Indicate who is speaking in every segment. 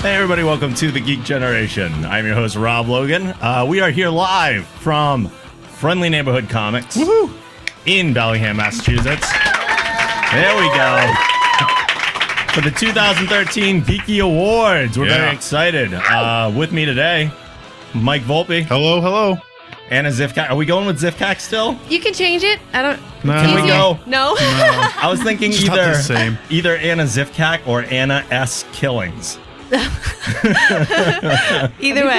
Speaker 1: Hey, everybody, welcome to the Geek Generation. I'm your host, Rob Logan. Uh, we are here live from Friendly Neighborhood Comics in Bellingham, Massachusetts. There we go. For the 2013 Geeky Awards. We're
Speaker 2: Yeah.
Speaker 1: very excited. Uh, with me today, Mike Volpe,
Speaker 2: Hello, hello.
Speaker 1: Anna Zivkak. Are we going with Zivkak still?
Speaker 3: You can change it. I don't.
Speaker 2: No.
Speaker 3: it's
Speaker 2: Can we
Speaker 3: easier.
Speaker 1: go?
Speaker 3: No.
Speaker 1: I was thinking
Speaker 2: It's not the
Speaker 1: either
Speaker 2: same.
Speaker 1: either Anna Zivkak or Anna S. Killings.
Speaker 3: Either way, I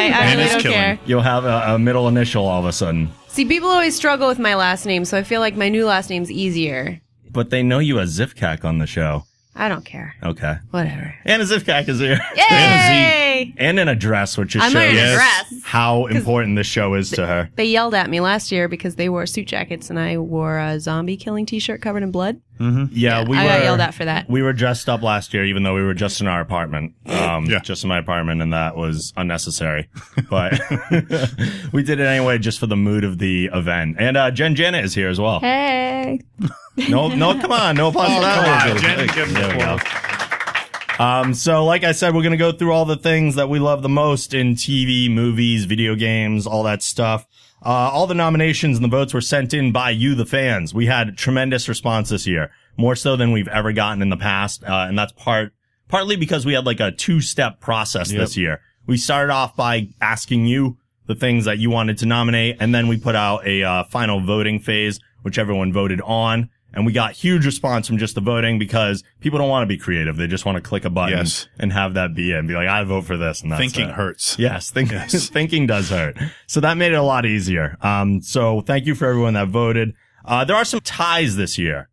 Speaker 2: Man
Speaker 3: really
Speaker 2: is
Speaker 3: don't
Speaker 2: killing.
Speaker 3: care.
Speaker 1: You'll have a, a middle initial all of a sudden.
Speaker 3: See, people always struggle with my last name, so I feel like my new last name's easier.
Speaker 1: But they know you as Zivkak on the show.
Speaker 3: I don't care.
Speaker 1: Okay.
Speaker 3: Whatever.
Speaker 1: Anna Zivkak is here.
Speaker 3: Yay!
Speaker 1: And in a dress, which just
Speaker 3: I'm wearing
Speaker 1: shows
Speaker 3: a dress.
Speaker 1: how important this show is to her.
Speaker 3: They yelled at me last year because they wore suit jackets and I wore a zombie killing T-shirt covered in blood.
Speaker 1: Yeah, we
Speaker 3: I
Speaker 1: were
Speaker 3: got yelled at for that.
Speaker 1: We were dressed up last year, even though we were just in our apartment, um,
Speaker 2: Yeah.
Speaker 1: just in my apartment, and that was unnecessary. But we did it anyway, just for the mood of the event. And uh, Jen Janet is here as well.
Speaker 3: Hey.
Speaker 1: No, no, come on, no applause for that.
Speaker 2: Oh,
Speaker 1: one.
Speaker 2: Come on, Jen, give him
Speaker 1: There we
Speaker 2: the
Speaker 1: go.
Speaker 2: applause.
Speaker 1: Um, so, like I said, we're going to go through all the things that we love the most in TV, movies, video games, all that stuff. Uh, all the nominations and the votes were sent in by you, the fans. We had tremendous response this year, more so than we've ever gotten in the past. Uh, and that's part, partly because we had like a two step process
Speaker 2: Yep.
Speaker 1: this year. We started off by asking you the things that you wanted to nominate, and then we put out a uh, final voting phase, which everyone voted on. And we got huge response from just the voting because people don't want to be creative. They just want to click a button
Speaker 2: Yes.
Speaker 1: and have that be it and be like, I vote for this. And that's
Speaker 2: Thinking
Speaker 1: it.
Speaker 2: hurts.
Speaker 1: Yes, think, thinking does hurt. So that made it a lot easier. Um, so thank you for everyone that voted. Uh, there are some ties this year,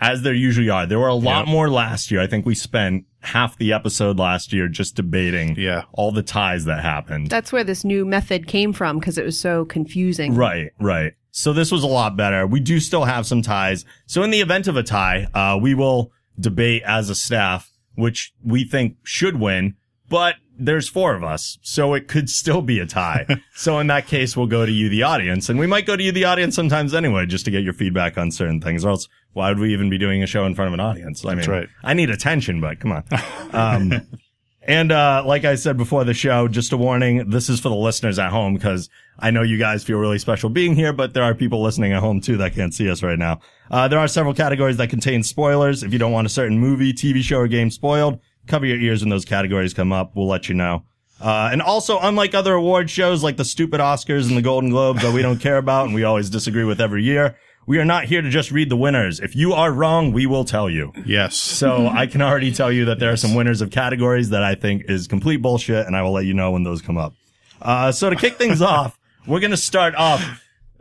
Speaker 1: as there usually are. There were a lot
Speaker 2: Yep.
Speaker 1: more last year. I think we spent half the episode last year just debating
Speaker 2: Yeah.
Speaker 1: all the ties that happened.
Speaker 3: That's where this new method came from because it was so confusing.
Speaker 1: Right, right. So this was a lot better. We do still have some ties. So in the event of a tie, uh, we will debate as a staff, which we think should win, but there's four of us, so it could still be a tie. so in that case, we'll go to you, the audience, and we might go to you, the audience sometimes anyway, just to get your feedback on certain things. Or else, why would we even be doing a show in front of an audience? I mean,
Speaker 2: right.
Speaker 1: I need attention, but come on. Um, and uh, like I said before the show, just a warning: this is for the listeners at home because I know you guys feel really special being here, but there are people listening at home too that can't see us right now. Uh, there are several categories that contain spoilers. If you don't want a certain movie, TV show, or game spoiled, cover your ears when those categories come up. We'll let you know. Uh, and also, unlike other award shows like the stupid Oscars and the Golden Globes that we don't care about and we always disagree with every year, we are not here to just read the winners. If you are wrong, we will tell you.
Speaker 2: Yes.
Speaker 1: So I can already tell you that there are some winners of categories that I think is complete bullshit, and I will let you know when those come up. Uh, so to kick things off, we're gonna start off.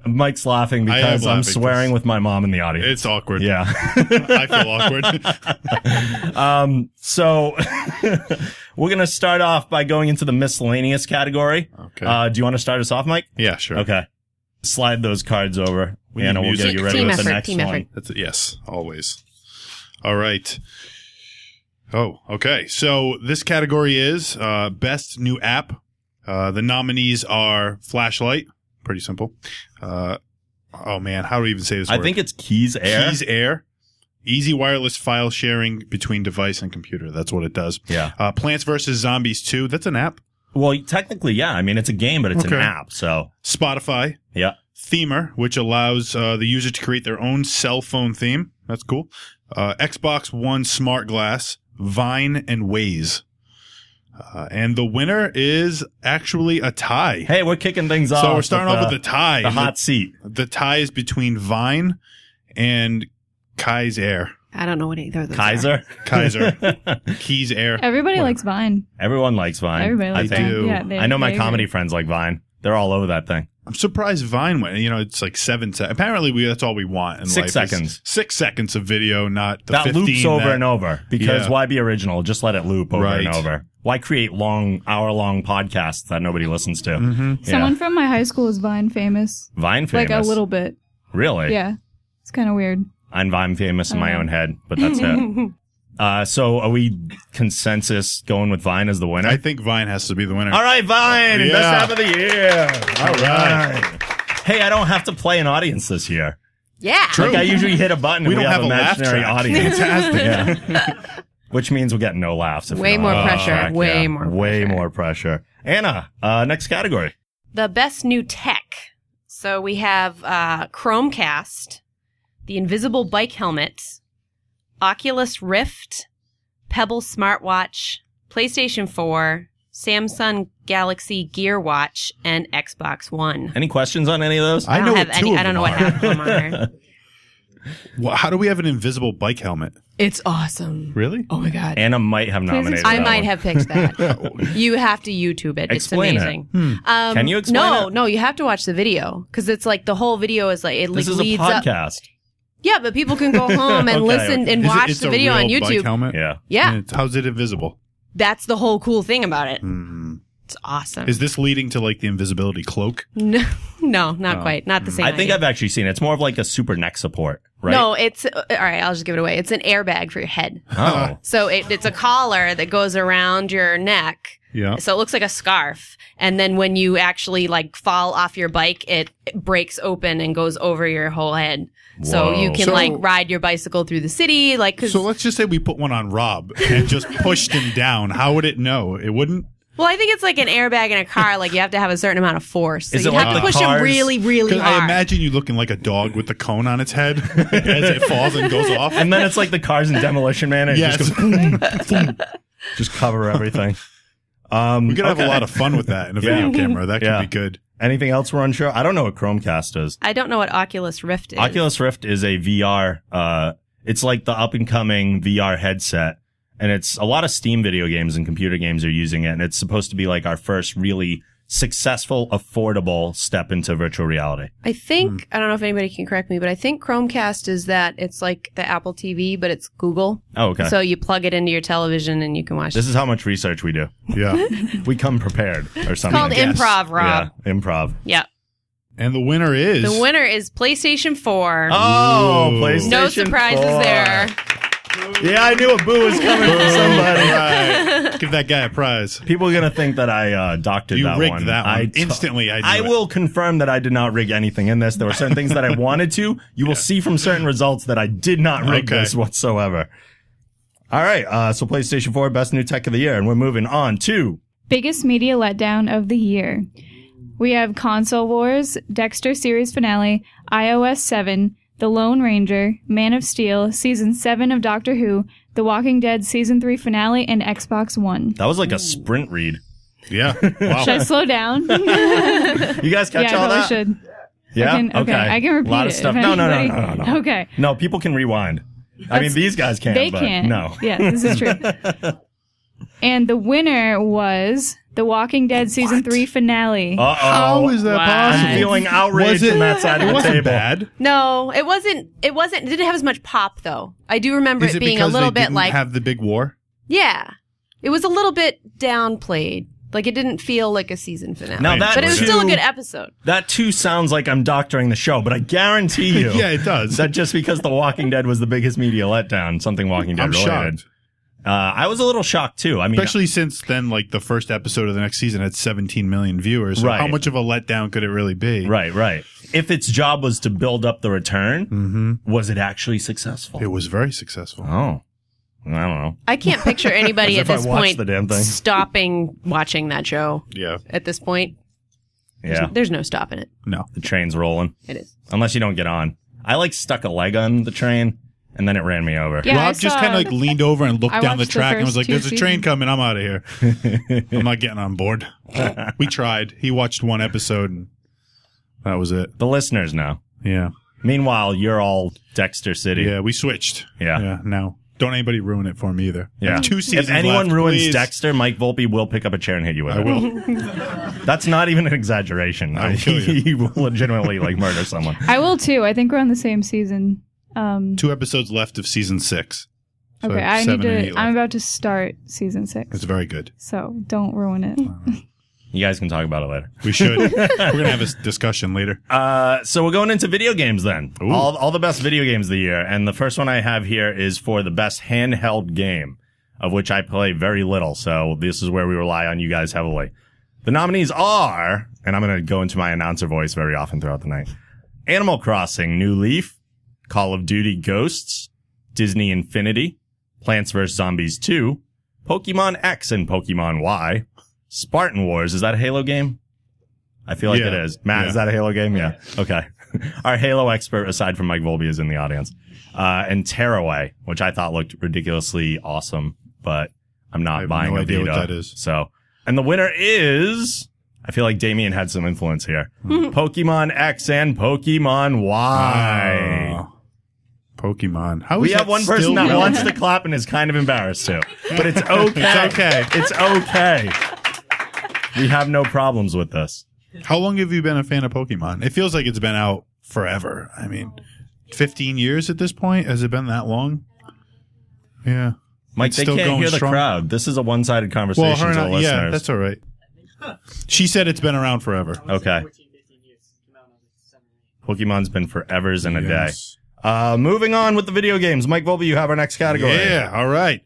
Speaker 1: Mike's laughing
Speaker 2: I am
Speaker 1: because I'm
Speaker 2: laughing
Speaker 1: swearing
Speaker 2: 'cause
Speaker 1: with my mom in the audience.
Speaker 2: it's awkward.
Speaker 1: yeah.
Speaker 2: I feel awkward.
Speaker 1: Um, So we're gonna start off by going into the miscellaneous category.
Speaker 2: Okay.
Speaker 1: Uh, do you want to start us off, Mike?
Speaker 2: yeah, sure.
Speaker 1: Okay. Slide those cards over.
Speaker 2: We need
Speaker 1: Anna, we'll
Speaker 2: music.
Speaker 1: get you ready
Speaker 3: Team
Speaker 1: with the
Speaker 3: effort,
Speaker 1: next
Speaker 3: team
Speaker 1: one.
Speaker 3: effort.
Speaker 2: That's a, yes, always. All right. Oh, okay. So this category is uh, best new app. Uh, the nominees are Flashlight, pretty simple. Uh, oh man, how do we even say this?
Speaker 1: I
Speaker 2: word?
Speaker 1: think it's Keys Air.
Speaker 2: Keys Air, easy wireless file sharing between device and computer. That's what it does.
Speaker 1: Yeah.
Speaker 2: Uh, Plants vs Zombies Two. That's an app.
Speaker 1: Well, technically, yeah. I mean, it's a game, but it's an
Speaker 2: Okay.
Speaker 1: app. So
Speaker 2: Spotify
Speaker 1: yeah.
Speaker 2: Themer, which allows uh, the user to create their own cell phone theme. That's cool. Uh, Xbox One Smart Glass, Vine, and Waze. Uh, and the winner is actually a tie.
Speaker 1: Hey, we're kicking things off.
Speaker 2: so we're starting off with the tie.
Speaker 1: the hot seat.
Speaker 2: the, the tie is between Vine and Kai's Air.
Speaker 3: I don't know what either of those are.
Speaker 1: Kaiser.
Speaker 2: Kaiser. Keys Air.
Speaker 4: Everybody likes Vine.
Speaker 1: Everyone likes Vine.
Speaker 4: Everybody
Speaker 1: I
Speaker 4: likes
Speaker 1: think.
Speaker 4: Vine.
Speaker 2: do.
Speaker 4: Yeah, they-
Speaker 1: I know my
Speaker 4: they
Speaker 1: comedy
Speaker 4: agree.
Speaker 1: friends like Vine. They're all over that thing.
Speaker 2: I'm surprised Vine went. You know, it's like seven. Se- apparently, we that's all we want. In
Speaker 1: Six
Speaker 2: life is
Speaker 1: seconds.
Speaker 2: Six seconds of video, not the
Speaker 1: that
Speaker 2: 15
Speaker 1: loops over
Speaker 2: that-
Speaker 1: and over because
Speaker 2: Yeah.
Speaker 1: why be original? Just let it loop over and
Speaker 2: Right.
Speaker 1: over. Why create long, hour long podcasts that nobody listens to?
Speaker 2: Mm-hmm.
Speaker 1: Yeah.
Speaker 4: Someone from my high school is Vine famous.
Speaker 1: Vine famous.
Speaker 4: Like a little bit.
Speaker 1: Really?
Speaker 4: Yeah. Uh-huh. It's kind of weird.
Speaker 1: I'm Vine famous in my own head, but that's it. Uh, so are we consensus going with Vine as the winner?
Speaker 2: I think Vine has to be the winner.
Speaker 1: all right, Vine,
Speaker 2: Yeah.
Speaker 1: best app of the year. All
Speaker 2: right.
Speaker 1: right. Hey, I don't have to play an audience this year.
Speaker 3: Yeah.
Speaker 2: True.
Speaker 1: Like I usually hit a button.
Speaker 2: we
Speaker 1: and
Speaker 2: don't
Speaker 1: we
Speaker 2: have,
Speaker 1: have,
Speaker 2: a laugh
Speaker 1: imaginary
Speaker 2: track.
Speaker 1: audience.
Speaker 2: Fantastic.
Speaker 1: Yeah. which means we'll get no laughs. If
Speaker 3: Way
Speaker 1: you're
Speaker 3: more
Speaker 1: on
Speaker 3: pressure,
Speaker 1: track,
Speaker 3: way more
Speaker 1: Way
Speaker 3: pressure.
Speaker 1: more pressure. Anna, uh, next category.
Speaker 3: The best new tech. So we have uh, Chromecast, the invisible bike helmet, Oculus Rift, Pebble smartwatch, PlayStation 4, Samsung Galaxy Gear Watch, and Xbox One.
Speaker 1: Any questions on any of those?
Speaker 2: I
Speaker 3: don't
Speaker 2: know
Speaker 3: have
Speaker 2: what
Speaker 3: any.
Speaker 2: two of
Speaker 3: I don't know
Speaker 2: them
Speaker 3: what
Speaker 2: are.
Speaker 3: half of them are.
Speaker 2: Wha- How do we have an invisible bike helmet?
Speaker 3: It's awesome.
Speaker 2: Really?
Speaker 3: Oh my god.
Speaker 1: Anna might have nominated.
Speaker 4: explain-
Speaker 3: I
Speaker 1: that
Speaker 3: might
Speaker 1: one.
Speaker 3: have picked that. you have to YouTube it.
Speaker 1: Explain it. Hmm.
Speaker 3: it's amazing. Um,
Speaker 1: Can you explain
Speaker 3: No,
Speaker 1: it?
Speaker 3: no, you have to watch the video because it's like the whole video is like it like
Speaker 1: This is a
Speaker 3: leads up.
Speaker 1: podcast.
Speaker 3: Yeah, but people can go home and
Speaker 1: Okay,
Speaker 3: listen
Speaker 1: okay.
Speaker 3: and
Speaker 2: Is it-
Speaker 3: watch
Speaker 2: it's
Speaker 3: the
Speaker 2: a
Speaker 3: video on
Speaker 2: real Bike
Speaker 3: YouTube.
Speaker 2: helmet?
Speaker 1: Yeah.
Speaker 3: yeah,
Speaker 2: And it's- how's it invisible?
Speaker 3: that's the whole cool thing about it.
Speaker 2: Hmm.
Speaker 3: It's awesome.
Speaker 2: Is this leading to like the invisibility cloak?
Speaker 3: no, no, not
Speaker 2: Oh.
Speaker 3: quite. Not the same.
Speaker 1: I think
Speaker 3: idea.
Speaker 1: I've actually seen it. It's more of like a super neck support, right?
Speaker 3: No, it's uh, all right. I'll just give it away. It's an airbag for your head.
Speaker 1: Oh.
Speaker 3: So it, it's a collar that goes around your neck.
Speaker 2: Yeah.
Speaker 3: So it looks like a scarf. And then when you actually like fall off your bike, it it breaks open and goes over your whole head. So
Speaker 1: Whoa.
Speaker 3: you can
Speaker 2: So-
Speaker 3: like ride your bicycle through the city. Like, 'cause-
Speaker 2: So let's just say we put one on Rob and just pushed him down. How would it know? It wouldn't.
Speaker 3: well, I think it's like an airbag in a car. Like you have to have a certain amount of force. So
Speaker 1: Is
Speaker 3: you
Speaker 1: it
Speaker 3: have
Speaker 1: like
Speaker 3: to
Speaker 1: the
Speaker 3: push
Speaker 1: cars?
Speaker 3: it really, really
Speaker 2: Because
Speaker 3: hard.
Speaker 2: I imagine you looking like a dog with the cone on its head as it falls and goes off.
Speaker 1: And then it's like the cars in Demolition Man. And it
Speaker 2: yes,
Speaker 1: just, goes, just cover everything. Um,
Speaker 2: we could have a
Speaker 1: okay.
Speaker 2: lot of fun with that in a
Speaker 1: Yeah.
Speaker 2: video camera. That could
Speaker 1: Yeah.
Speaker 2: be good.
Speaker 1: Anything else we're unsure? I don't know what Chromecast is.
Speaker 3: I don't know what Oculus Rift is.
Speaker 1: Oculus Rift is a VR. Uh, it's like the up and coming VR headset, and it's a lot of Steam video games and computer games are using it, and it's supposed to be like our first really successful, affordable step into virtual reality.
Speaker 3: I think I don't know if anybody can correct me, but I think Chromecast is that it's like the Apple TV, but it's Google.
Speaker 1: Oh, okay.
Speaker 3: So you plug it into your television and you can watch.
Speaker 1: this is how much research we do.
Speaker 2: Yeah.
Speaker 1: We come prepared or something.
Speaker 3: called
Speaker 2: Yes.
Speaker 3: improv, Rob.
Speaker 1: Yeah, improv.
Speaker 3: Yeah.
Speaker 2: And the winner is
Speaker 3: The winner is PlayStation 4.
Speaker 1: Oh,
Speaker 2: Ooh.
Speaker 1: PlayStation
Speaker 3: no surprises
Speaker 1: 4.
Speaker 3: there.
Speaker 1: Yeah, I knew a boo was coming from
Speaker 2: All
Speaker 1: somebody.
Speaker 2: right. Give that guy a prize.
Speaker 1: People are gonna think that I uh, doctored
Speaker 2: You
Speaker 1: that
Speaker 2: rigged
Speaker 1: one.
Speaker 2: that one
Speaker 1: I
Speaker 2: instantly. I, knew
Speaker 1: I
Speaker 2: it.
Speaker 1: will confirm that I did not rig anything in this. There were certain things that I wanted to. You will see from certain results that I did not rig
Speaker 2: Okay.
Speaker 1: this whatsoever. All right. Uh, so PlayStation 4, best new tech of the year. And we're moving on to
Speaker 4: Biggest media letdown of the year. We have Console Wars, Dexter series finale, iOS 7, The Lone Ranger, Man of Steel, season 7 of Doctor Who, The Walking Dead season 3 finale, and Xbox One.
Speaker 1: that was like a sprint read.
Speaker 2: Yeah. Wow.
Speaker 4: Should I slow down?
Speaker 1: You guys catch
Speaker 4: yeah, I
Speaker 1: all
Speaker 4: probably
Speaker 1: that?
Speaker 4: should.
Speaker 1: Yeah.
Speaker 4: I can, okay. I can repeat
Speaker 1: a lot
Speaker 4: it.
Speaker 1: of stuff.
Speaker 4: if
Speaker 1: No, no, no, no,
Speaker 4: anybody-
Speaker 1: no, no.
Speaker 4: Okay.
Speaker 1: No, people can rewind. I mean, these guys can.
Speaker 4: They
Speaker 1: but
Speaker 4: can't.
Speaker 1: No.
Speaker 4: Yeah, this is true. and the winner was The Walking Dead season 3 finale.
Speaker 1: Uh
Speaker 2: How
Speaker 1: oh.
Speaker 2: is that
Speaker 3: Wow.
Speaker 2: possible?
Speaker 1: Feeling outrage
Speaker 2: Was it-
Speaker 1: from that side
Speaker 2: It
Speaker 1: of the
Speaker 2: wasn't
Speaker 1: table.
Speaker 2: bad.
Speaker 3: No, it wasn't. It wasn't. It didn't have as much pop though. I do remember
Speaker 2: Is
Speaker 3: it
Speaker 2: it
Speaker 3: being a
Speaker 2: because
Speaker 3: little
Speaker 2: they
Speaker 3: bit
Speaker 2: didn't
Speaker 3: like
Speaker 2: have the big war?
Speaker 3: yeah, it was a little bit downplayed. Like it didn't feel like a season finale.
Speaker 1: Now that
Speaker 3: but it was
Speaker 1: too,
Speaker 3: still a good episode.
Speaker 1: that too sounds like I'm doctoring the show, but I guarantee you.
Speaker 2: Yeah, it does.
Speaker 1: Is that just because The Walking Dead was the biggest media letdown? Something Walking Dead
Speaker 2: I'm
Speaker 1: related.
Speaker 2: shocked.
Speaker 1: Uh, I was a little shocked too. I mean,
Speaker 2: Especially since then, like the first episode of the next season had 17 million viewers. So
Speaker 1: Right.
Speaker 2: How much of a letdown could it really be?
Speaker 1: right, right. If its job was to build up the return,
Speaker 2: Mm-hmm.
Speaker 1: was it actually successful?
Speaker 2: It was very successful.
Speaker 1: oh, I don't know.
Speaker 3: I can't picture anybody
Speaker 1: As if
Speaker 3: at
Speaker 1: I
Speaker 3: this
Speaker 1: watched
Speaker 3: point
Speaker 1: the damn thing.
Speaker 3: stopping watching that show.
Speaker 2: Yeah.
Speaker 3: At this point,
Speaker 1: Yeah,
Speaker 3: there's no stopping it.
Speaker 2: No.
Speaker 1: the train's rolling
Speaker 3: It is.
Speaker 1: unless you don't get on. I like stuck a leg on the train and then it ran me over.
Speaker 4: Yeah, I
Speaker 2: Rob just
Speaker 4: saw-
Speaker 2: kind of like leaned over and looked
Speaker 4: I
Speaker 2: down the
Speaker 4: watched the
Speaker 2: track and was
Speaker 4: first
Speaker 2: like,
Speaker 4: two
Speaker 2: "There's a train
Speaker 4: seasons.
Speaker 2: coming. I'm out of here. I'm not getting on board." we tried. He watched one episode and that was it.
Speaker 1: The listeners know.
Speaker 2: Yeah.
Speaker 1: Meanwhile, you're all Dexter City.
Speaker 2: Yeah, we switched.
Speaker 1: Yeah.
Speaker 2: Yeah. Now, don't anybody ruin it for me either. I
Speaker 1: Yeah.
Speaker 2: have Two seasons.
Speaker 1: If anyone
Speaker 2: left,
Speaker 1: ruins
Speaker 2: please.
Speaker 1: Dexter, Mike Volpe will pick up a chair and hit you with
Speaker 2: I
Speaker 1: it.
Speaker 2: will.
Speaker 1: That's not even an exaggeration.
Speaker 2: I will kill you.
Speaker 1: he will legitimately like murder someone.
Speaker 4: I will too. I think we're on the same season. Um,
Speaker 2: Two episodes left of season six. So
Speaker 4: okay, I need
Speaker 2: seven and
Speaker 4: to.
Speaker 2: eight
Speaker 4: I'm
Speaker 2: left.
Speaker 4: about to start season six,
Speaker 2: It's very good.
Speaker 4: so don't ruin it.
Speaker 1: You guys can talk about it later.
Speaker 2: We should. We're gonna have a s- discussion later.
Speaker 1: Uh, so we're going into video games then.
Speaker 2: Ooh.
Speaker 1: All, all the best video games of the year. And the first one I have here is for the best handheld game, of which I play very little. So this is where we rely on you guys heavily. The nominees are, and I'm going to go into my announcer voice very often throughout the night. Animal Crossing, New Leaf, Call of Duty Ghosts, Disney Infinity, Plants vs. Zombies 2, Pokemon X and Pokemon Y, Spartan Wars. Is that a Halo game? I feel like
Speaker 2: Yeah.
Speaker 1: it is. Matt,
Speaker 2: Yeah.
Speaker 1: is that a Halo game? Yeah. Okay. Our Halo expert, aside from Mike Volby, is in the audience. Uh, and Tearaway, which I thought looked ridiculously awesome, but I'm not
Speaker 2: I have
Speaker 1: buying
Speaker 2: no
Speaker 1: a
Speaker 2: idea what
Speaker 1: Vita.
Speaker 2: that is.
Speaker 1: So, and the winner is, I feel like Damien had some influence here. Pokemon X and Pokemon Y.
Speaker 2: Wow. Pokemon. How
Speaker 1: We
Speaker 2: is
Speaker 1: have
Speaker 2: that
Speaker 1: one person
Speaker 2: still
Speaker 1: that
Speaker 2: relevant?
Speaker 1: wants to clap and is kind of embarrassed too. But it's okay.
Speaker 2: It's okay.
Speaker 1: It's okay. We have no problems with this.
Speaker 2: How long have you been a fan of Pokemon? It feels like it's been out forever. I mean, 15 years at this point? Has it been that long? Yeah.
Speaker 1: Mike,
Speaker 2: It's
Speaker 1: they
Speaker 2: still
Speaker 1: can't
Speaker 2: going
Speaker 1: hear the
Speaker 2: strong.
Speaker 1: crowd. This is a one sided
Speaker 2: Well,
Speaker 1: conversation
Speaker 2: her and
Speaker 1: to the
Speaker 2: I,
Speaker 1: listeners.
Speaker 2: yeah, that's all right. She said it's been around forever.
Speaker 1: Okay.
Speaker 5: 14, 15 years. Came out when I was seven or eight.
Speaker 1: Pokemon's been forever's and a
Speaker 2: Yes.
Speaker 1: day. Uh, moving on with the video games. Mike Volby, you have our next category.
Speaker 2: Yeah, all right.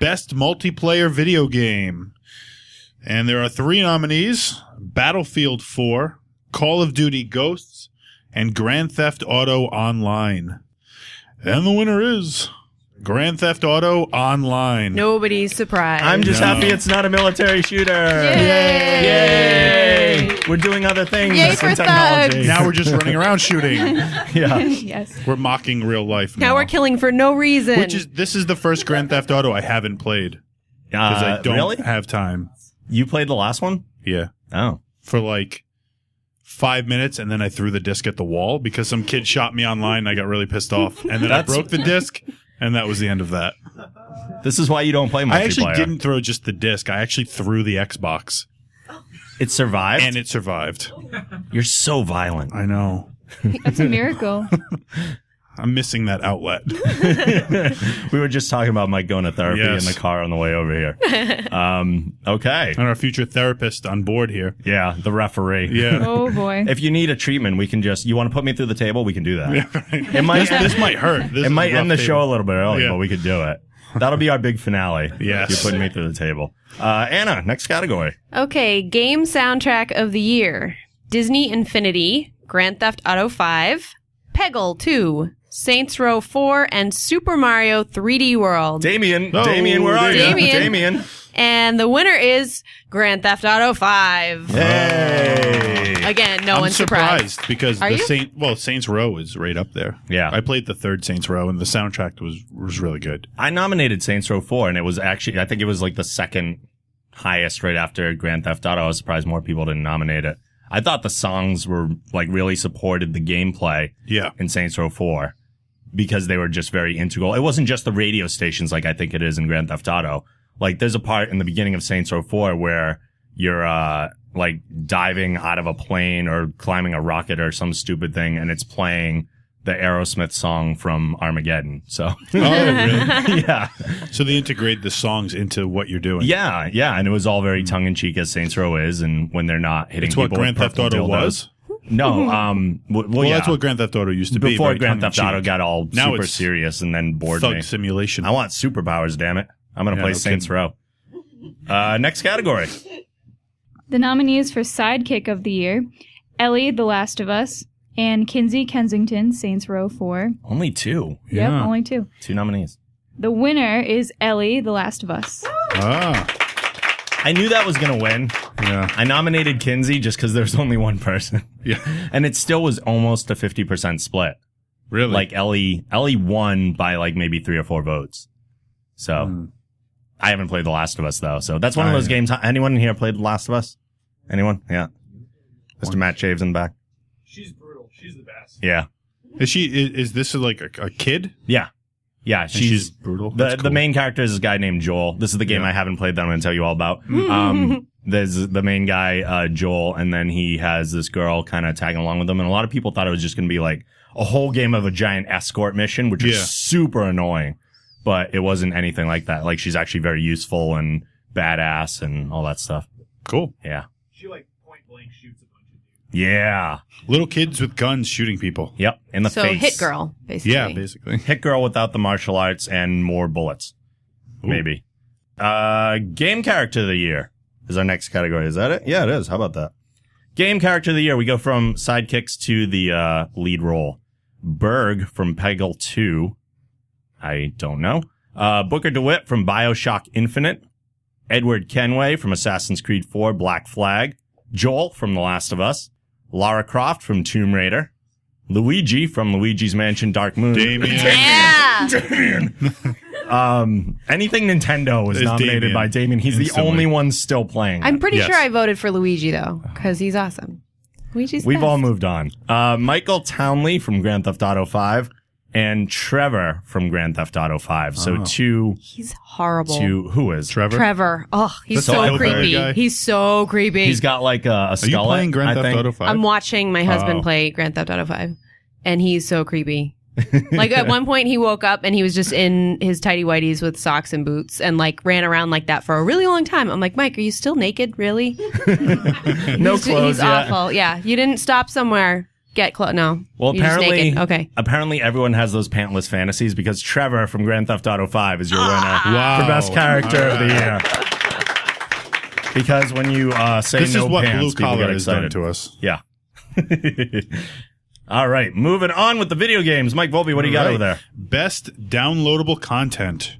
Speaker 2: Best multiplayer video game. And there are three nominees Battlefield 4, Call of Duty Ghosts, and Grand Theft Auto Online. And the winner is Grand Theft Auto Online.
Speaker 3: Nobody's surprised.
Speaker 1: I'm just
Speaker 2: No.
Speaker 1: happy it's not a military shooter.
Speaker 3: Yay!
Speaker 1: Yay! We're doing other things
Speaker 3: Yay
Speaker 1: with
Speaker 3: for
Speaker 1: technology.
Speaker 3: thugs.
Speaker 2: Now we're just running around shooting.
Speaker 1: yeah.
Speaker 4: yes.
Speaker 2: We're mocking real life now.
Speaker 3: Now we're killing for no reason.
Speaker 2: Which is this is the first Grand Theft Auto I haven't played because
Speaker 1: Uh,
Speaker 2: I don't
Speaker 1: really?
Speaker 2: have time.
Speaker 1: You played the last one?
Speaker 2: Yeah.
Speaker 1: Oh.
Speaker 2: for like five minutes and then I threw the disc at the wall because some kid shot me online and I got really pissed off. And then
Speaker 1: That's-
Speaker 2: I broke the disc and that was the end of that.
Speaker 1: This is why you don't play multiplayer.
Speaker 2: I actually didn't throw just the disc. I actually threw the Xbox
Speaker 1: It survived.
Speaker 2: and it survived.
Speaker 1: You're so violent.
Speaker 2: I know.
Speaker 4: That's a miracle.
Speaker 2: I'm missing that outlet.
Speaker 1: we were just talking about Mike going to therapy
Speaker 2: Yes. Uh,
Speaker 1: in the car on the way over here. um, okay.
Speaker 2: and our future therapist on board here.
Speaker 1: Yeah, the referee.
Speaker 2: Yeah.
Speaker 4: Oh boy.
Speaker 1: If you need a treatment, we can just. You want to put me through the table? We can do that. It might.
Speaker 2: this might hurt. This
Speaker 1: it
Speaker 2: is
Speaker 1: might
Speaker 2: a rough
Speaker 1: end the
Speaker 2: table.
Speaker 1: show a little bit early,
Speaker 2: Yeah.
Speaker 1: but we could do it. That'll be our big finale.
Speaker 2: Yes.
Speaker 1: you're putting me through the table. Uh, Anna, next category.
Speaker 3: Okay, game soundtrack of the year Disney Infinity, Grand Theft Auto 5, Peggle 2, Saints Row 4, and Super Mario 3D World.
Speaker 1: Damien,
Speaker 2: Oh,
Speaker 1: Damien, where are you?
Speaker 3: Damien.
Speaker 1: Damien.
Speaker 3: and the winner is Grand Theft Auto 5.
Speaker 1: Hey.
Speaker 3: Again, no
Speaker 2: I'm
Speaker 3: one's
Speaker 2: surprised, because
Speaker 3: Are
Speaker 2: the
Speaker 3: you?
Speaker 2: Saint well Saints Row is right up there.
Speaker 1: Yeah.
Speaker 2: I played the third Saints Row and the soundtrack was was really good.
Speaker 1: I nominated Saints Row 4 and it was actually, I think it was like the second highest right after Grand Theft Auto. I was surprised more people didn't nominate it. I thought the songs were like really supported the gameplay
Speaker 2: Yeah.
Speaker 1: in Saints Row 4 because they were just very integral. It wasn't just the radio stations like I think it is in Grand Theft Auto. Like there's a part in the beginning of Saints Row 4 where you're, uh, like diving out of a plane or climbing a rocket or some stupid thing and it's playing the Aerosmith song from Armageddon. So
Speaker 2: Oh, really?
Speaker 1: yeah.
Speaker 2: So they integrate the songs into what you're doing.
Speaker 1: Yeah, yeah, and it was all very tongue in cheek as Saints Row is, and when they're not hitting
Speaker 2: it's what
Speaker 1: people
Speaker 2: Grand
Speaker 1: with
Speaker 2: Theft
Speaker 1: purple
Speaker 2: Auto
Speaker 1: dildos.
Speaker 2: was.
Speaker 1: No, um, w- well,
Speaker 2: Well,
Speaker 1: yeah,
Speaker 2: that's what Grand Theft Auto used to be.
Speaker 1: before
Speaker 2: very
Speaker 1: Grand Theft Auto
Speaker 2: tongue-in-cheek.
Speaker 1: got all
Speaker 2: Now
Speaker 1: super
Speaker 2: it's
Speaker 1: serious and then bored
Speaker 2: Thug
Speaker 1: me.
Speaker 2: Simulation.
Speaker 1: I want superpowers, damn it! I'm gonna
Speaker 2: Yeah,
Speaker 1: play
Speaker 2: no
Speaker 1: Saints
Speaker 2: kidding.
Speaker 1: Row. Uh, next category.
Speaker 4: The nominees for Sidekick of the Year Ellie, The Last of Us, and Kinsey Kensington, Saints Row 4.
Speaker 1: Only two,
Speaker 4: Yep,
Speaker 2: Yeah.
Speaker 4: only two.
Speaker 1: two nominees.
Speaker 4: The winner is Ellie, The Last of Us.
Speaker 2: ah,
Speaker 1: I knew that was gonna win.
Speaker 2: yeah,
Speaker 1: I nominated Kinsey just because there's only one person,
Speaker 2: yeah,
Speaker 1: and it still was almost a fifty percent split.
Speaker 2: really.
Speaker 1: like Ellie Ellie won by like maybe three or four votes. So I haven't played The Last of Us though, so that's one of
Speaker 2: Hmm. I-
Speaker 1: those games. Anyone in here played The Last of Us? Anyone? Yeah. Mr. Matt Shaves in the back.
Speaker 5: She's brutal. She's the best.
Speaker 1: Yeah,
Speaker 2: is she? Is, is this like a, a kid?
Speaker 1: yeah, yeah.
Speaker 2: And she's
Speaker 1: She's,
Speaker 2: brutal.
Speaker 1: the
Speaker 2: That's
Speaker 1: the
Speaker 2: cool.
Speaker 1: main character is this guy named Joel. This is the game
Speaker 2: Yeah. Mm-hmm.
Speaker 1: I haven't played that I'm going to tell you all about. um, there's the main guy uh, Joel, and then he has this girl kind of tagging along with him, and a lot of people thought it was just going to be like a whole game of a giant escort mission, which
Speaker 2: Yeah.
Speaker 1: is super annoying. But it wasn't anything like that. Like she's actually very useful and badass and all that stuff.
Speaker 2: cool
Speaker 1: Yeah,
Speaker 5: She like point blank shoots a bunch of dudes.
Speaker 1: yeah,
Speaker 2: little kids with guns shooting people.
Speaker 1: yep. In the
Speaker 3: surprised. So,
Speaker 1: face.
Speaker 3: Hit Girl, basically.
Speaker 2: Yeah, basically.
Speaker 1: hit girl without the martial arts and more bullets,
Speaker 2: Ooh.
Speaker 1: maybe. Uh, game character of the year is our next category. Is that it? Yeah, it is. How about that? Game character of the year. We go from sidekicks to the uh, lead role. Berg from Peggle Two. I don't know. Uh, Booker DeWitt from Bioshock Infinite. Edward Kenway from Assassin's Creed 4 Black Flag. Joel from The Last of Us. Lara Croft from Tomb Raider. Luigi from Luigi's Mansion Dark Moon.
Speaker 2: Damien.
Speaker 3: Yeah.
Speaker 1: Um, anything Nintendo was
Speaker 2: It's
Speaker 1: nominated
Speaker 2: Mm-hmm. Damien.
Speaker 1: by Damien, he's the
Speaker 2: Instantly.
Speaker 1: only one still playing.
Speaker 3: I'm
Speaker 1: it.
Speaker 3: pretty
Speaker 2: Yes.
Speaker 3: sure I voted for Luigi though, because he's awesome. Luigi's
Speaker 1: We've
Speaker 3: best.
Speaker 1: all moved on. Uh, Michael Townley from Grand Theft Auto 5 and Trevor from Grand Theft Auto 5. So two,
Speaker 3: He's horrible.
Speaker 1: two, who is?
Speaker 2: Oh. Trevor.
Speaker 3: Trevor. Oh, he's
Speaker 1: That's the
Speaker 3: so
Speaker 1: Elder
Speaker 3: creepy.
Speaker 2: guy?
Speaker 3: He's so creepy.
Speaker 1: He's got like a, a
Speaker 2: Are you
Speaker 1: skull.
Speaker 2: playing Grand
Speaker 1: I
Speaker 2: Theft
Speaker 1: think.
Speaker 2: Auto 5?
Speaker 3: I'm watching my husband
Speaker 2: Oh.
Speaker 3: play Grand Theft Auto 5, and he's so creepy. like at one point, he woke up and he was just in his tidy whities with socks and boots, and like ran around like that for a really long time. I'm like, Mike, are you still naked? Really?
Speaker 1: No clothes
Speaker 3: he's, He's
Speaker 1: yet.
Speaker 3: awful. Yeah, you didn't stop somewhere. Get clothes. No.
Speaker 1: Well,
Speaker 3: You're just
Speaker 1: apparently,
Speaker 3: naked. okay.
Speaker 1: apparently everyone has those pantless fantasies because Trevor from Grand Theft Auto 5 is your
Speaker 3: Ah.
Speaker 1: winner
Speaker 2: Wow.
Speaker 1: for best character of the
Speaker 2: Alright.
Speaker 1: year. Because when you uh, say
Speaker 2: This
Speaker 1: no
Speaker 2: is what
Speaker 1: pants,
Speaker 2: blue
Speaker 1: people
Speaker 2: collar
Speaker 1: get
Speaker 2: has done
Speaker 1: excited.
Speaker 2: to us.
Speaker 1: Yeah. All right, moving on with the video games. Mike Volpe, what do you got
Speaker 2: Right.
Speaker 1: over there?
Speaker 2: Best downloadable content,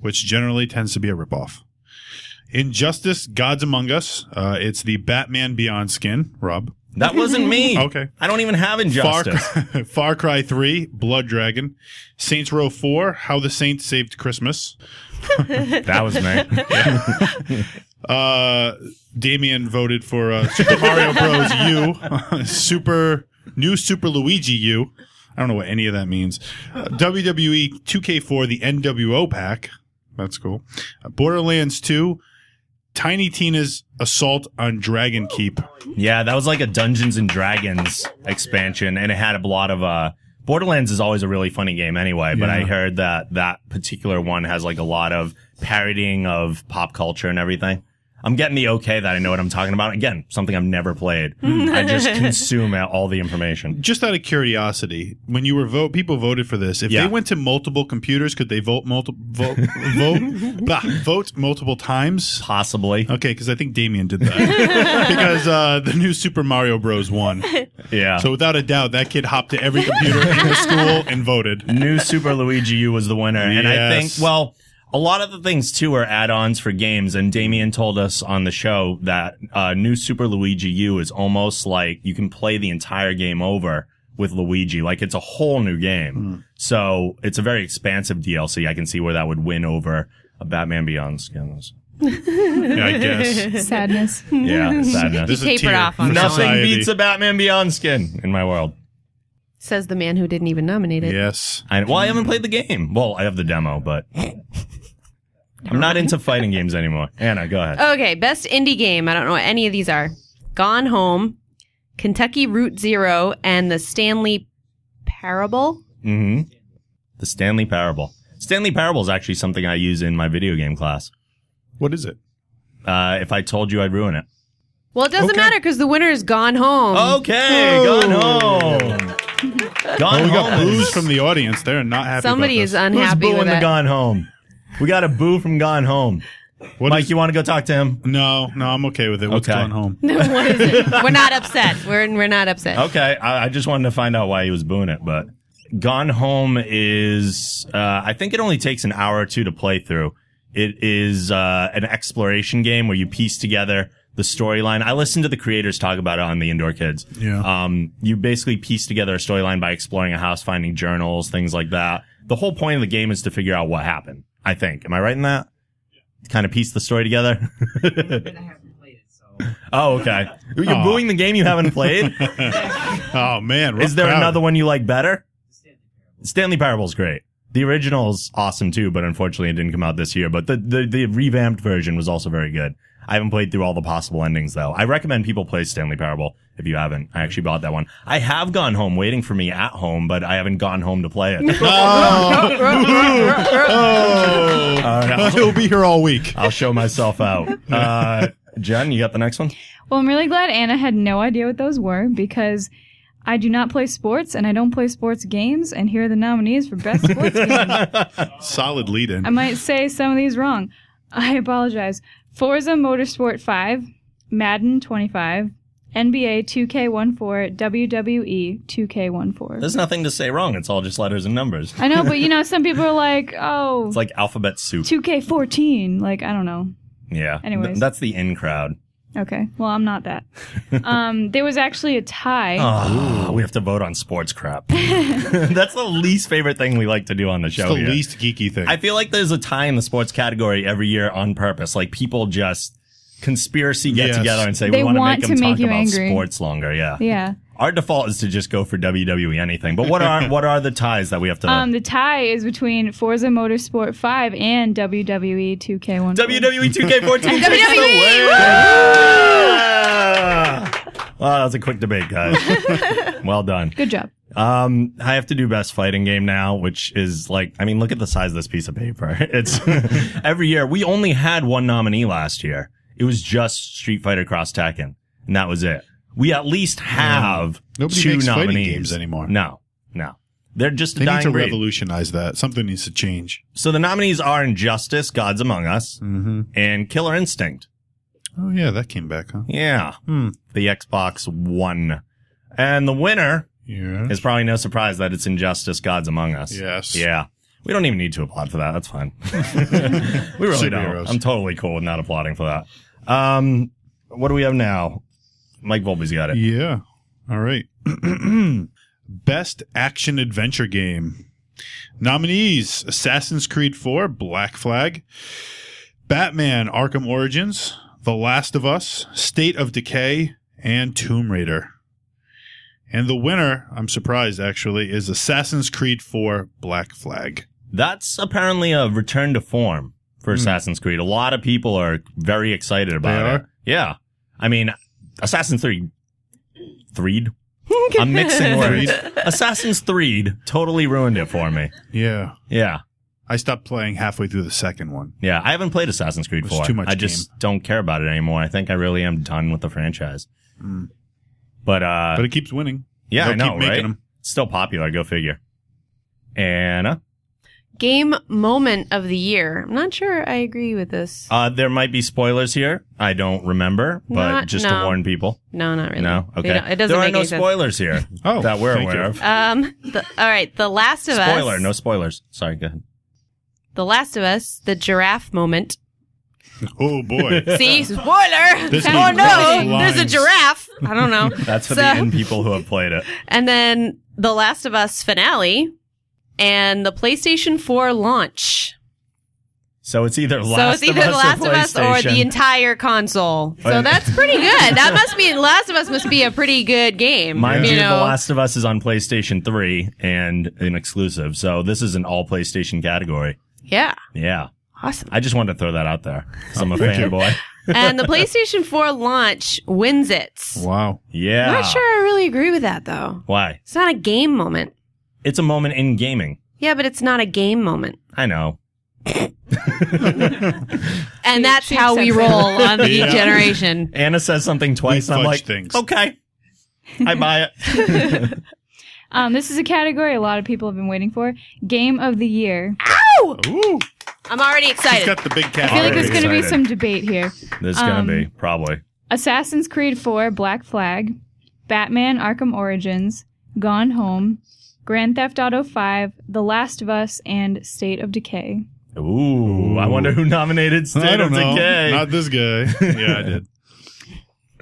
Speaker 2: which generally tends to be a ripoff. Injustice: Gods Among Us. Uh, it's the Batman Beyond skin. Rob.
Speaker 1: That wasn't me.
Speaker 2: Okay.
Speaker 1: I don't even have
Speaker 2: Far,
Speaker 1: injustice.
Speaker 2: Cry- Far Cry 3, Blood Dragon, Saints Row 4, How the Saints Saved Christmas,
Speaker 1: that was me.
Speaker 2: Uh, Damien voted for uh, Super Mario Bros. U, Super New Super Luigi U. I don't know what any of that means. Uh, WWE 2K4, the NWO pack. That's cool. Uh, Borderlands 2, Tiny Tina's Assault on Dragon Keep.
Speaker 1: yeah, that was like a Dungeons and Dragons expansion, and it had a lot of. Uh, Borderlands is always a really funny game, anyway. But I
Speaker 2: Yeah.
Speaker 1: heard that that particular one has like a lot of parodying of pop culture and everything. I'm getting the okay that I know what I'm talking about. Again, something I've never played.
Speaker 2: Hmm.
Speaker 1: I just consume all the information.
Speaker 2: Just out of curiosity, when you were vote, people voted for this. If
Speaker 1: Yeah.
Speaker 2: they went to multiple computers, could they vote multiple vote vote, blah, vote multiple times?
Speaker 1: Possibly.
Speaker 2: Okay, because I think Damien did that. because uh, the new Super Mario Bros. won.
Speaker 1: Yeah.
Speaker 2: So without a doubt, that kid hopped to every computer in the school and voted.
Speaker 1: new Super Luigi U was the winner. And I think,
Speaker 2: Yes.
Speaker 1: well, a lot of the things too are add-ons for games. And Damien told us on the show that uh, new Super Luigi U is almost like you can play the entire game over with Luigi. Like it's a whole new game.
Speaker 2: Hmm.
Speaker 1: So it's a very expansive DLC. I can see where that would win over a Batman Beyond skins.
Speaker 2: I guess.
Speaker 4: Sadness.
Speaker 1: Yeah, sadness.
Speaker 2: This
Speaker 3: He
Speaker 2: is
Speaker 3: tapered
Speaker 2: tier
Speaker 3: off on
Speaker 2: for
Speaker 3: that one.
Speaker 1: Nothing
Speaker 2: society.
Speaker 1: beats a Batman Beyond skin in my world.
Speaker 3: Says the man who didn't even nominate it.
Speaker 2: Yes.
Speaker 1: I, well, I haven't played the game. Well, I have the demo, but I'm not into fighting games anymore. Anna, go ahead.
Speaker 3: Okay, best indie game. I don't know what any of these are. Gone Home, Kentucky Route Zero, and the Stanley Parable.
Speaker 1: hmm The Stanley Parable. Stanley Parable is actually something I use in my video game class.
Speaker 2: What is it?
Speaker 1: Uh, if I told you, I'd ruin it.
Speaker 3: Well, it doesn't
Speaker 2: Okay.
Speaker 3: matter because the winner is Gone Home.
Speaker 1: Oh. Okay,
Speaker 3: Oh.
Speaker 1: gone home. Gone
Speaker 2: Oh, we got
Speaker 1: home. is-
Speaker 2: booze from the audience. They're not happy.
Speaker 3: Somebody
Speaker 2: about
Speaker 3: is
Speaker 2: this.
Speaker 1: Who's
Speaker 3: unhappy
Speaker 1: booing
Speaker 3: with
Speaker 1: the
Speaker 3: it.
Speaker 1: gone home? We got a boo from gone home.
Speaker 2: What
Speaker 1: Mike,
Speaker 2: is-
Speaker 1: you want to go talk to him?
Speaker 2: no, no, I'm okay with it. What's
Speaker 1: Okay.
Speaker 2: going home?
Speaker 3: What is it? We're not upset. We're we're not upset.
Speaker 1: Okay, I, I just wanted to find out why he was booing it, but Gone Home is, uh, I think it only takes an hour or two to play through. It is uh, an exploration game where you piece together the storyline. I listened to the creators talk about it on the Indoor Kids.
Speaker 2: Yeah.
Speaker 1: Um, you basically piece together a storyline by exploring a house, finding journals, things like that. The whole point of the game is to figure out what happened. I think. Am I right in that? Kind of piece the story together.
Speaker 5: I haven't played it, so.
Speaker 1: oh, okay. You're
Speaker 2: Aw.
Speaker 1: booing the game you haven't played.
Speaker 2: Oh man,
Speaker 1: Is there another one you like better?
Speaker 5: Stanley Parable.
Speaker 1: Stanley Parable's great. The original's awesome too, but unfortunately it didn't come out this year. But the, the, the revamped version was also very good. I haven't played through all the possible endings though. I recommend people play Stanley Parable if you haven't. I actually bought that one. I have gone home waiting for me at home, but I haven't gone home to play it.
Speaker 2: Oh, oh. he'll be here all week.
Speaker 1: I'll show myself out. Uh, Jen, you got the next one?
Speaker 4: Well, I'm really glad Anna had no idea what those were because I do not play sports and I don't play sports games. And here are the nominees for best sports game.
Speaker 2: Solid lead in.
Speaker 4: I might say some of these wrong. I apologize. Forza Motorsport 5, Madden 25, NBA 2K14, WWE 2K14.
Speaker 1: There's nothing to say wrong. It's all just letters and numbers.
Speaker 4: I know, but you know, some people are like, oh,
Speaker 1: It's like alphabet soup.
Speaker 4: 2K14. Like, I don't know.
Speaker 1: Yeah. Th-
Speaker 4: Anyways.
Speaker 1: that's the in crowd.
Speaker 4: Okay. Well, I'm not that. um, there was actually a tie.
Speaker 1: Ah, we have to vote on sports crap. that's the least favorite thing we like to do on the show.
Speaker 2: It's the
Speaker 1: here.
Speaker 2: least geeky thing.
Speaker 1: I feel like there's a tie in the sports category every year on purpose. Like people just conspiracy get
Speaker 2: Yes.
Speaker 1: together and say
Speaker 4: They
Speaker 1: we want to
Speaker 4: want
Speaker 1: make them
Speaker 4: to
Speaker 1: talk
Speaker 4: make you
Speaker 1: about
Speaker 4: angry.
Speaker 1: sports longer. Yeah.
Speaker 4: Yeah.
Speaker 1: Our default is to just go for WWE anything. But what are what are the ties that we have to?
Speaker 4: Um, the tie is between Forza Motorsport 5 and E WWE 2K14.
Speaker 1: WWE 2K14 WWE.
Speaker 4: E.
Speaker 3: WWE,
Speaker 1: Well, that was a quick debate, guys. well done.
Speaker 4: Good job.
Speaker 1: Um, I have to do best fighting game now, which is like, I mean, look at the size of this piece of paper. It's every year. We only had one nominee last year. It was just Street Fighter Cross Tekken, and that was it. We at least have
Speaker 2: Nobody
Speaker 1: two
Speaker 2: makes fighting
Speaker 1: nominees
Speaker 2: games anymore.
Speaker 1: No, no, they're just a
Speaker 2: they need
Speaker 1: dying
Speaker 2: to
Speaker 1: breed.
Speaker 2: revolutionize that. Something needs to change.
Speaker 1: So the nominees are Injustice, Gods Among Us,
Speaker 2: Mm-hmm.
Speaker 1: and Killer Instinct.
Speaker 2: Oh yeah, that came back, huh?
Speaker 1: Yeah,
Speaker 2: Hmm.
Speaker 1: the Xbox One, and the winner
Speaker 2: Yeah.
Speaker 1: It's probably no surprise that it's Injustice Gods Among Us.
Speaker 2: Yes.
Speaker 1: Yeah. We don't even need to applaud for that. That's fine. we really
Speaker 2: Superheroes.
Speaker 1: don't. I'm totally cool with not applauding for that. Um, what do we have now? Mike Volpe's got it.
Speaker 2: Yeah. All right. Best action adventure game. Nominees Assassin's Creed 4, Black Flag, Batman Arkham Origins, The Last of Us, State of Decay, and Tomb Raider. And the winner, I'm surprised actually, is Assassin's Creed 4, Black Flag.
Speaker 1: That's apparently a return to form for
Speaker 2: Hmm.
Speaker 1: Assassin's Creed. A lot of people are very excited about
Speaker 2: They
Speaker 1: it.
Speaker 2: are?
Speaker 1: Yeah. I mean, Assassin's 3 Threed? I'm mixing words. Assassin's Threed totally ruined it for me.
Speaker 2: Yeah.
Speaker 1: Yeah.
Speaker 2: I stopped playing halfway through the second one.
Speaker 1: Yeah, I haven't played Assassin's Creed
Speaker 2: It's
Speaker 1: 4.
Speaker 2: too much
Speaker 1: I just don't care about it anymore. I think I really am done with the franchise.
Speaker 2: Mm.
Speaker 1: But uh
Speaker 2: But it keeps winning.
Speaker 1: yeah, I
Speaker 2: they'll
Speaker 1: know,
Speaker 2: keep making
Speaker 1: right?
Speaker 2: them.
Speaker 1: It's still popular, go figure. uh, Anna,
Speaker 3: Game moment of the year. I'm not sure I agree with this.
Speaker 1: uh there might be spoilers here. I don't remember, but
Speaker 3: Not-
Speaker 1: just to
Speaker 3: no.
Speaker 1: warn people.
Speaker 3: No, not really.
Speaker 1: No.
Speaker 3: They
Speaker 1: Okay.
Speaker 3: don't- It doesn't
Speaker 1: there
Speaker 3: make
Speaker 1: are no
Speaker 3: any sense.
Speaker 1: spoilers here
Speaker 2: Oh,
Speaker 1: that we're
Speaker 2: thank
Speaker 1: aware
Speaker 2: you.
Speaker 1: of.
Speaker 3: Um. The, all right. The Last of Us.
Speaker 1: Spoiler, no spoilers. Sorry, go ahead.
Speaker 3: The Last of Us. The giraffe moment.
Speaker 2: Oh boy.
Speaker 3: See, spoiler.
Speaker 2: This is
Speaker 3: oh no,
Speaker 2: great.
Speaker 3: there's a
Speaker 2: Lines.
Speaker 3: giraffe. I don't know.
Speaker 1: That's for
Speaker 3: So-
Speaker 1: the in people who have played it.
Speaker 3: and then the Last of Us finale, and the PlayStation 4 launch.
Speaker 1: So it's either Last
Speaker 3: so it's either
Speaker 1: of
Speaker 3: the
Speaker 1: Us
Speaker 3: Last
Speaker 1: or
Speaker 3: of Us or the
Speaker 1: PlayStation.
Speaker 3: entire console. So
Speaker 1: Right.
Speaker 3: that's pretty good. That must be Last of Us must be a pretty good game.
Speaker 1: Mind
Speaker 3: you
Speaker 1: you,
Speaker 3: know,
Speaker 1: The Last of Us is on PlayStation 3 and an exclusive. So this is an all PlayStation category.
Speaker 3: yeah,
Speaker 1: Yeah.
Speaker 3: awesome.
Speaker 1: I just wanted to throw that out there. 'cause I'm a fanboy.
Speaker 3: and the PlayStation 4 launch wins it.
Speaker 2: wow.
Speaker 1: Yeah.
Speaker 3: Not sure I really agree with that though.
Speaker 1: Why?
Speaker 3: It's not a game moment.
Speaker 1: It's a moment in gaming.
Speaker 3: Yeah, but it's not a game moment.
Speaker 1: I know.
Speaker 3: And
Speaker 4: She-
Speaker 3: that's
Speaker 4: she
Speaker 3: how we
Speaker 4: accepts it.
Speaker 3: roll on the
Speaker 2: Yeah.
Speaker 3: generation.
Speaker 1: Anna says something twice,
Speaker 2: We
Speaker 1: and I'm
Speaker 2: fudge
Speaker 1: like,
Speaker 2: things.
Speaker 1: okay. I buy it.
Speaker 4: Um, this is a category a lot of people have been waiting for. Game of the year.
Speaker 2: Ooh.
Speaker 3: I'm already
Speaker 2: He's
Speaker 3: excited.
Speaker 2: got the big
Speaker 4: I feel like
Speaker 2: cat.
Speaker 1: Already
Speaker 4: there's going to be
Speaker 1: excited.
Speaker 4: some debate here.
Speaker 1: There's going
Speaker 4: Um,
Speaker 1: to be, probably.
Speaker 4: Assassin's Creed 4, Black Flag, Batman Arkham Origins, Gone Home, Grand Theft Auto 5, The Last of Us, and State of Decay.
Speaker 1: Ooh, I wonder who nominated State
Speaker 2: I don't
Speaker 1: of
Speaker 2: know.
Speaker 1: Decay.
Speaker 2: Not this guy. Yeah, I did.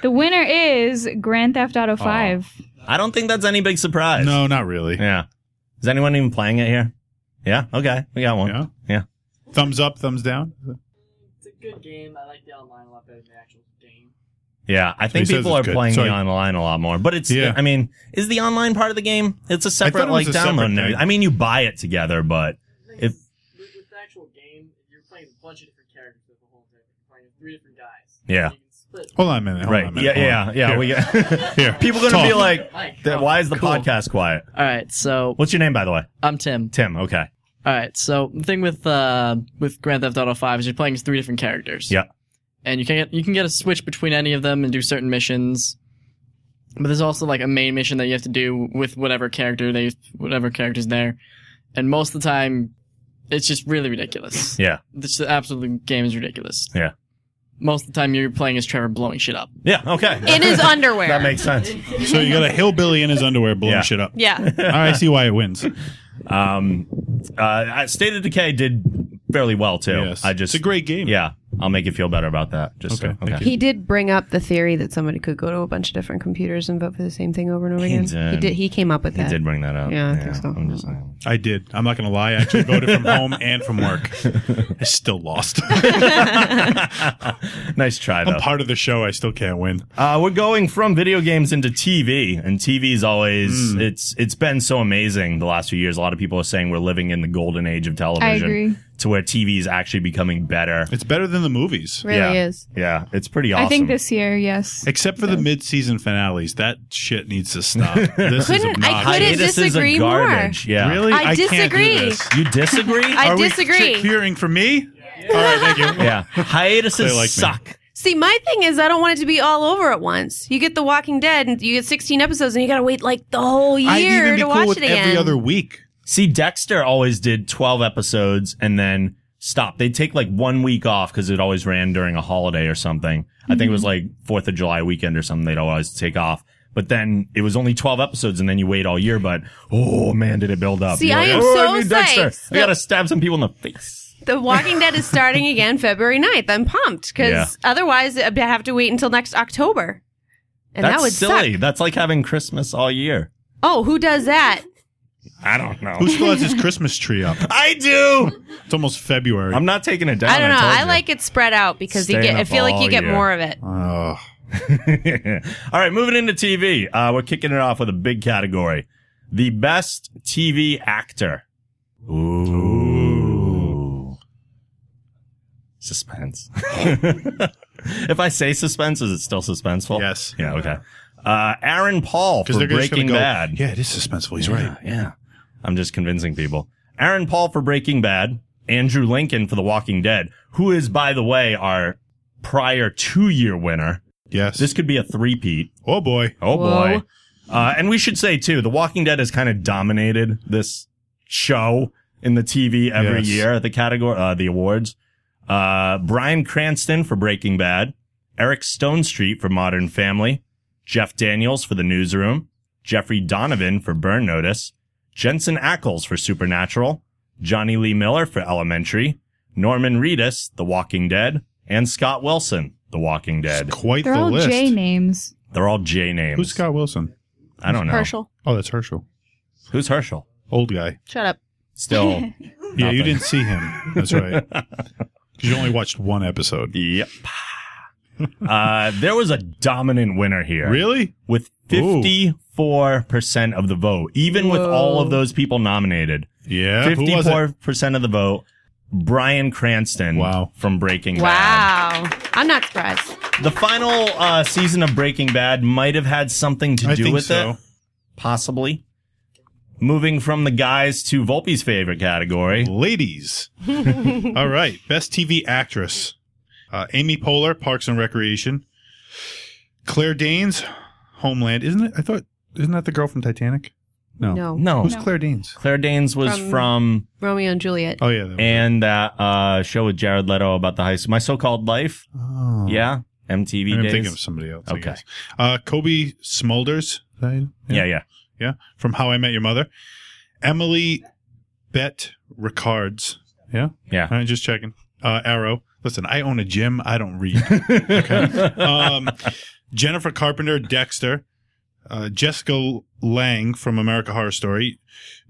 Speaker 4: The winner is Grand Theft Auto 5.
Speaker 1: I don't think that's any big surprise.
Speaker 2: no, not really.
Speaker 1: Yeah. Is anyone even playing it here? Yeah. Okay. We got one.
Speaker 2: Yeah.
Speaker 1: Yeah.
Speaker 2: Thumbs up, thumbs down.
Speaker 5: It's a good game. I like the online a lot better than the actual game.
Speaker 1: Yeah, I think
Speaker 2: he says
Speaker 1: people
Speaker 2: it's
Speaker 1: are
Speaker 2: good.
Speaker 1: playing
Speaker 2: Sorry.
Speaker 1: the online a lot more, but it's.
Speaker 2: Yeah.
Speaker 1: I mean, is the online part of the game? It's a
Speaker 2: thought it
Speaker 1: separate
Speaker 2: was
Speaker 1: like
Speaker 2: a separate
Speaker 1: download.
Speaker 2: thing.
Speaker 1: now. I mean, you buy it together, but If-
Speaker 5: with, with the actual game, you're playing a bunch of different characters the whole time. You're playing three different guys.
Speaker 1: Yeah.
Speaker 5: You can split.
Speaker 2: Hold on a minute. Hold
Speaker 1: right?
Speaker 2: On a minute.
Speaker 1: Yeah,
Speaker 2: hold
Speaker 1: yeah, yeah.
Speaker 2: on. Here.
Speaker 1: We get,
Speaker 2: Here.
Speaker 1: people gonna
Speaker 2: Talk.
Speaker 1: be like,
Speaker 5: Mike,
Speaker 1: that,
Speaker 5: oh,
Speaker 1: "Why is the
Speaker 5: cool.
Speaker 1: podcast quiet?"
Speaker 5: All right, so
Speaker 1: What's your name, by the way?
Speaker 5: I'm Tim.
Speaker 1: Tim. Okay.
Speaker 5: All right, so the thing with uh with Grand Theft Auto Five is you're playing as three different characters.
Speaker 1: Yeah.
Speaker 5: and you can get, you can get a switch between any of them and do certain missions. But there's also like a main mission that you have to do with whatever character they whatever character's there, and most of the time, it's just really ridiculous.
Speaker 1: Yeah.
Speaker 5: This absolute game is ridiculous.
Speaker 1: Yeah.
Speaker 5: most of the time you're playing as Trevor blowing shit up.
Speaker 1: Yeah. Okay.
Speaker 3: in his underwear.
Speaker 1: that makes sense.
Speaker 2: So you got a hillbilly in his underwear blowing
Speaker 1: Yeah.
Speaker 2: shit up.
Speaker 3: yeah.
Speaker 2: I see why it wins.
Speaker 1: Um, uh, State of Decay did fairly well too.
Speaker 2: Yes.
Speaker 1: I just
Speaker 2: it's a great game.
Speaker 1: Yeah, I'll make you feel better about that. Just
Speaker 2: Okay,
Speaker 1: so,
Speaker 2: thank
Speaker 1: okay.
Speaker 2: you.
Speaker 6: He did bring up the theory that somebody could go to a bunch of different computers and vote for the same thing over and over
Speaker 1: He
Speaker 6: again. He
Speaker 1: did.
Speaker 6: did. He came up with
Speaker 1: He
Speaker 6: that.
Speaker 1: did bring that up.
Speaker 6: Yeah, I think so.
Speaker 1: I'm just saying.
Speaker 2: I did. I'm not going to lie. I actually voted from home and from work. I still lost.
Speaker 1: nice try though.
Speaker 2: I'm part of the show. I still can't win.
Speaker 1: Uh, we're going from video games into TV, and TV's always it's it's been so amazing the last few years. A lot of people are saying we're living in the golden age of television,
Speaker 4: agree.
Speaker 1: to where TV's actually becoming better.
Speaker 2: It's better than the movies,
Speaker 6: Really
Speaker 1: yeah.
Speaker 6: is.
Speaker 1: Yeah, it's pretty awesome.
Speaker 4: I think this year, yes.
Speaker 2: except for the mid-season finales. That shit needs to stop. This is
Speaker 3: Couldn't- I
Speaker 2: obnoxious.
Speaker 3: couldn't-
Speaker 1: Hiatus is a
Speaker 3: disagree more.
Speaker 1: garbage. Yeah,
Speaker 2: Really,
Speaker 3: I disagree.
Speaker 2: Can't do this.
Speaker 1: You disagree?
Speaker 3: I
Speaker 2: Are we
Speaker 3: disagree.
Speaker 2: cheering for me? All right, thank you.
Speaker 1: yeah, hiatuses
Speaker 2: They like me.
Speaker 1: suck.
Speaker 3: See, my thing is, I don't want it to be all over at once. You get The Walking Dead, and you get 16 episodes, and you gotta wait like the whole year
Speaker 2: I'd even be
Speaker 3: to
Speaker 2: cool
Speaker 3: watch
Speaker 2: with
Speaker 3: it again.
Speaker 2: every other week.
Speaker 1: See, Dexter always did 12 episodes and then stop. They'd take like one week off because it always ran during a holiday or something. I think it
Speaker 3: Mm-hmm.
Speaker 1: was like 4th of July weekend or something. They'd always take off. But then it was only 12 episodes and then you wait all year. But oh man, did it build up.
Speaker 3: See,
Speaker 1: You're
Speaker 3: I am
Speaker 1: oh,
Speaker 3: so
Speaker 1: I need Dexter.
Speaker 3: psyched
Speaker 1: I got to stab some people in the face.
Speaker 3: The Walking Dead is starting again February 9th. I'm pumped because
Speaker 1: Yeah.
Speaker 3: otherwise I'd have to wait until next October. And
Speaker 1: That's
Speaker 3: that would
Speaker 1: silly.
Speaker 3: suck.
Speaker 1: That's like having Christmas all year.
Speaker 3: Oh, who does that?
Speaker 1: I don't know.
Speaker 2: Who still has his Christmas tree up?
Speaker 1: I do.
Speaker 2: It's almost February.
Speaker 1: I'm not taking it down.
Speaker 3: I don't know.
Speaker 1: told
Speaker 3: I,
Speaker 1: you.
Speaker 3: like it spread out because you
Speaker 1: Staying
Speaker 3: get. I
Speaker 1: up
Speaker 3: feel like
Speaker 1: all
Speaker 3: you get
Speaker 1: year.
Speaker 3: more of it.
Speaker 2: Ugh.
Speaker 1: All right, moving into TV. Uh, we're kicking it off with a big category. The best TV actor. Ooh. Suspense. if I say suspense, is it still suspenseful?
Speaker 2: Yes.
Speaker 1: Yeah, okay. Uh, Aaron Paul for
Speaker 2: Because they're just gonna
Speaker 1: Breaking
Speaker 2: go,
Speaker 1: Bad.
Speaker 2: Yeah, it is suspenseful. He's
Speaker 1: Yeah,
Speaker 2: right.
Speaker 1: Yeah. I'm just convincing people. Aaron Paul for Breaking Bad, Andrew Lincoln for The Walking Dead, who is, by the way, our prior two year winner.
Speaker 2: Yes.
Speaker 1: This could be a three-peat.
Speaker 2: oh boy.
Speaker 1: Oh
Speaker 6: Whoa.
Speaker 1: boy. Uh, and we should say too, The Walking Dead has kind of dominated this show in the TV every
Speaker 2: Yes.
Speaker 1: year at the category, uh, the awards. Uh, Brian Cranston for Breaking Bad, Eric Stone Street for Modern Family, Jeff Daniels for The Newsroom, Jeffrey Donovan for Burn Notice, Jensen Ackles for Supernatural, Johnny Lee Miller for Elementary, Norman Reedus, The Walking Dead, and Scott Wilson, The Walking Dead.
Speaker 2: It's quite
Speaker 4: They're
Speaker 2: the
Speaker 4: all
Speaker 2: list.
Speaker 4: J names.
Speaker 1: They're all J names.
Speaker 2: Who's Scott Wilson?
Speaker 1: I don't know.
Speaker 3: Partial.
Speaker 2: Oh, that's Herschel.
Speaker 1: Who's Herschel?
Speaker 2: Old guy.
Speaker 3: Shut up.
Speaker 1: Still.
Speaker 2: Yeah, you
Speaker 1: Nothing.
Speaker 2: didn't see him. That's right. 'Cause you only watched one episode.
Speaker 1: yep. uh, there was a dominant winner here.
Speaker 2: Really?
Speaker 1: With 54% of the vote, even with all of those people nominated.
Speaker 2: Yeah. Who was it?
Speaker 1: 54% of the vote. Brian Cranston
Speaker 2: Wow.
Speaker 1: from Breaking Bad.
Speaker 3: Wow. I'm not surprised.
Speaker 1: The final uh, season of Breaking Bad might have had something to
Speaker 2: I
Speaker 1: do
Speaker 2: think
Speaker 1: with
Speaker 2: so.
Speaker 1: it. Possibly. Moving from the guys to Volpe's favorite category.
Speaker 2: Ladies. All right. Best TV actress. Uh, Amy Poehler, Parks and Recreation. Claire Danes, Homeland. Isn't it? I thought, isn't that the girl from Titanic? No.
Speaker 6: No.
Speaker 1: No.
Speaker 2: Who's Claire Danes?
Speaker 1: Claire Danes was
Speaker 3: From-
Speaker 1: from
Speaker 6: Romeo and Juliet.
Speaker 2: Oh, yeah. that was-
Speaker 1: and that uh, show with Jared Leto about the high school, my so-called life.
Speaker 2: Oh.
Speaker 1: Yeah, MTV
Speaker 2: I'm
Speaker 1: days.
Speaker 2: thinking of somebody else. I
Speaker 1: Okay.
Speaker 2: guess. Uh, Kobe Smulders. Is that it?
Speaker 1: yeah, yeah.
Speaker 2: Yeah. From How I Met Your Mother. Emily Bet Ricards. Yeah.
Speaker 1: Yeah.
Speaker 2: I'm just checking. Uh, Arrow. Listen, I own a gym. I don't read. Okay. um, Jennifer Carpenter, Dexter. Uh, Jessica Lang from America Horror Story.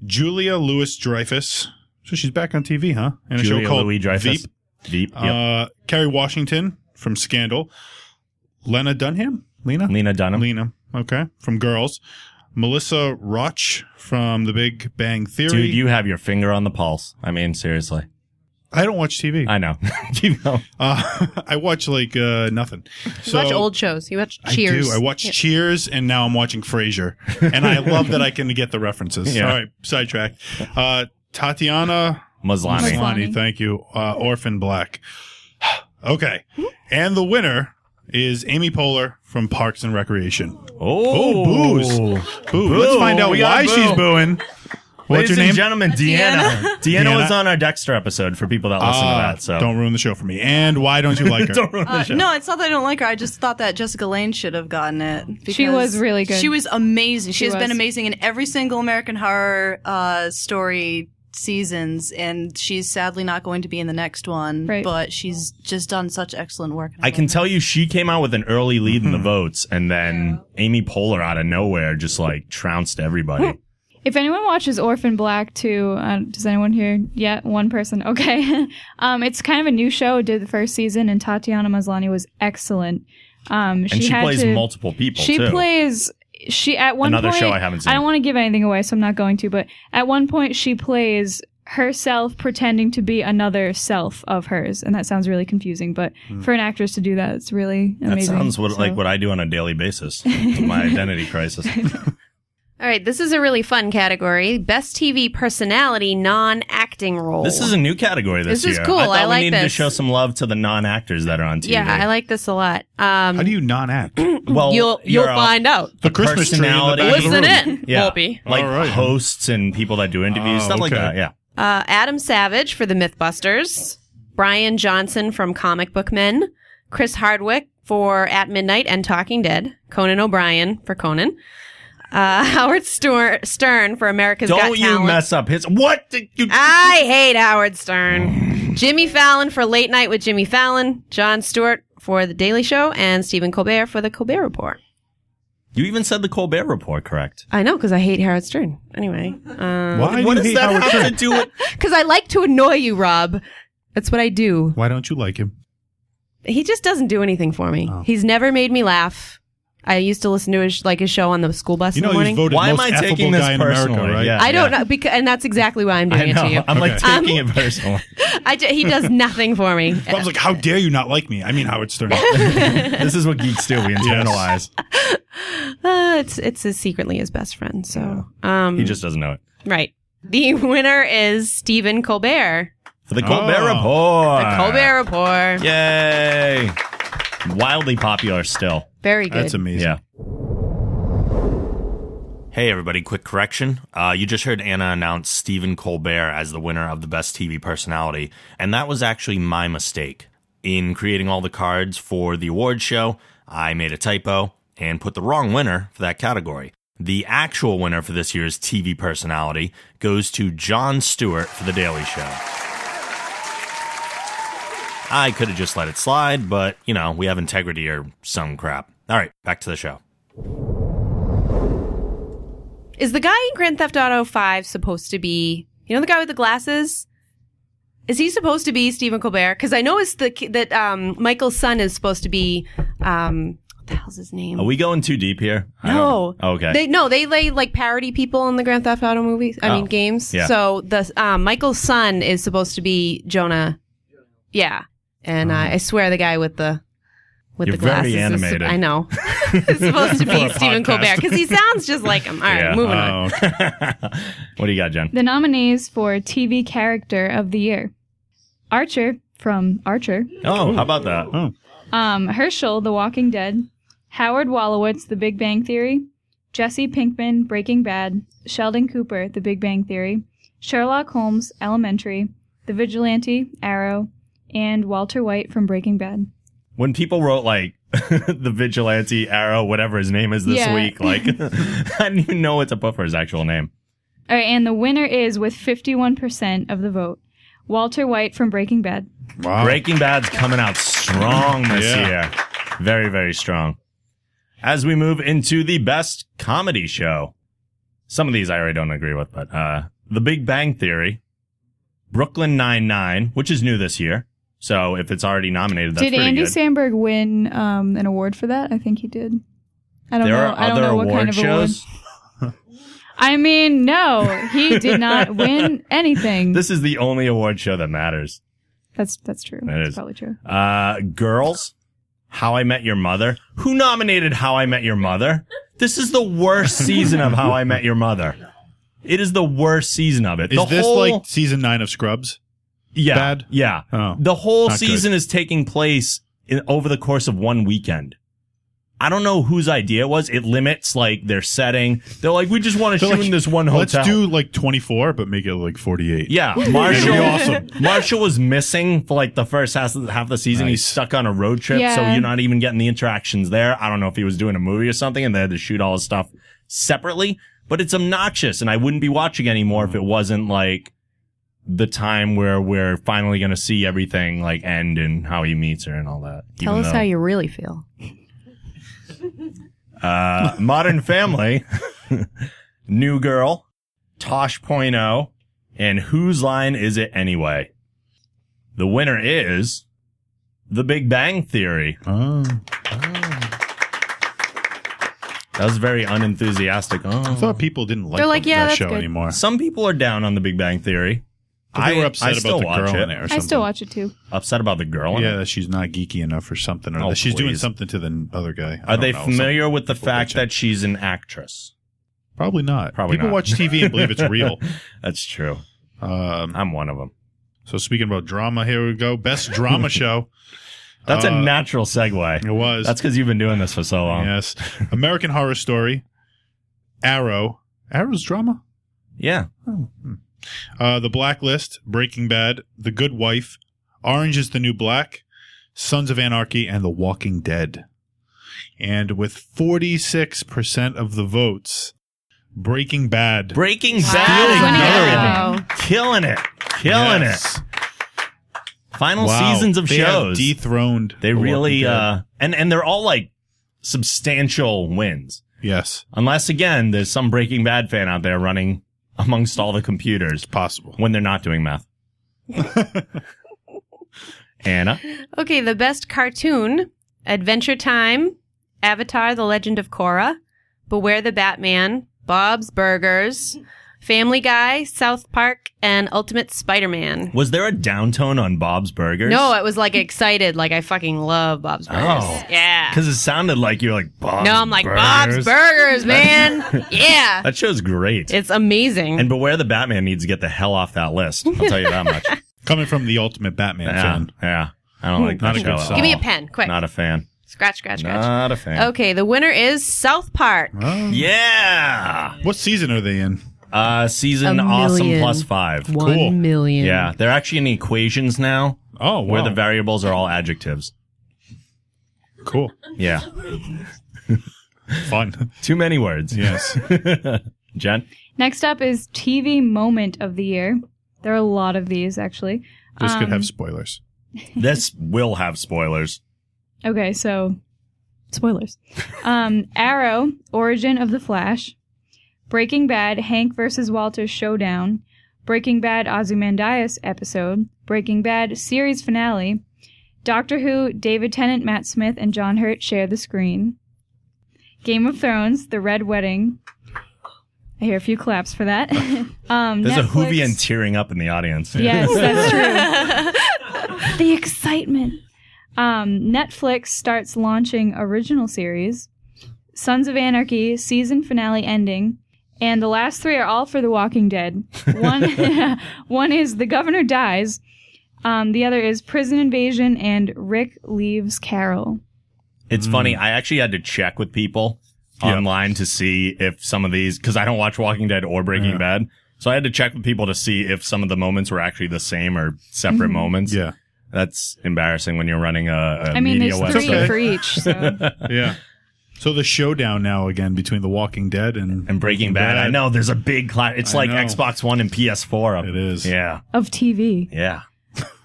Speaker 2: Julia Louis Dreyfus. So she's back on TV, huh? In a
Speaker 1: Julia
Speaker 2: show called
Speaker 1: Louis-Dreyfus.
Speaker 2: Veep.
Speaker 1: Veep. Yep.
Speaker 2: Uh, Carrie Washington from Scandal. Lena Dunham? Lena?
Speaker 1: Lena Dunham.
Speaker 2: Lena. Okay. From Girls. Melissa Roch from The Big Bang Theory.
Speaker 1: Dude, you have your finger on the pulse. I mean, seriously.
Speaker 2: I don't watch TV. I,
Speaker 1: I know. Keep going.
Speaker 2: uh, I watch like uh, nothing.
Speaker 6: You
Speaker 2: So
Speaker 6: watch old shows. You watch
Speaker 2: I
Speaker 6: Cheers.
Speaker 2: do. I watch Cheers, and now I'm watching Frasier, and I love that I can get the references.
Speaker 1: Yeah.
Speaker 2: All right, sidetrack. Uh, Tatiana
Speaker 1: Maslany.
Speaker 4: Maslany.
Speaker 2: Maslany, thank you. Uh, Orphan Black. okay, and the winner is Amy Poehler from Parks and Recreation.
Speaker 1: Oh,
Speaker 2: Oh, boos. Boo.
Speaker 1: Boo.
Speaker 2: Let's find out
Speaker 1: We got
Speaker 2: why
Speaker 1: boo.
Speaker 2: she's booing. What's
Speaker 1: Ladies
Speaker 2: your
Speaker 1: and
Speaker 2: name?
Speaker 1: gentlemen, Deanna.
Speaker 3: Deanna.
Speaker 1: Deanna. was on our Dexter episode for people that listen
Speaker 2: Ah,
Speaker 1: to that. So
Speaker 2: Don't ruin the show for me. And why don't you like her?
Speaker 1: Don't ruin
Speaker 7: Uh,
Speaker 1: the show.
Speaker 7: no, it's not that I don't like her. I just thought that Jessica Lane should have gotten it. because
Speaker 4: was really good.
Speaker 7: She was amazing. She,
Speaker 4: She
Speaker 7: has been
Speaker 4: was.
Speaker 7: amazing in every single American Horror uh, Story seasons, and she's sadly not going to be in the next one.
Speaker 4: Right.
Speaker 7: But she's just done such excellent work.
Speaker 1: I can tell you she came out with an early lead
Speaker 3: Mm-hmm.
Speaker 1: in the votes, and then Amy Poehler out of nowhere just like trounced everybody.
Speaker 4: If anyone watches Orphan Black too, uh, does anyone here yet? One person. Okay. um, it's kind of a new show. It Did the first season, and Tatiana Maslany was excellent. Um,
Speaker 1: and she
Speaker 4: had
Speaker 1: plays
Speaker 4: to-
Speaker 1: multiple people
Speaker 4: She
Speaker 1: too.
Speaker 4: plays. She at one
Speaker 1: Another
Speaker 4: point.
Speaker 1: show I haven't seen.
Speaker 4: I don't want to give anything away, so I'm not going to. But at one point, she plays herself pretending to be another self of hers, and that sounds really confusing. But for an actress to do that, it's really
Speaker 1: Hmm. that
Speaker 4: amazing.
Speaker 1: sounds what,
Speaker 4: So-
Speaker 1: like what I do on a daily basis. with my identity crisis.
Speaker 3: All right, this is a really fun category. Best TV personality non-acting role.
Speaker 1: This is a new category this,
Speaker 3: This is
Speaker 1: year.
Speaker 3: cool.
Speaker 1: I thought
Speaker 3: I
Speaker 1: we
Speaker 3: like
Speaker 1: needed to
Speaker 3: this.
Speaker 1: show some love to the non-actors that are on TV.
Speaker 3: Yeah, I like this a lot. Um,
Speaker 2: How do you non act?
Speaker 1: Well,
Speaker 3: you'll
Speaker 1: you're
Speaker 3: you'll
Speaker 1: a-
Speaker 3: find out.
Speaker 2: The Christmas tree in the
Speaker 1: personality.
Speaker 2: back of the
Speaker 3: Listen
Speaker 2: room.
Speaker 3: in,
Speaker 1: Yeah.
Speaker 3: Volpe.
Speaker 1: Like
Speaker 2: All right.
Speaker 1: hosts and people that do interviews,
Speaker 2: Oh,
Speaker 1: stuff like
Speaker 2: okay.
Speaker 1: that. Yeah.
Speaker 3: Uh, Adam Savage for the MythBusters, Brian Johnson from Comic Book Men, Chris Hardwick for At Midnight and Talking Dead, Conan O'Brien for Conan, uh, Howard Stor- Stern for America's
Speaker 1: Don't
Speaker 3: Got
Speaker 1: you
Speaker 3: Talent. Ah.
Speaker 1: mess up his. What did you?
Speaker 3: I hate Howard Stern. Jimmy Fallon for Late Night with Jimmy Fallon, John Stewart for The Daily Show, and Stephen Colbert for The Colbert Report.
Speaker 1: you even said the Colbert Report, correct?
Speaker 3: I know because I hate Howard Stern. Anyway,
Speaker 2: Why
Speaker 1: what
Speaker 2: do you
Speaker 1: does
Speaker 2: hate
Speaker 1: that
Speaker 2: Howard
Speaker 1: have
Speaker 2: Stern?
Speaker 1: to do with?
Speaker 3: because I like to annoy you, Rob. That's what I do.
Speaker 2: Why don't you like him?
Speaker 3: He just doesn't do anything for me. He's never made me laugh. I used to listen to his like his show on the school bus
Speaker 2: You know
Speaker 3: in the
Speaker 2: he's
Speaker 3: morning.
Speaker 2: voted
Speaker 1: Why am
Speaker 2: most
Speaker 1: I
Speaker 2: affable
Speaker 1: taking this
Speaker 2: guy in America,
Speaker 1: personally?
Speaker 2: right?
Speaker 1: Yeah.
Speaker 3: I don't know because, and that's exactly why I'm doing
Speaker 1: I
Speaker 3: it to you. Um,
Speaker 1: know. I'm like
Speaker 2: Okay.
Speaker 1: taking it personally.
Speaker 3: I ju- he does nothing for me.
Speaker 2: Rob's like, how dare you not like me? I mean, Howard Stern.
Speaker 1: this is what geeks do. We internalize.
Speaker 3: Uh, it's it's his, secretly his best friend. So um,
Speaker 1: He just doesn't know it.
Speaker 3: Right. The winner is Stephen Colbert.
Speaker 1: For the Colbert
Speaker 2: Oh.
Speaker 1: Report.
Speaker 3: The Colbert Report.
Speaker 1: Yay! Wildly popular still.
Speaker 3: Very good.
Speaker 2: That's amazing.
Speaker 1: Yeah. Hey, everybody, quick correction. Uh, you just heard Anna announce Stephen Colbert as the winner of the Best TV Personality, and that was actually my mistake. In creating all the cards for the award show, I made a typo and put the wrong winner for that category. The actual winner for this year's TV Personality goes to Jon Stewart for The Daily Show. I could have just let it slide, but, you know, we have integrity or some crap. All right, back to the show.
Speaker 3: Is the guy in Grand Theft Auto 5 supposed to be, you know, the guy with the glasses? Is he supposed to be Stephen Colbert? Because I know it's the ki- that um, Michael's son is supposed to be. Um, what the hell's his name?
Speaker 1: Are we going too deep here? Oh, I
Speaker 3: no.
Speaker 1: don't- Oh, Okay.
Speaker 3: They, no, they lay like parody people in the Grand Theft Auto movies. I
Speaker 1: Oh.
Speaker 3: mean games.
Speaker 1: Yeah.
Speaker 3: So the um, Michael's son is supposed to be Jonah. Yeah, and uh, I swear the guy with the
Speaker 1: Oh.
Speaker 3: with
Speaker 1: You're
Speaker 3: the glasses.
Speaker 1: very
Speaker 3: is-
Speaker 1: animated.
Speaker 3: I know. it's supposed to be Stephen
Speaker 2: podcast.
Speaker 3: Colbert because he sounds just like him. All right,
Speaker 1: Yeah.
Speaker 3: moving on.
Speaker 2: Oh,
Speaker 1: what do you got, Jen?
Speaker 4: The nominees for TV Character of the Year: Archer from Archer,
Speaker 1: Oh, how about that?
Speaker 4: um, Herschel, The Walking Dead, Howard Wolowitz, The Big Bang Theory, Jesse Pinkman, Breaking Bad, Sheldon Cooper, The Big Bang Theory, Sherlock Holmes, Elementary, The Vigilante, Arrow, and Walter White from Breaking Bad.
Speaker 1: When people wrote like the vigilante arrow, whatever his name is this
Speaker 4: Yeah.
Speaker 1: week, like I didn't even know what to put for his actual name.
Speaker 4: All right, and the winner is with 51% of the vote, Walter White from Breaking Bad.
Speaker 2: wow.
Speaker 1: Breaking Bad's coming out strong this
Speaker 2: Uh, Yeah.
Speaker 1: year. Very, very strong. As we move into the best comedy show, some of these I already don't agree with, but uh, The Big Bang Theory, Brooklyn Nine Nine, which is new this year. So if it's already nominated, that's
Speaker 4: did
Speaker 1: pretty
Speaker 4: Andy
Speaker 1: good.
Speaker 4: Samberg win um, an award for that? I think he did. I don't
Speaker 1: there
Speaker 4: know.
Speaker 1: are
Speaker 4: I don't
Speaker 1: other
Speaker 4: know what
Speaker 1: award
Speaker 4: kind of
Speaker 1: shows.
Speaker 4: award. I mean, no, he did not win anything.
Speaker 1: This is the only award show that matters.
Speaker 4: that's that's true.
Speaker 1: That
Speaker 4: that's
Speaker 1: is.
Speaker 4: probably true.
Speaker 1: Uh, girls, How I Met Your Mother. Who nominated How I Met Your Mother? This is the worst season of How I Met Your Mother. It is the worst season of it.
Speaker 2: Is
Speaker 1: the
Speaker 2: this
Speaker 1: whole,
Speaker 2: like season nine of Scrubs?
Speaker 1: yeah,
Speaker 2: bad?
Speaker 1: Yeah.
Speaker 2: Oh,
Speaker 1: the whole
Speaker 2: not good.
Speaker 1: season is taking place in, over the course of one weekend. I don't know whose idea it was. It limits like their setting. They're like, we just want to shoot
Speaker 2: like,
Speaker 1: in this one hotel.
Speaker 2: Let's do like 24, but make it like 48.
Speaker 1: Yeah,
Speaker 2: It'd
Speaker 1: Marshall.
Speaker 2: be awesome.
Speaker 1: Marshall was missing for like the first half of, half of the season. He's
Speaker 2: Nice.
Speaker 1: stuck on a road trip, so
Speaker 4: Yeah.
Speaker 1: you're not even getting the interactions there. I don't know if he was doing a movie or something, and they had to shoot all his stuff separately. But it's obnoxious, and I wouldn't be watching anymore if it wasn't like the time where we're finally going to see everything like end and how he meets her and all that.
Speaker 6: Tell
Speaker 1: Even
Speaker 6: us
Speaker 1: though-
Speaker 6: how you really feel.
Speaker 1: uh, Modern Family, New Girl, Tosh.0, and Whose Line Is It Anyway? The winner is The Big Bang Theory.
Speaker 2: Oh.
Speaker 1: That was very unenthusiastic.
Speaker 2: I
Speaker 1: Oh.
Speaker 2: thought people didn't like,
Speaker 6: They're like,
Speaker 2: the-
Speaker 6: yeah,
Speaker 2: that
Speaker 6: that's
Speaker 2: show
Speaker 6: good.
Speaker 2: anymore.
Speaker 1: Some people are down on The Big Bang Theory.
Speaker 2: But they
Speaker 1: I-
Speaker 2: were
Speaker 1: I
Speaker 2: upset
Speaker 1: still
Speaker 2: about the
Speaker 1: watch
Speaker 2: girl
Speaker 1: it.
Speaker 2: in it or something.
Speaker 4: I still watch it too.
Speaker 1: Upset about the girl. in it?
Speaker 2: Yeah, that she's not geeky enough or something. Or
Speaker 1: Oh,
Speaker 2: that she's doing
Speaker 1: please.
Speaker 2: something to the other guy. I
Speaker 1: Are
Speaker 2: don't
Speaker 1: they
Speaker 2: know,
Speaker 1: familiar
Speaker 2: something.
Speaker 1: with the
Speaker 2: We'll
Speaker 1: fact
Speaker 2: check.
Speaker 1: that she's an actress?
Speaker 2: Probably not.
Speaker 1: Probably
Speaker 2: People
Speaker 1: not.
Speaker 2: watch TV and believe it's real.
Speaker 1: That's true.
Speaker 2: Um,
Speaker 1: I'm one of them.
Speaker 2: so speaking about drama, here we go. Best drama show.
Speaker 1: That's
Speaker 2: Uh,
Speaker 1: a natural segue.
Speaker 2: It was.
Speaker 1: That's because you've been doing this for so long.
Speaker 2: yes. American Horror Story. Arrow. Arrow's drama.
Speaker 1: yeah.
Speaker 2: Uh, the Blacklist, Breaking Bad, The Good Wife, Orange is the New Black, Sons of Anarchy, and The Walking Dead. And with 46% of the votes, Breaking Bad.
Speaker 1: Breaking
Speaker 2: Stealing
Speaker 1: Bad.
Speaker 2: Wow.
Speaker 1: Killing it. Killing it. Final seasons of
Speaker 2: they
Speaker 1: shows.
Speaker 2: Have dethroned.
Speaker 1: they
Speaker 2: The Walking
Speaker 1: really
Speaker 2: Dead.
Speaker 1: uh and and they're all like substantial wins.
Speaker 2: Yes,
Speaker 1: Unless again there's some Breaking Bad fan out there running amongst all the computers
Speaker 2: possible.
Speaker 1: when they're not doing math. Anna,
Speaker 3: Okay, the best cartoon Adventure Time, Avatar The Legend of Korra, Beware the Batman, Bob's Burgers, Family Guy, South Park, and Ultimate Spider Man.
Speaker 1: was there a downtone on Bob's Burgers?
Speaker 3: No, uh, it was like excited, like I fucking love Bob's Burgers.
Speaker 1: Oh.
Speaker 3: Yeah.
Speaker 1: because it sounded like you're like Bob's.
Speaker 3: No, I'm like
Speaker 1: Burgers.
Speaker 3: Bob's Burgers, man. yeah.
Speaker 1: That show's great.
Speaker 3: It's amazing.
Speaker 1: and Beware the Batman needs to get the hell off that list. I'll tell you that much.
Speaker 2: Coming from the ultimate Batman
Speaker 1: Yeah,
Speaker 2: fan.
Speaker 1: yeah. I don't like that
Speaker 2: Not a
Speaker 1: show
Speaker 2: good
Speaker 1: at
Speaker 2: sign.
Speaker 3: Give me a
Speaker 1: all.
Speaker 3: pen, quick.
Speaker 1: oh, Not a fan.
Speaker 3: scratch, scratch, scratch.
Speaker 1: Not a fan.
Speaker 3: Okay, the winner is South Park.
Speaker 2: Oh.
Speaker 1: Yeah.
Speaker 2: What season are they in?
Speaker 1: Uh, season
Speaker 6: A
Speaker 1: awesome
Speaker 6: million.
Speaker 1: plus five.
Speaker 2: Cool.
Speaker 6: One million.
Speaker 1: Yeah, they're actually in equations now,
Speaker 2: Oh,
Speaker 1: where
Speaker 2: wow.
Speaker 1: the variables are all adjectives.
Speaker 2: cool,
Speaker 1: Yeah,
Speaker 2: fun.
Speaker 1: too many words.
Speaker 2: yes.
Speaker 1: Jen,
Speaker 4: Next up is TV moment of the year. There are a lot of these actually.
Speaker 2: This could
Speaker 4: Um,
Speaker 2: have spoilers.
Speaker 1: this will have spoilers.
Speaker 4: Okay, so spoilers. Um, Arrow, Origin of the Flash, Breaking Bad, Hank versus Walter Showdown, Breaking Bad, Ozymandias episode, Breaking Bad series finale, Doctor Who, David Tennant, Matt Smith, and John Hurt share the screen. Game of Thrones, The Red Wedding. I hear a few claps for that. um,
Speaker 1: There's a
Speaker 4: Netflix-
Speaker 1: Hoovian tearing up in the audience.
Speaker 4: Yes, that's true. the excitement. Um, Netflix starts launching original series, Sons of Anarchy season finale ending, and the last three are all for The Walking Dead. One, one is The Governor Dies. Um, the other is Prison Invasion and Rick Leaves Carol.
Speaker 1: It's funny. I actually had to check with people
Speaker 2: Mm. Yeah.
Speaker 1: online to see if some of these, because I don't watch Walking Dead or Breaking
Speaker 2: Yeah.
Speaker 1: Bad. So I had to check with people to see if some of the moments were actually the same or separate
Speaker 4: Mm.
Speaker 1: moments.
Speaker 2: Yeah.
Speaker 1: That's embarrassing when you're running a, a
Speaker 4: I mean,
Speaker 1: media
Speaker 4: there's three
Speaker 1: website
Speaker 4: for each. So.
Speaker 2: yeah. So the showdown now again between The Walking Dead and
Speaker 1: and Breaking Bad. I know there's a big class. It's
Speaker 2: I
Speaker 1: like
Speaker 2: know.
Speaker 1: Xbox One and PS4. Up.
Speaker 2: It is.
Speaker 1: Yeah.
Speaker 4: of TV.
Speaker 1: Yeah.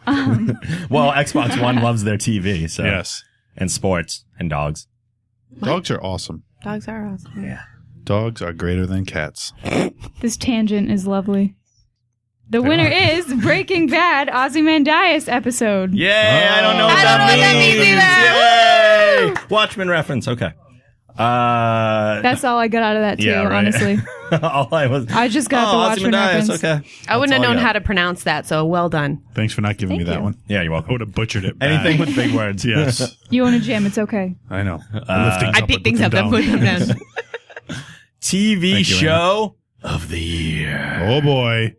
Speaker 4: Um.
Speaker 1: well, Xbox One loves their TV. So
Speaker 2: Yes.
Speaker 1: and sports and dogs.
Speaker 2: Dogs are awesome.
Speaker 6: Dogs are awesome.
Speaker 2: Dogs are greater than cats.
Speaker 4: This tangent is lovely. The winner is Breaking Bad Ozymandias episode.
Speaker 1: Yay! I don't
Speaker 4: Oh.
Speaker 1: know what,
Speaker 2: I
Speaker 1: that,
Speaker 2: don't know what that
Speaker 1: means.
Speaker 2: means
Speaker 1: Yay! Watchmen reference. Okay. Uh,
Speaker 4: That's all I got out of that too,
Speaker 1: Yeah, right.
Speaker 4: honestly.
Speaker 1: all I was.
Speaker 4: I just got
Speaker 1: oh,
Speaker 4: the Watchmen
Speaker 1: Ozymandias,
Speaker 4: reference.
Speaker 1: Okay.
Speaker 3: I
Speaker 1: That's
Speaker 3: wouldn't have
Speaker 1: all I
Speaker 3: known
Speaker 1: got.
Speaker 3: how to pronounce that, so well done.
Speaker 2: Thanks for not giving me that one.
Speaker 1: Yeah, you're
Speaker 2: I would
Speaker 1: welcome.
Speaker 2: have butchered it. bad.
Speaker 1: Anything with big words. Uh,
Speaker 2: yes.
Speaker 4: You own a gym, it's okay.
Speaker 2: I know.
Speaker 1: I
Speaker 3: I pick things up and put them down.
Speaker 1: TV
Speaker 2: Thank you,
Speaker 1: show of the year.
Speaker 2: Oh boy.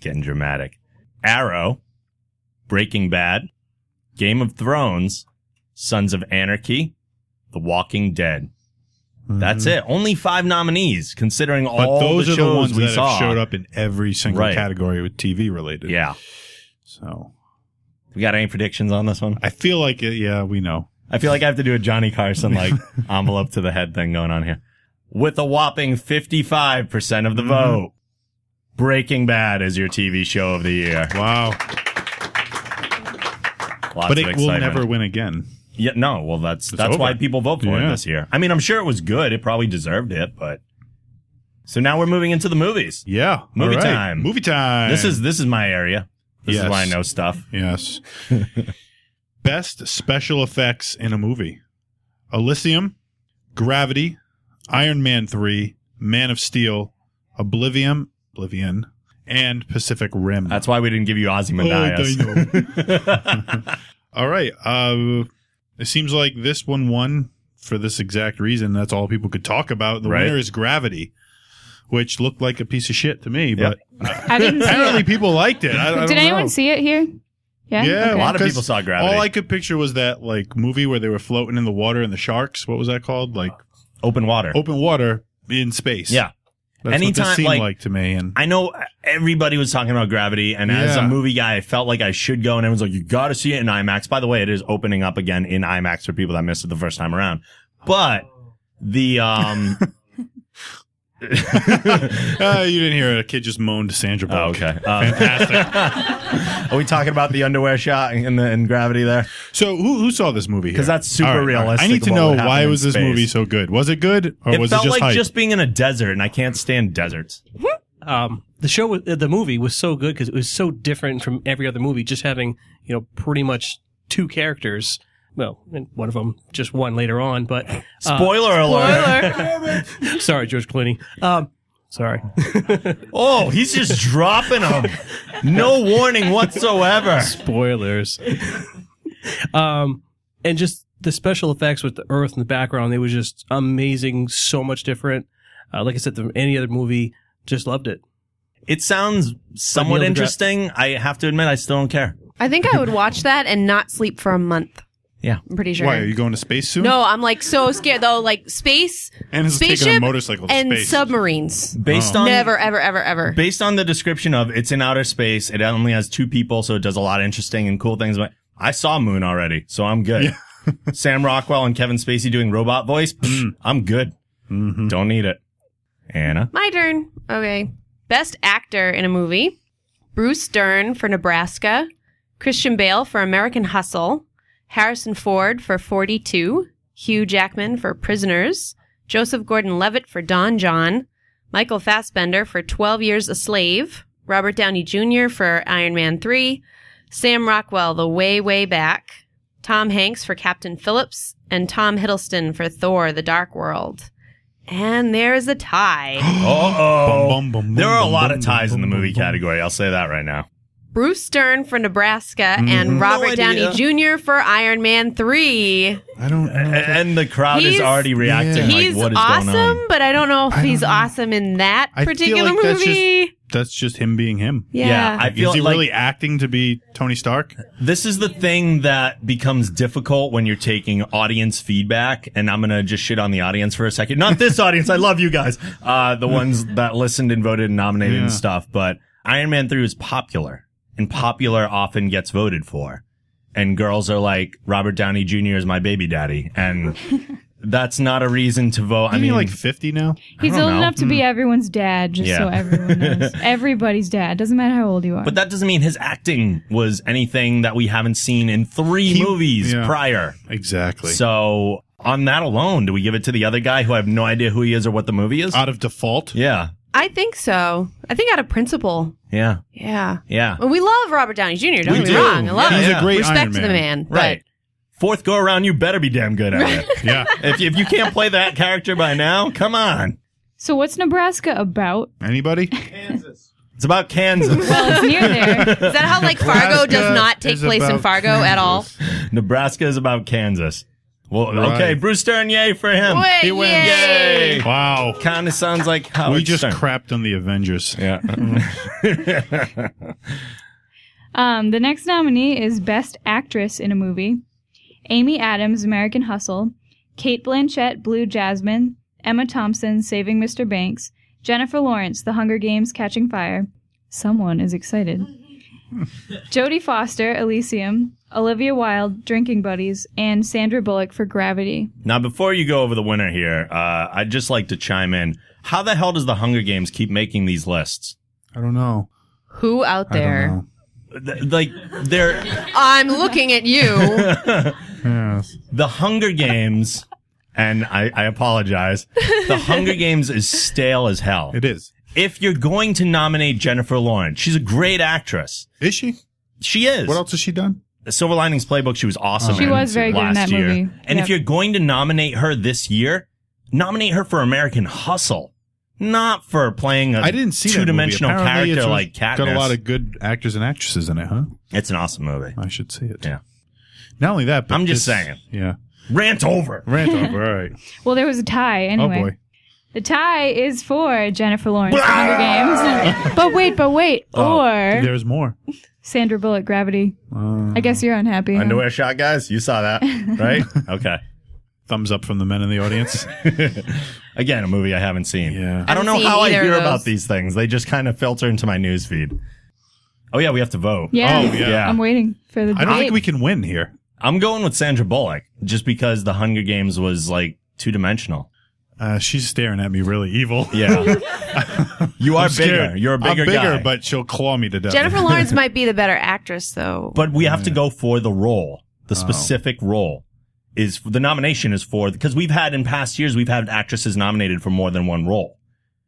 Speaker 1: getting dramatic. Arrow, Breaking Bad, Game of Thrones, Sons of Anarchy, The Walking Dead. That's it. Only five nominees, considering
Speaker 2: Mm-hmm. But
Speaker 1: all
Speaker 2: those
Speaker 1: the
Speaker 2: are
Speaker 1: shows
Speaker 2: the ones
Speaker 1: we
Speaker 2: that have
Speaker 1: saw.
Speaker 2: showed up in every single
Speaker 1: Right.
Speaker 2: category with TV related.
Speaker 1: Yeah.
Speaker 2: So
Speaker 1: We got any predictions on this one?
Speaker 2: I feel like, it, yeah, we know.
Speaker 1: I feel like I have to do a Johnny Carson like envelope to the head thing going on here. With a whopping 55% of the
Speaker 2: Mm-hmm.
Speaker 1: vote, Breaking Bad is your TV show of the year.
Speaker 2: Wow.
Speaker 1: Lots
Speaker 2: but
Speaker 1: of
Speaker 2: it will
Speaker 1: excitement.
Speaker 2: never win again.
Speaker 1: Yeah, no. Well, that's that's
Speaker 2: over.
Speaker 1: why people vote for
Speaker 2: Yeah.
Speaker 1: it this year. I mean, I'm sure it was good. It probably deserved it, but so now we're moving into the movies.
Speaker 2: Yeah.
Speaker 1: Movie
Speaker 2: All
Speaker 1: time.
Speaker 2: Movie time.
Speaker 1: This is this is my area. This
Speaker 2: Yes.
Speaker 1: is why I know stuff.
Speaker 2: Yes. Best special effects in a movie Elysium, Gravity, Iron Man 3, Man of Steel, Oblivion, Oblivion, and Pacific Rim.
Speaker 1: That's why we didn't give you
Speaker 2: Oh,
Speaker 1: Ozymandias. Oh,
Speaker 2: dino. all right. Uh, it seems like this one won for this exact reason. That's all people could talk about. The
Speaker 1: Right.
Speaker 2: winner is Gravity, which looked like a piece of shit to me,
Speaker 1: Yep.
Speaker 4: I didn't
Speaker 2: but
Speaker 4: see
Speaker 2: apparently
Speaker 4: it.
Speaker 2: people liked it. I, I
Speaker 4: Did
Speaker 2: don't
Speaker 4: anyone
Speaker 2: know.
Speaker 4: see it here? Yeah.
Speaker 2: Yeah,
Speaker 4: Okay.
Speaker 1: A lot of
Speaker 2: 'Cause
Speaker 1: people saw Gravity.
Speaker 2: All I could picture was that like movie where they were floating in the water and the sharks. What was that called? Like
Speaker 1: Open water.
Speaker 2: open water in space.
Speaker 1: Yeah.
Speaker 2: that's what
Speaker 1: Anytime,
Speaker 2: this seemed like,
Speaker 1: like-
Speaker 2: to me. And
Speaker 1: I know everybody was talking about Gravity, and as
Speaker 2: Yeah.
Speaker 1: a movie guy, I felt like I should go, and everyone's like, "You got to see it in IMAX." By the way, it is opening up again in IMAX for people that missed it the first time around. But the um,
Speaker 2: uh, you didn't hear it. A kid just moaned to Sandra
Speaker 1: oh,
Speaker 2: Bullock.
Speaker 1: okay, Um, are we talking about the underwear shot in the in Gravity there?
Speaker 2: So who who saw this movie? here?
Speaker 1: 'Cause that's super
Speaker 2: All all I
Speaker 1: realistic
Speaker 2: need to
Speaker 1: about
Speaker 2: know
Speaker 1: what happened
Speaker 2: why
Speaker 1: in
Speaker 2: was this
Speaker 1: space.
Speaker 2: movie so good? Was it good or
Speaker 1: It
Speaker 2: was it
Speaker 1: felt
Speaker 2: just
Speaker 1: like
Speaker 2: hype?
Speaker 1: just being in a desert, and I can't stand deserts.
Speaker 8: um, the show, was- the movie was so good because it was so different from every other movie. Just having you know pretty much two characters. Well, and one of them just one later on, but uh,
Speaker 1: Spoiler alert!
Speaker 8: sorry, George Clooney. Um, sorry.
Speaker 1: Oh, he's just dropping them. No warning whatsoever.
Speaker 8: spoilers. um, and just the special effects with the Earth in the background, they were just amazing. So much different. Uh, like I said, than any other movie, just loved it.
Speaker 1: It sounds somewhat
Speaker 8: Neil deGrasse-
Speaker 1: interesting. I have to admit, I still don't care.
Speaker 3: I think I would watch that and not sleep for a month.
Speaker 1: Yeah.
Speaker 3: I'm pretty sure.
Speaker 2: why are you going to space soon?
Speaker 3: no, I'm like so scared though. Like space
Speaker 2: and it's taking a
Speaker 3: Spaceship
Speaker 2: motorcycle to
Speaker 3: and
Speaker 2: space.
Speaker 3: submarines.
Speaker 1: Based on
Speaker 3: Never, ever, ever, ever.
Speaker 1: based on the description of it's in outer space it only has two people so it does a lot of interesting and cool things but i saw moon already so i'm good sam rockwell and kevin spacey doing robot voice psh, i'm good don't need it anna
Speaker 3: My turn. Okay. Best actor in a movie Bruce Dern for Nebraska, Christian Bale for American Hustle, Harrison Ford for 42, Hugh Jackman for Prisoners, Joseph Gordon Levitt for Don John, Michael Fassbender for 12 Years a Slave, Robert Downey Jr. for Iron Man 3, Sam Rockwell, The Way, Way Back, Tom Hanks for Captain Phillips, and Tom Hiddleston for Thor, The Dark World. And there is a tie.
Speaker 1: oh
Speaker 2: Bum, bum, bum,
Speaker 1: there are a
Speaker 2: bum,
Speaker 1: lot
Speaker 2: bum,
Speaker 1: of ties
Speaker 2: bum,
Speaker 1: in the
Speaker 2: bum,
Speaker 1: movie
Speaker 2: bum.
Speaker 1: category i'll say that right now
Speaker 3: Bruce Stern for Nebraska
Speaker 2: Mm-hmm.
Speaker 3: and Robert Downey Jr. for Iron Man 3.
Speaker 2: I don't. I don't
Speaker 1: A- and the crowd is
Speaker 3: He's-
Speaker 1: already reacting
Speaker 3: he's
Speaker 1: like what is going
Speaker 3: awesome,
Speaker 1: on
Speaker 3: but I don't know if
Speaker 2: I
Speaker 3: he's
Speaker 2: don't know.
Speaker 3: awesome in that
Speaker 2: I feel
Speaker 3: particular
Speaker 2: like that's just-
Speaker 3: movie.
Speaker 2: that's just him being him.
Speaker 3: yeah.
Speaker 1: I feel
Speaker 2: is he
Speaker 1: like
Speaker 2: really acting to be Tony Stark?
Speaker 1: This is the thing that becomes difficult when you're taking audience feedback, and I'm gonna just shit on the audience for a second. Not this audience, I love you guys. Uh, the ones that listened and voted and nominated and
Speaker 2: Yeah.
Speaker 1: stuff, but Iron Man 3 was popular, and popular often gets voted for. And girls are like, Robert Downey Jr. is my baby daddy, and that's not a reason to vote. I
Speaker 2: I
Speaker 1: mean,
Speaker 2: mean, like fifty now.
Speaker 4: He's
Speaker 1: I don't
Speaker 4: old
Speaker 1: know. Hmm.
Speaker 4: enough to be everyone's dad, just
Speaker 1: Yeah.
Speaker 4: so everyone knows. Everybody's dad. Doesn't matter how old you are.
Speaker 1: but that doesn't mean his acting was anything that we haven't seen in three
Speaker 2: He-
Speaker 1: movies
Speaker 2: yeah.
Speaker 1: prior.
Speaker 2: Exactly.
Speaker 1: So on that alone, do we give it to the other guy who I have no idea who he is or what the movie is?
Speaker 2: out of default.
Speaker 1: yeah,
Speaker 3: I think so. I think out of principle.
Speaker 1: yeah,
Speaker 3: Yeah.
Speaker 1: yeah.
Speaker 3: Well, we love Robert Downey Jr. Don't
Speaker 1: We
Speaker 3: get me
Speaker 1: do.
Speaker 3: wrong. I love
Speaker 1: Yeah,
Speaker 2: He's
Speaker 3: him.
Speaker 1: yeah.
Speaker 2: a great
Speaker 3: Respect
Speaker 2: Iron
Speaker 3: to the man. but-
Speaker 1: Right. Fourth go around, you better be damn good at it.
Speaker 2: Yeah,
Speaker 1: if if you can't play that character by now, come on.
Speaker 4: so what's Nebraska about?
Speaker 2: anybody?
Speaker 1: It's about Kansas.
Speaker 4: Well, it's near there.
Speaker 3: Is that how like Fargo does
Speaker 2: Nebraska
Speaker 3: not take
Speaker 2: uh, is
Speaker 3: place in
Speaker 2: about
Speaker 3: Fargo at all?
Speaker 2: Kansas.
Speaker 1: Nebraska is about Kansas. Well,
Speaker 2: Right.
Speaker 1: okay, Bruce Stern, yay for him.
Speaker 3: Wait,
Speaker 1: he wins.
Speaker 3: yay.
Speaker 1: Yay.
Speaker 2: Wow.
Speaker 1: Kind of sounds like how
Speaker 2: we just
Speaker 1: Stern.
Speaker 2: crapped on the Avengers.
Speaker 1: yeah.
Speaker 4: Um, the next nominee is Best Actress in a Movie Amy Adams, American Hustle, Kate Blanchett, Blue Jasmine, Emma Thompson, Saving Mr. Banks, Jennifer Lawrence, The Hunger Games, Catching Fire. Someone is excited. Jodie Foster, Elysium, Olivia Wilde, Drinking Buddies, and Sandra Bullock for Gravity.
Speaker 1: Now, before you go over the winner here, uh, I'd just like to chime in. How the hell does the Hunger Games keep making these lists?
Speaker 2: I don't know.
Speaker 6: Who out
Speaker 2: I don't
Speaker 6: there?
Speaker 2: know.
Speaker 1: Th- Like they're
Speaker 6: I'm looking at you.
Speaker 2: Yes.
Speaker 1: the Hunger Games, and I, I apologize. The Hunger Games is stale as hell.
Speaker 2: It is.
Speaker 1: If you're going to nominate Jennifer Lawrence, she's a great actress.
Speaker 2: Is she?
Speaker 1: She is.
Speaker 2: What else has she done?
Speaker 1: Silver Linings Playbook, she was awesome.
Speaker 4: She
Speaker 1: in
Speaker 4: was very good in
Speaker 1: last
Speaker 4: that
Speaker 1: year.
Speaker 4: movie.
Speaker 1: And
Speaker 4: Yep.
Speaker 1: if you're going to nominate her this year, nominate her for American Hustle, not for playing a
Speaker 2: I didn't see that movie.
Speaker 1: two-dimensional
Speaker 2: Apparently
Speaker 1: character
Speaker 2: it's
Speaker 1: like Katniss.
Speaker 2: Got a lot of good actors and actresses in it, huh?
Speaker 1: it's an awesome movie.
Speaker 2: I should see it.
Speaker 1: Yeah.
Speaker 2: Not only that, but
Speaker 1: I'm just
Speaker 2: this-
Speaker 1: saying.
Speaker 2: Yeah.
Speaker 1: Rant over.
Speaker 2: Rant over. All right.
Speaker 4: Well, there was a tie anyway.
Speaker 2: Oh boy.
Speaker 4: The tie is for Jennifer Lawrence, The Hunger Games. but wait, but wait,
Speaker 2: Oh,
Speaker 4: or
Speaker 2: There's more. Uh,
Speaker 4: Sandra Bullock, Gravity. I guess you're unhappy. huh?
Speaker 1: Underwear shot, guys. You saw that, right? okay.
Speaker 2: Thumbs up from the men in the audience.
Speaker 1: Oh, Again, a movie I haven't seen.
Speaker 2: Yeah.
Speaker 1: I don't know
Speaker 6: Haven't seen
Speaker 1: how I
Speaker 6: either of
Speaker 1: hear
Speaker 6: those.
Speaker 1: about these things. They just kind of filter into my news feed. Oh yeah, we have to vote.
Speaker 4: Yeah.
Speaker 2: Oh, yeah.
Speaker 1: Yeah.
Speaker 4: I'm waiting for the
Speaker 2: I don't
Speaker 4: debate.
Speaker 2: think we can win here.
Speaker 1: I'm going with Sandra Bullock just because the Hunger Games was like two dimensional.
Speaker 2: Uh, she's staring at me really evil.
Speaker 1: Yeah. you are
Speaker 2: I'm scared.
Speaker 1: bigger. You're a bigger,
Speaker 2: I'm bigger,
Speaker 1: guy.
Speaker 2: but she'll claw me to death.
Speaker 6: Jennifer Lawrence might be the better actress, though.
Speaker 1: But we have to go for the role,
Speaker 2: Oh.
Speaker 1: the specific role. Is the nomination is for because we've had in past years we've had actresses nominated for more than one role,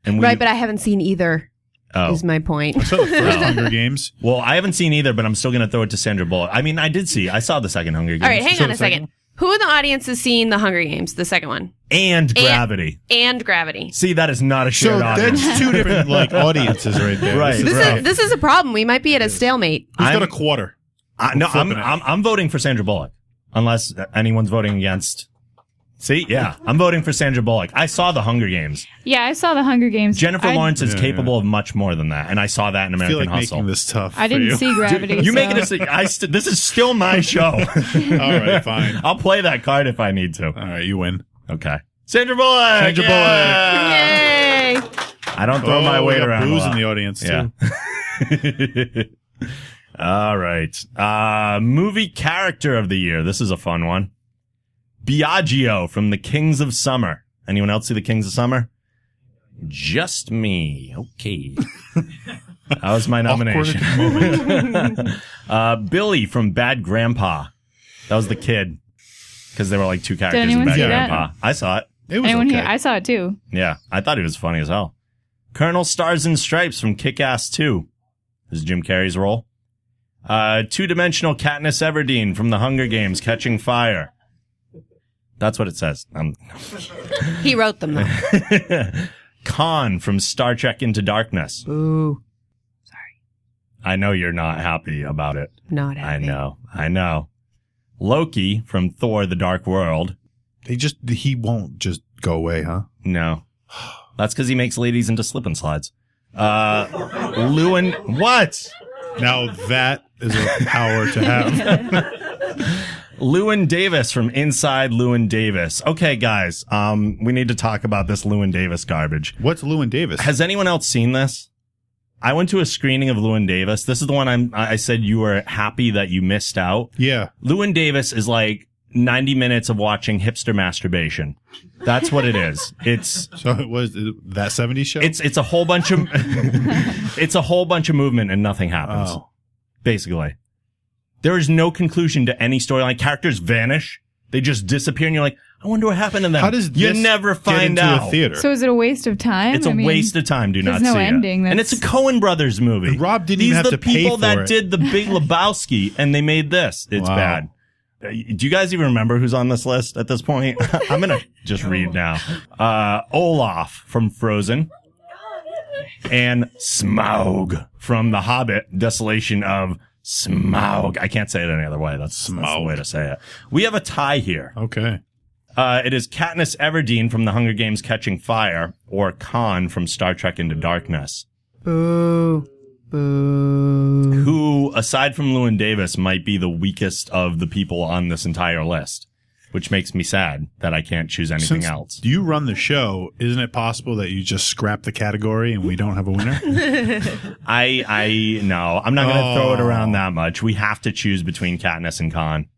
Speaker 1: and we
Speaker 6: right, but I haven't seen either.
Speaker 1: oh.
Speaker 6: Is my point.
Speaker 2: So the first Hunger Games.
Speaker 1: well I haven't seen either, but I'm still gonna throw it to Sandra Bullock. I mean I did see I saw the second Hunger Games.
Speaker 6: All right, hang
Speaker 2: So
Speaker 6: on a
Speaker 2: the second
Speaker 6: second. Who in the audience has seen The Hunger Games, the second one,
Speaker 1: and Gravity.
Speaker 6: and Gravity?
Speaker 1: see that is not a shared
Speaker 2: So
Speaker 1: audience.
Speaker 2: that's two different like audiences right there.
Speaker 1: Right.
Speaker 2: This
Speaker 6: This
Speaker 2: is
Speaker 6: is
Speaker 2: rough.
Speaker 6: this is a problem. We might be at a stalemate.
Speaker 2: Who's got
Speaker 1: I'm-
Speaker 2: a quarter?
Speaker 1: I, no, I'm,
Speaker 2: flipping it.
Speaker 1: I'm I'm voting for Sandra Bullock, unless anyone's voting against. See, yeah, I'm voting for Sandra Bullock. I saw the Hunger Games.
Speaker 4: yeah, I saw the Hunger Games.
Speaker 1: Jennifer
Speaker 4: I,
Speaker 1: Lawrence is
Speaker 2: Yeah,
Speaker 1: capable of much more than that, and I saw that in
Speaker 2: I feel
Speaker 1: American
Speaker 2: like
Speaker 1: Hustle.
Speaker 2: making this tough.
Speaker 4: I
Speaker 2: for
Speaker 4: didn't
Speaker 2: you.
Speaker 4: see Gravity.
Speaker 1: You make
Speaker 4: so-
Speaker 1: it a. se- I st- this is still my show.
Speaker 2: All right, fine.
Speaker 1: I'll play that card if I need to.
Speaker 2: All right, you win.
Speaker 1: Okay. Sandra Bullock.
Speaker 2: Sandra Uh,
Speaker 1: yeah!
Speaker 6: Yay!
Speaker 1: I don't throw
Speaker 2: Oh,
Speaker 1: my
Speaker 2: we
Speaker 1: weight
Speaker 2: got
Speaker 1: around. a
Speaker 2: Booze in
Speaker 1: lot.
Speaker 2: the audience.
Speaker 1: Yeah.
Speaker 2: Too.
Speaker 1: All right. Uh, movie character of the year. This is a fun one. Biagio from The Kings of Summer. Anyone else see The Kings of Summer? Just me. Okay. that was my nomination. uh, Billy from Bad Grandpa. That was the kid. Because there were like two characters in
Speaker 4: anyone
Speaker 1: Bad
Speaker 2: see that?
Speaker 1: Grandpa. I saw it.
Speaker 2: It was
Speaker 4: Anyone
Speaker 2: okay.
Speaker 4: here? I saw it too.
Speaker 1: Yeah, I thought he was funny as hell. Colonel Stars and Stripes from Kick Ass 2. This is Jim Carrey's role. Uh, two dimensional Katniss Everdeen from The Hunger Games Catching Fire. That's what it says. Um,
Speaker 6: He wrote them though.
Speaker 1: Khan from Star Trek Into Darkness.
Speaker 6: Ooh,
Speaker 1: I know you're not happy about it.
Speaker 6: not
Speaker 1: I
Speaker 6: happy.
Speaker 1: know. I know. Loki from Thor The Dark World.
Speaker 2: They just he won't just go away, huh?
Speaker 1: No. That's because he makes ladies into slip and slides. Uh, Lewin. What?
Speaker 2: Now that is a power to have.
Speaker 1: Lewin Davis from Inside Lewin Davis. Okay, guys, um, we need to talk about this Lewin Davis garbage.
Speaker 2: What's Lewin Davis?
Speaker 1: Has anyone else seen this? I went to a screening of Lewin Davis. This is the one I'm, I said you were happy that you missed out.
Speaker 2: yeah.
Speaker 1: Lewin Davis is like 90 minutes of watching hipster masturbation. That's what it is. It's,
Speaker 2: So it was uh, that 70s show?
Speaker 1: it's, it's a whole bunch of, it's a whole bunch of movement and nothing happens
Speaker 2: oh.
Speaker 1: basically. There is no conclusion to any storyline. Characters vanish; they just disappear, and you're like, "I wonder what happened to them."
Speaker 2: How does
Speaker 1: you
Speaker 2: this
Speaker 1: never
Speaker 2: get
Speaker 1: find
Speaker 2: into
Speaker 1: out?
Speaker 2: a theater?
Speaker 4: So is it a waste of time?
Speaker 1: It's a
Speaker 4: a
Speaker 1: waste of time. Do
Speaker 4: there's
Speaker 1: not
Speaker 4: no
Speaker 1: see
Speaker 4: ending.
Speaker 1: it. And it's a Cohen Brothers movie.
Speaker 2: Rob didn't
Speaker 1: These
Speaker 2: even have
Speaker 1: the
Speaker 2: to pay
Speaker 1: people
Speaker 2: for
Speaker 1: that
Speaker 2: it.
Speaker 1: did the Big Lebowski, and they made this. It's
Speaker 2: Wow.
Speaker 1: bad. Uh, Do you guys even remember who's on this list at this point? I'm gonna just read now. Uh, Olaf from Frozen, and Smaug from The Hobbit: Desolation of Smaug. I can't say it any other way. That's, that's the way to say it. We have a tie here.
Speaker 2: okay.
Speaker 1: Uh, it is Katniss Everdeen from The Hunger Games Catching Fire or Khan from Star Trek Into Darkness.
Speaker 6: Boo, boo.
Speaker 1: Who, aside from Lewin Davis, might be the weakest of the people on this entire list. which makes me sad that I can't choose anything
Speaker 2: Since
Speaker 1: else.
Speaker 2: You run the show. Isn't it possible that you just scrap the category and we don't have a winner?
Speaker 1: I I no, I'm not gonna throw it
Speaker 2: Oh.
Speaker 1: around that much. We have to choose between Katniss and Khan.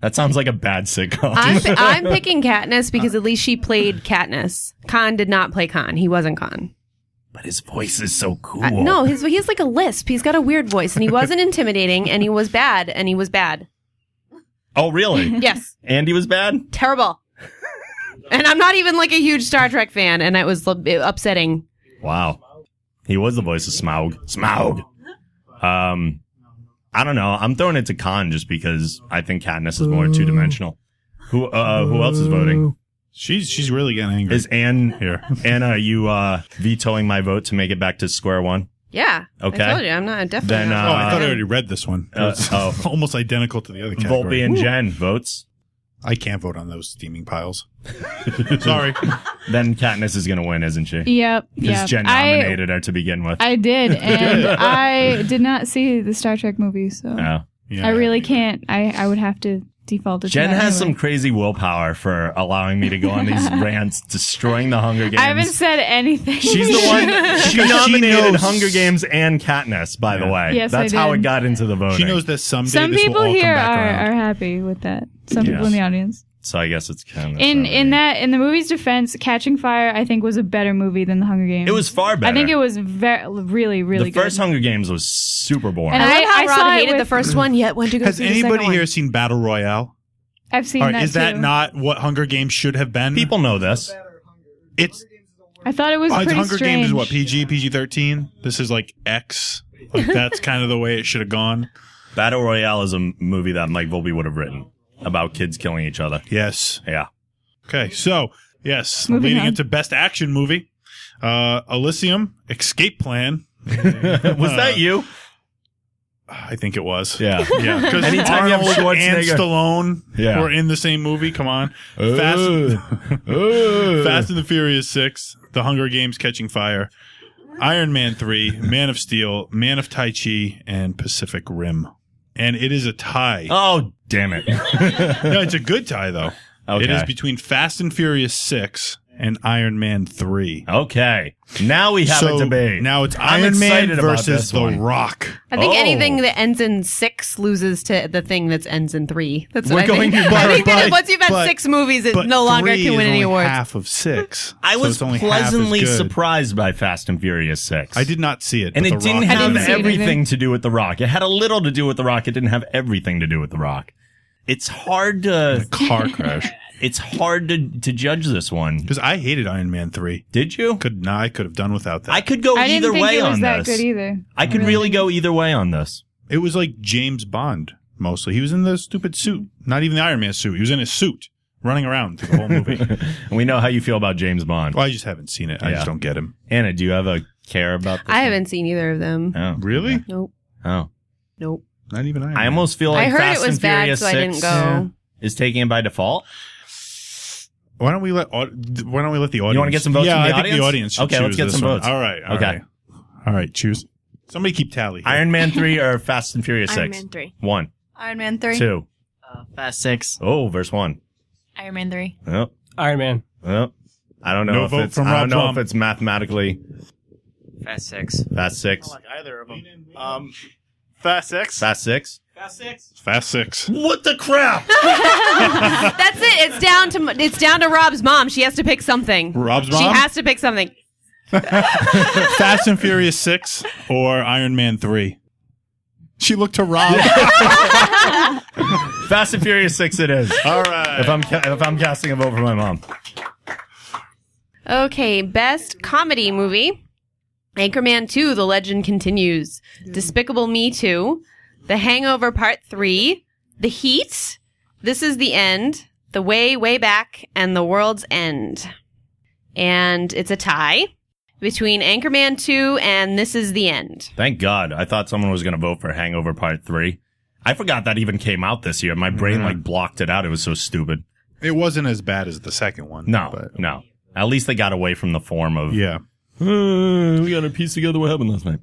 Speaker 1: That sounds like a bad sitcom.
Speaker 3: I'm, pi- I'm picking Katniss because at least she played Katniss. Khan did not play Khan. He wasn't Khan.
Speaker 1: but his voice is so cool.
Speaker 3: Uh, no, his, he has like a lisp. He's got a weird voice, and he wasn't intimidating, and he was bad, and he was bad.
Speaker 1: Oh really?
Speaker 3: Yes,
Speaker 1: Andy was bad?
Speaker 3: terrible. And I'm not even like a huge Star Trek fan, and it was l- upsetting.
Speaker 1: Wow. He was the voice of Smaug. Smaug. Um I don't know. I'm throwing it to Khan just because I think Katniss is more two dimensional. Who uh who else is voting?
Speaker 2: she's she's really getting angry.
Speaker 1: Is Anne
Speaker 2: here.
Speaker 1: Anna, are you uh vetoing my vote to make it back to square one?
Speaker 3: Yeah.
Speaker 1: Okay.
Speaker 3: I told you, I'm not definitely.
Speaker 1: Then,
Speaker 2: oh,
Speaker 3: not.
Speaker 2: I thought I
Speaker 1: uh,
Speaker 2: already read this one.
Speaker 1: uh,
Speaker 2: It's
Speaker 1: oh.
Speaker 2: almost identical to the other category.
Speaker 1: Volpe and Jen votes.
Speaker 2: I can't vote on those steaming piles. Sorry.
Speaker 1: Then Katniss is gonna win, isn't she?
Speaker 4: Yep.
Speaker 1: Because
Speaker 4: Yep.
Speaker 1: Jen
Speaker 4: I,
Speaker 1: nominated her to begin with.
Speaker 4: I did, and I did not see the Star Trek movie, so
Speaker 1: Uh, Yeah.
Speaker 2: Yeah.
Speaker 4: I really can't. I, I would have to default to
Speaker 1: Jen
Speaker 4: that
Speaker 1: has some
Speaker 4: anyway.
Speaker 1: crazy willpower for allowing me to go on these rants, destroying the Hunger Games.
Speaker 4: I haven't said anything.
Speaker 1: She's the one. She nominated Hunger Games and Katniss, by the way.
Speaker 4: Yes, I
Speaker 1: That's how
Speaker 4: did.
Speaker 1: it got into the voting.
Speaker 2: She knows that someday
Speaker 4: Some
Speaker 2: this
Speaker 4: people
Speaker 2: will all
Speaker 4: here
Speaker 2: come back
Speaker 4: are,
Speaker 2: around.
Speaker 4: are happy with that. Some people in the audience.
Speaker 1: So I guess it's kind of
Speaker 4: In in that in the movie's defense, Catching Fire I think was a better movie than The Hunger Games.
Speaker 1: It was far better.
Speaker 4: I think it was very really really
Speaker 1: the
Speaker 4: good.
Speaker 1: first Hunger Games was super boring.
Speaker 4: And
Speaker 3: I, love how
Speaker 4: I- I
Speaker 3: Rob
Speaker 4: saw it
Speaker 3: hated
Speaker 4: with-
Speaker 3: the first one, yet went to go
Speaker 2: Has
Speaker 3: see the second
Speaker 2: anybody
Speaker 3: one.
Speaker 2: here seen Battle Royale?
Speaker 4: I've seen
Speaker 2: All right,
Speaker 4: that
Speaker 2: is that
Speaker 4: too.
Speaker 2: not what Hunger Games should have been?
Speaker 1: People know this.
Speaker 2: it's
Speaker 4: I thought it was
Speaker 1: Oh,
Speaker 2: uh,
Speaker 4: pretty
Speaker 2: Hunger
Speaker 4: strange.
Speaker 2: Games is what PG PG thirteen. This is like X. Like that's kind of the way it should have gone.
Speaker 1: Battle Royale is a m- movie that Mike Volby would have written about kids killing each other.
Speaker 2: Yes.
Speaker 1: Yeah.
Speaker 2: Okay. So yes,
Speaker 4: Moving
Speaker 2: leading
Speaker 4: on.
Speaker 2: into best action movie, uh, Elysium Escape Plan.
Speaker 1: was that you?
Speaker 2: I think it was.
Speaker 1: Yeah.
Speaker 2: Yeah, because
Speaker 1: Anytime you have
Speaker 2: Arnold and
Speaker 1: Schwarzenegger-
Speaker 2: Stallone
Speaker 1: Yeah.
Speaker 2: were in the same movie. Come on, Fast, Fast and the Furious Six, The Hunger Games, Catching Fire, Iron Man Three, Man of Steel, Man of Tai Chi, and Pacific Rim. And it is a tie.
Speaker 1: Oh, damn it.
Speaker 2: No, it's a good tie though.
Speaker 1: Okay.
Speaker 2: It is between Fast and Furious Six and Iron Man Three.
Speaker 1: Okay. Now we have
Speaker 2: so
Speaker 1: a debate.
Speaker 2: now it's
Speaker 1: I'm
Speaker 2: Iron Man
Speaker 1: excited about
Speaker 2: versus
Speaker 1: this
Speaker 2: The
Speaker 1: one.
Speaker 2: Rock.
Speaker 3: I think
Speaker 1: Oh.
Speaker 3: anything that ends in six loses to the thing that ends in three. That's
Speaker 1: We're
Speaker 3: what
Speaker 1: going
Speaker 3: I think.
Speaker 1: to-
Speaker 3: I think that
Speaker 2: but-
Speaker 3: once you've had
Speaker 2: but-
Speaker 3: six movies, it
Speaker 2: But
Speaker 3: no longer
Speaker 2: three
Speaker 3: can
Speaker 2: is
Speaker 3: win
Speaker 2: only
Speaker 3: any awards.
Speaker 2: Half of six.
Speaker 1: I
Speaker 2: So
Speaker 1: was
Speaker 2: it's only half as
Speaker 1: pleasantly
Speaker 2: good.
Speaker 1: surprised by Fast and Furious 6.
Speaker 2: I did not see it,
Speaker 1: And it
Speaker 2: but The
Speaker 1: didn't
Speaker 2: Rock
Speaker 1: have
Speaker 2: did.
Speaker 4: see it either.
Speaker 1: everything to do with The Rock. It had a little to do with The Rock. It didn't have everything to do with The Rock. It's hard to
Speaker 2: car crash
Speaker 1: it's hard to, to judge this one.
Speaker 2: because I hated Iron Man three.
Speaker 1: Did you?
Speaker 2: Could nah, I could have done without that.
Speaker 1: I could go
Speaker 4: I didn't
Speaker 1: either
Speaker 4: think
Speaker 1: way
Speaker 4: it was
Speaker 1: on
Speaker 4: that
Speaker 1: this.
Speaker 4: good either.
Speaker 1: I could really go either way on this.
Speaker 2: it was like James Bond mostly. He was in the stupid suit, not even the Iron Man suit. He was in his suit, running around through the whole movie.
Speaker 1: And we know how you feel about James Bond.
Speaker 2: well, I just haven't seen it. I
Speaker 1: Yeah.
Speaker 2: just don't get him.
Speaker 1: Anna, do you have a care about this?
Speaker 3: I haven't seen either of them.
Speaker 1: Oh.
Speaker 2: Really?
Speaker 3: Nope.
Speaker 1: Oh.
Speaker 3: Nope.
Speaker 2: Not even Iron.
Speaker 1: I
Speaker 2: Man.
Speaker 1: almost feel like
Speaker 3: I heard
Speaker 1: Fast
Speaker 3: it was
Speaker 1: and
Speaker 3: bad,
Speaker 1: Furious
Speaker 3: so I
Speaker 1: 6
Speaker 3: didn't go.
Speaker 1: is taking it by default.
Speaker 2: Why don't we let? aud- Why don't we let the audience?
Speaker 1: wanna get some votes
Speaker 2: Yeah,
Speaker 1: from the
Speaker 2: I think the
Speaker 1: audience?
Speaker 2: audience. should
Speaker 1: Okay, let's
Speaker 2: choose
Speaker 1: get
Speaker 2: this
Speaker 1: some
Speaker 2: one.
Speaker 1: votes.
Speaker 2: All right. all
Speaker 1: Okay.
Speaker 2: right. All right. Choose. Somebody keep tally. here.
Speaker 1: Iron Man 3 or Fast and Furious 6?
Speaker 9: Iron Man 3.
Speaker 1: One,
Speaker 7: Iron Man 3.
Speaker 1: two.
Speaker 5: Uh, Fast Six.
Speaker 1: Oh, verse 1.
Speaker 9: Iron Man 3.
Speaker 1: Oh,
Speaker 8: Iron Man.
Speaker 1: oh. I don't know
Speaker 2: No
Speaker 1: if
Speaker 2: vote
Speaker 1: it's
Speaker 2: from
Speaker 1: I
Speaker 2: Rob
Speaker 1: don't know
Speaker 2: Trump.
Speaker 1: if it's mathematically
Speaker 10: Fast Six.
Speaker 1: Fast 6.
Speaker 10: either of them. Um, Fast Six.
Speaker 1: Fast 6.
Speaker 10: Fast Six.
Speaker 2: Fast six.
Speaker 1: What the crap?
Speaker 3: That's it. It's down to m- it's down to Rob's mom. She has to pick something.
Speaker 2: Rob's
Speaker 3: She
Speaker 2: mom.
Speaker 3: has to pick something.
Speaker 2: Fast and Furious six or Iron Man three. She looked to Rob.
Speaker 1: Fast and Furious 6 it is.
Speaker 2: All right.
Speaker 1: If I'm ca- if I'm casting a vote for my mom.
Speaker 3: Okay, best comedy movie. Anchorman 2, The Legend Continues. Despicable Me 2, The Hangover Part 3, The Heat, This Is the End, The Way, Way Back, and The World's End. And it's a tie between Anchorman 2 and This Is the End.
Speaker 1: Thank God. I thought someone was going to vote for Hangover Part 3. I forgot that even came out this year. My brain like blocked it out. It was so stupid.
Speaker 2: It wasn't as bad as the second one.
Speaker 1: No.
Speaker 2: but-
Speaker 1: No. At least they got away from the form of
Speaker 2: yeah.
Speaker 1: Uh, we got to piece together what happened last night.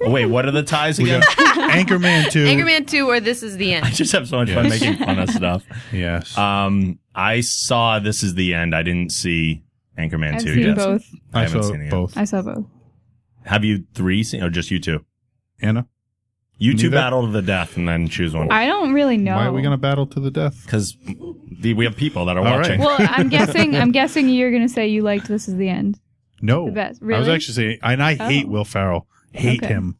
Speaker 1: Wait, what are the ties again?
Speaker 2: Anchorman 2.
Speaker 3: Anchorman 2 or This Is the End.
Speaker 1: I just have so much fun
Speaker 2: Yes.
Speaker 1: making fun of stuff.
Speaker 2: Yes.
Speaker 1: Um, I saw This Is the End. I didn't see Anchorman
Speaker 4: I've
Speaker 1: 2
Speaker 4: seen
Speaker 1: yet.
Speaker 4: both.
Speaker 1: I
Speaker 2: I
Speaker 1: haven't
Speaker 2: saw
Speaker 1: seen it yet.
Speaker 2: both.
Speaker 4: I saw both.
Speaker 1: Have you three seen, or just you two?
Speaker 2: Anna,
Speaker 1: You two
Speaker 2: Neither.
Speaker 1: battle to the death and then choose one.
Speaker 4: I don't really know.
Speaker 2: why are we going to battle to the death?
Speaker 1: Because we have people that are
Speaker 2: All right.
Speaker 1: watching.
Speaker 4: Well, I'm guessing. I'm guessing you're gonna say you liked This Is the End.
Speaker 2: No.
Speaker 4: The
Speaker 2: I was
Speaker 4: best- really? Oh.
Speaker 2: actually saying, and I hate Will Farrell. Hate
Speaker 4: Okay.
Speaker 2: him.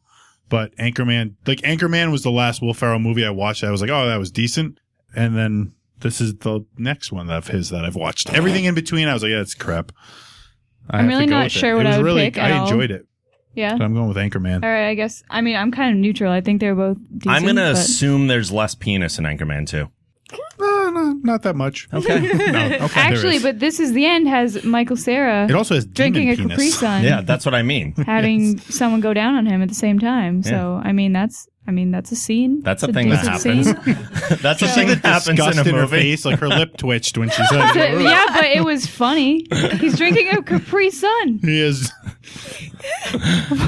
Speaker 2: But Anchorman, like Anchorman was the last Will Farrell movie I watched. I was like, oh, that was decent. And then this is the next one of his that I've watched. Everything in between, I was like, yeah, it's crap. I
Speaker 4: I'm
Speaker 2: have to
Speaker 4: really
Speaker 2: go
Speaker 4: not
Speaker 2: with it.
Speaker 4: sure
Speaker 2: It
Speaker 4: what
Speaker 2: was
Speaker 4: I would
Speaker 2: really,
Speaker 4: pick at
Speaker 2: I
Speaker 4: all.
Speaker 2: enjoyed it.
Speaker 4: Yeah.
Speaker 2: But I'm going with Anchorman.
Speaker 4: All right. I guess. I mean, I'm kind of neutral. I think they're both. Decent,
Speaker 1: I'm going to
Speaker 4: but-
Speaker 1: assume there's less penis in Anchorman 2.
Speaker 2: No, Uh, no, not that much.
Speaker 1: Okay.
Speaker 2: No, okay.
Speaker 4: Actually, but This Is the End has Michael Sarah
Speaker 2: it also has
Speaker 4: drinking a
Speaker 2: demon penis.
Speaker 4: Capri Sun,
Speaker 1: yeah, that's what I mean.
Speaker 4: having someone go down on him at the same time. So I mean, that's. I mean, that's a scene.
Speaker 1: That's a
Speaker 4: It's
Speaker 1: thing that
Speaker 4: decent
Speaker 1: happens.
Speaker 4: scene.
Speaker 1: That's the
Speaker 2: Just
Speaker 1: thing that happens
Speaker 2: disgust
Speaker 1: in a
Speaker 2: her
Speaker 1: movie.
Speaker 2: face, like her lip twitched when she said,
Speaker 4: So-
Speaker 2: it.
Speaker 4: yeah, but it was funny. He's drinking a Capri Sun.
Speaker 2: "He is."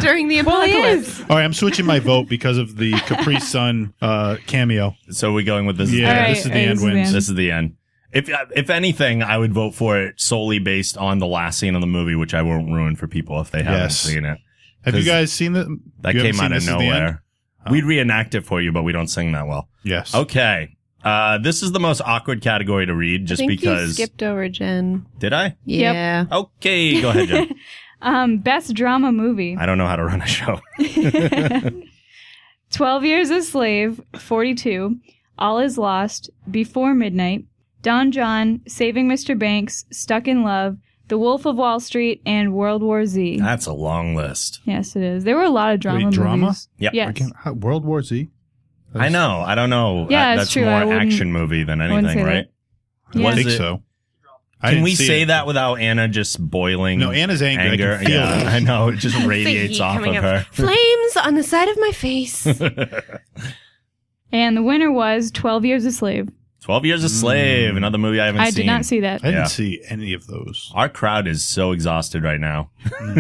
Speaker 3: During the
Speaker 4: Well, he
Speaker 3: apocalypse.
Speaker 4: is.
Speaker 2: All right, I'm switching my vote because of the Capri Sun uh, cameo.
Speaker 1: So we're going with this.
Speaker 2: Yeah,
Speaker 1: Is the
Speaker 4: All
Speaker 1: end.
Speaker 2: this is the
Speaker 4: right,
Speaker 2: end
Speaker 4: all right, this is the
Speaker 2: wins.
Speaker 4: end.
Speaker 1: This is the end. If uh, if anything, I would vote for it solely based on the last scene of the movie, which I won't ruin for people if they haven't
Speaker 2: Yes.
Speaker 1: seen it.
Speaker 2: Have you
Speaker 1: 'Cause
Speaker 2: guys seen the?
Speaker 1: That
Speaker 2: you haven't
Speaker 1: came
Speaker 2: seen
Speaker 1: out
Speaker 2: This
Speaker 1: of
Speaker 2: Is the End?
Speaker 1: nowhere.
Speaker 2: Oh.
Speaker 1: We'd reenact it for you, but we don't sing that well.
Speaker 2: Yes.
Speaker 4: Oh,
Speaker 1: Okay. Uh, this is the most awkward category to read just
Speaker 6: I think you
Speaker 1: because.
Speaker 6: skipped over Jen.
Speaker 1: Did I?
Speaker 4: Yep.
Speaker 6: Yeah.
Speaker 1: Okay, go ahead, Jen.
Speaker 4: Um, best drama movie.
Speaker 1: I don't know how to run a show.
Speaker 4: 12 Years a Slave, 42, All Is Lost, Before Midnight, Don John, Saving Mr. Banks, Stuck in Love, The Wolf of Wall Street, and World War Z.
Speaker 1: That's a long list.
Speaker 4: yes, it is. There were a lot of drama
Speaker 2: Wait, drama?
Speaker 4: movies.
Speaker 1: Yep.
Speaker 4: Yes.
Speaker 2: Again, how- World War Z.
Speaker 1: I know. I don't know. Uh,
Speaker 4: Yeah, it's
Speaker 1: that's
Speaker 4: true. I
Speaker 1: more
Speaker 4: wouldn't-
Speaker 1: action movie than
Speaker 4: wouldn't
Speaker 1: anything,
Speaker 4: say
Speaker 1: right?
Speaker 4: Yeah.
Speaker 2: I
Speaker 1: Was
Speaker 2: think
Speaker 1: it-
Speaker 2: so. I
Speaker 1: Can
Speaker 2: didn't
Speaker 1: we
Speaker 2: see
Speaker 1: say
Speaker 2: it.
Speaker 1: that without Anna just boiling?
Speaker 2: No, Anna's angry. I
Speaker 1: anger.
Speaker 2: can feel
Speaker 1: yeah,
Speaker 2: it.
Speaker 1: I know. It just
Speaker 3: It's the
Speaker 1: radiates
Speaker 3: heat
Speaker 1: off of
Speaker 3: coming
Speaker 1: her.
Speaker 3: up. Flames on the side of my face.
Speaker 4: And the winner was 12 Years a Slave.
Speaker 1: Twelve Years a
Speaker 2: Mm.
Speaker 1: Slave, another movie I haven't
Speaker 4: I
Speaker 1: seen.
Speaker 4: did not see that.
Speaker 2: I didn't
Speaker 1: Yeah.
Speaker 2: see any of those.
Speaker 1: Our crowd is so exhausted right now,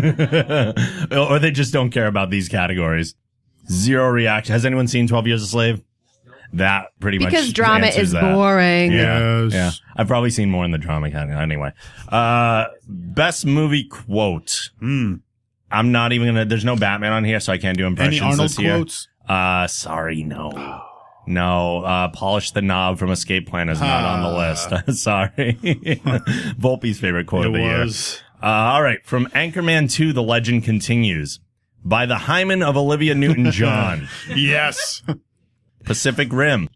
Speaker 1: or they just don't care about these categories. Zero reaction. Has anyone seen Twelve Years a Slave? That pretty much
Speaker 6: Because drama
Speaker 1: answers
Speaker 6: is
Speaker 1: that.
Speaker 6: boring.
Speaker 1: Yeah,
Speaker 2: Yes.
Speaker 1: yeah. I've probably seen more in the drama category. Anyway, uh, best movie quote.
Speaker 2: Hmm.
Speaker 1: I'm not even gonna. There's no Batman on here, so I can't do
Speaker 2: Any
Speaker 1: impressions
Speaker 2: Arnold
Speaker 1: this year.
Speaker 2: quotes?
Speaker 1: Uh, sorry, no. No, uh, polish the knob from Escape Plan is not on the list. sorry. Volpe's favorite quote
Speaker 2: Ah. It
Speaker 1: of the year.
Speaker 2: was.
Speaker 1: Uh, all right. From Anchorman 2, the legend continues. By the hymen of Olivia Newton-John,
Speaker 2: Yes.
Speaker 1: Pacific Rim.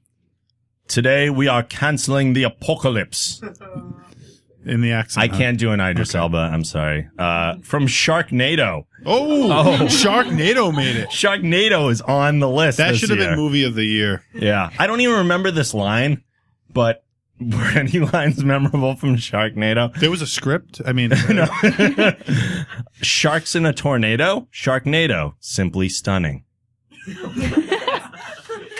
Speaker 1: Today we are canceling the apocalypse.
Speaker 2: In the accent.
Speaker 1: I
Speaker 2: huh?
Speaker 1: can't do an Idris Elba. I'm sorry. Uh, from Sharknado.
Speaker 2: Oh, Sharknado made it.
Speaker 1: Sharknado is on the list.
Speaker 2: That
Speaker 1: this
Speaker 2: should have
Speaker 1: year.
Speaker 2: been movie of the year.
Speaker 1: Yeah. I don't even remember this line, but were any lines memorable from Sharknado?
Speaker 2: There was a script. I mean,
Speaker 1: Sharks in a tornado? Sharknado. Simply stunning.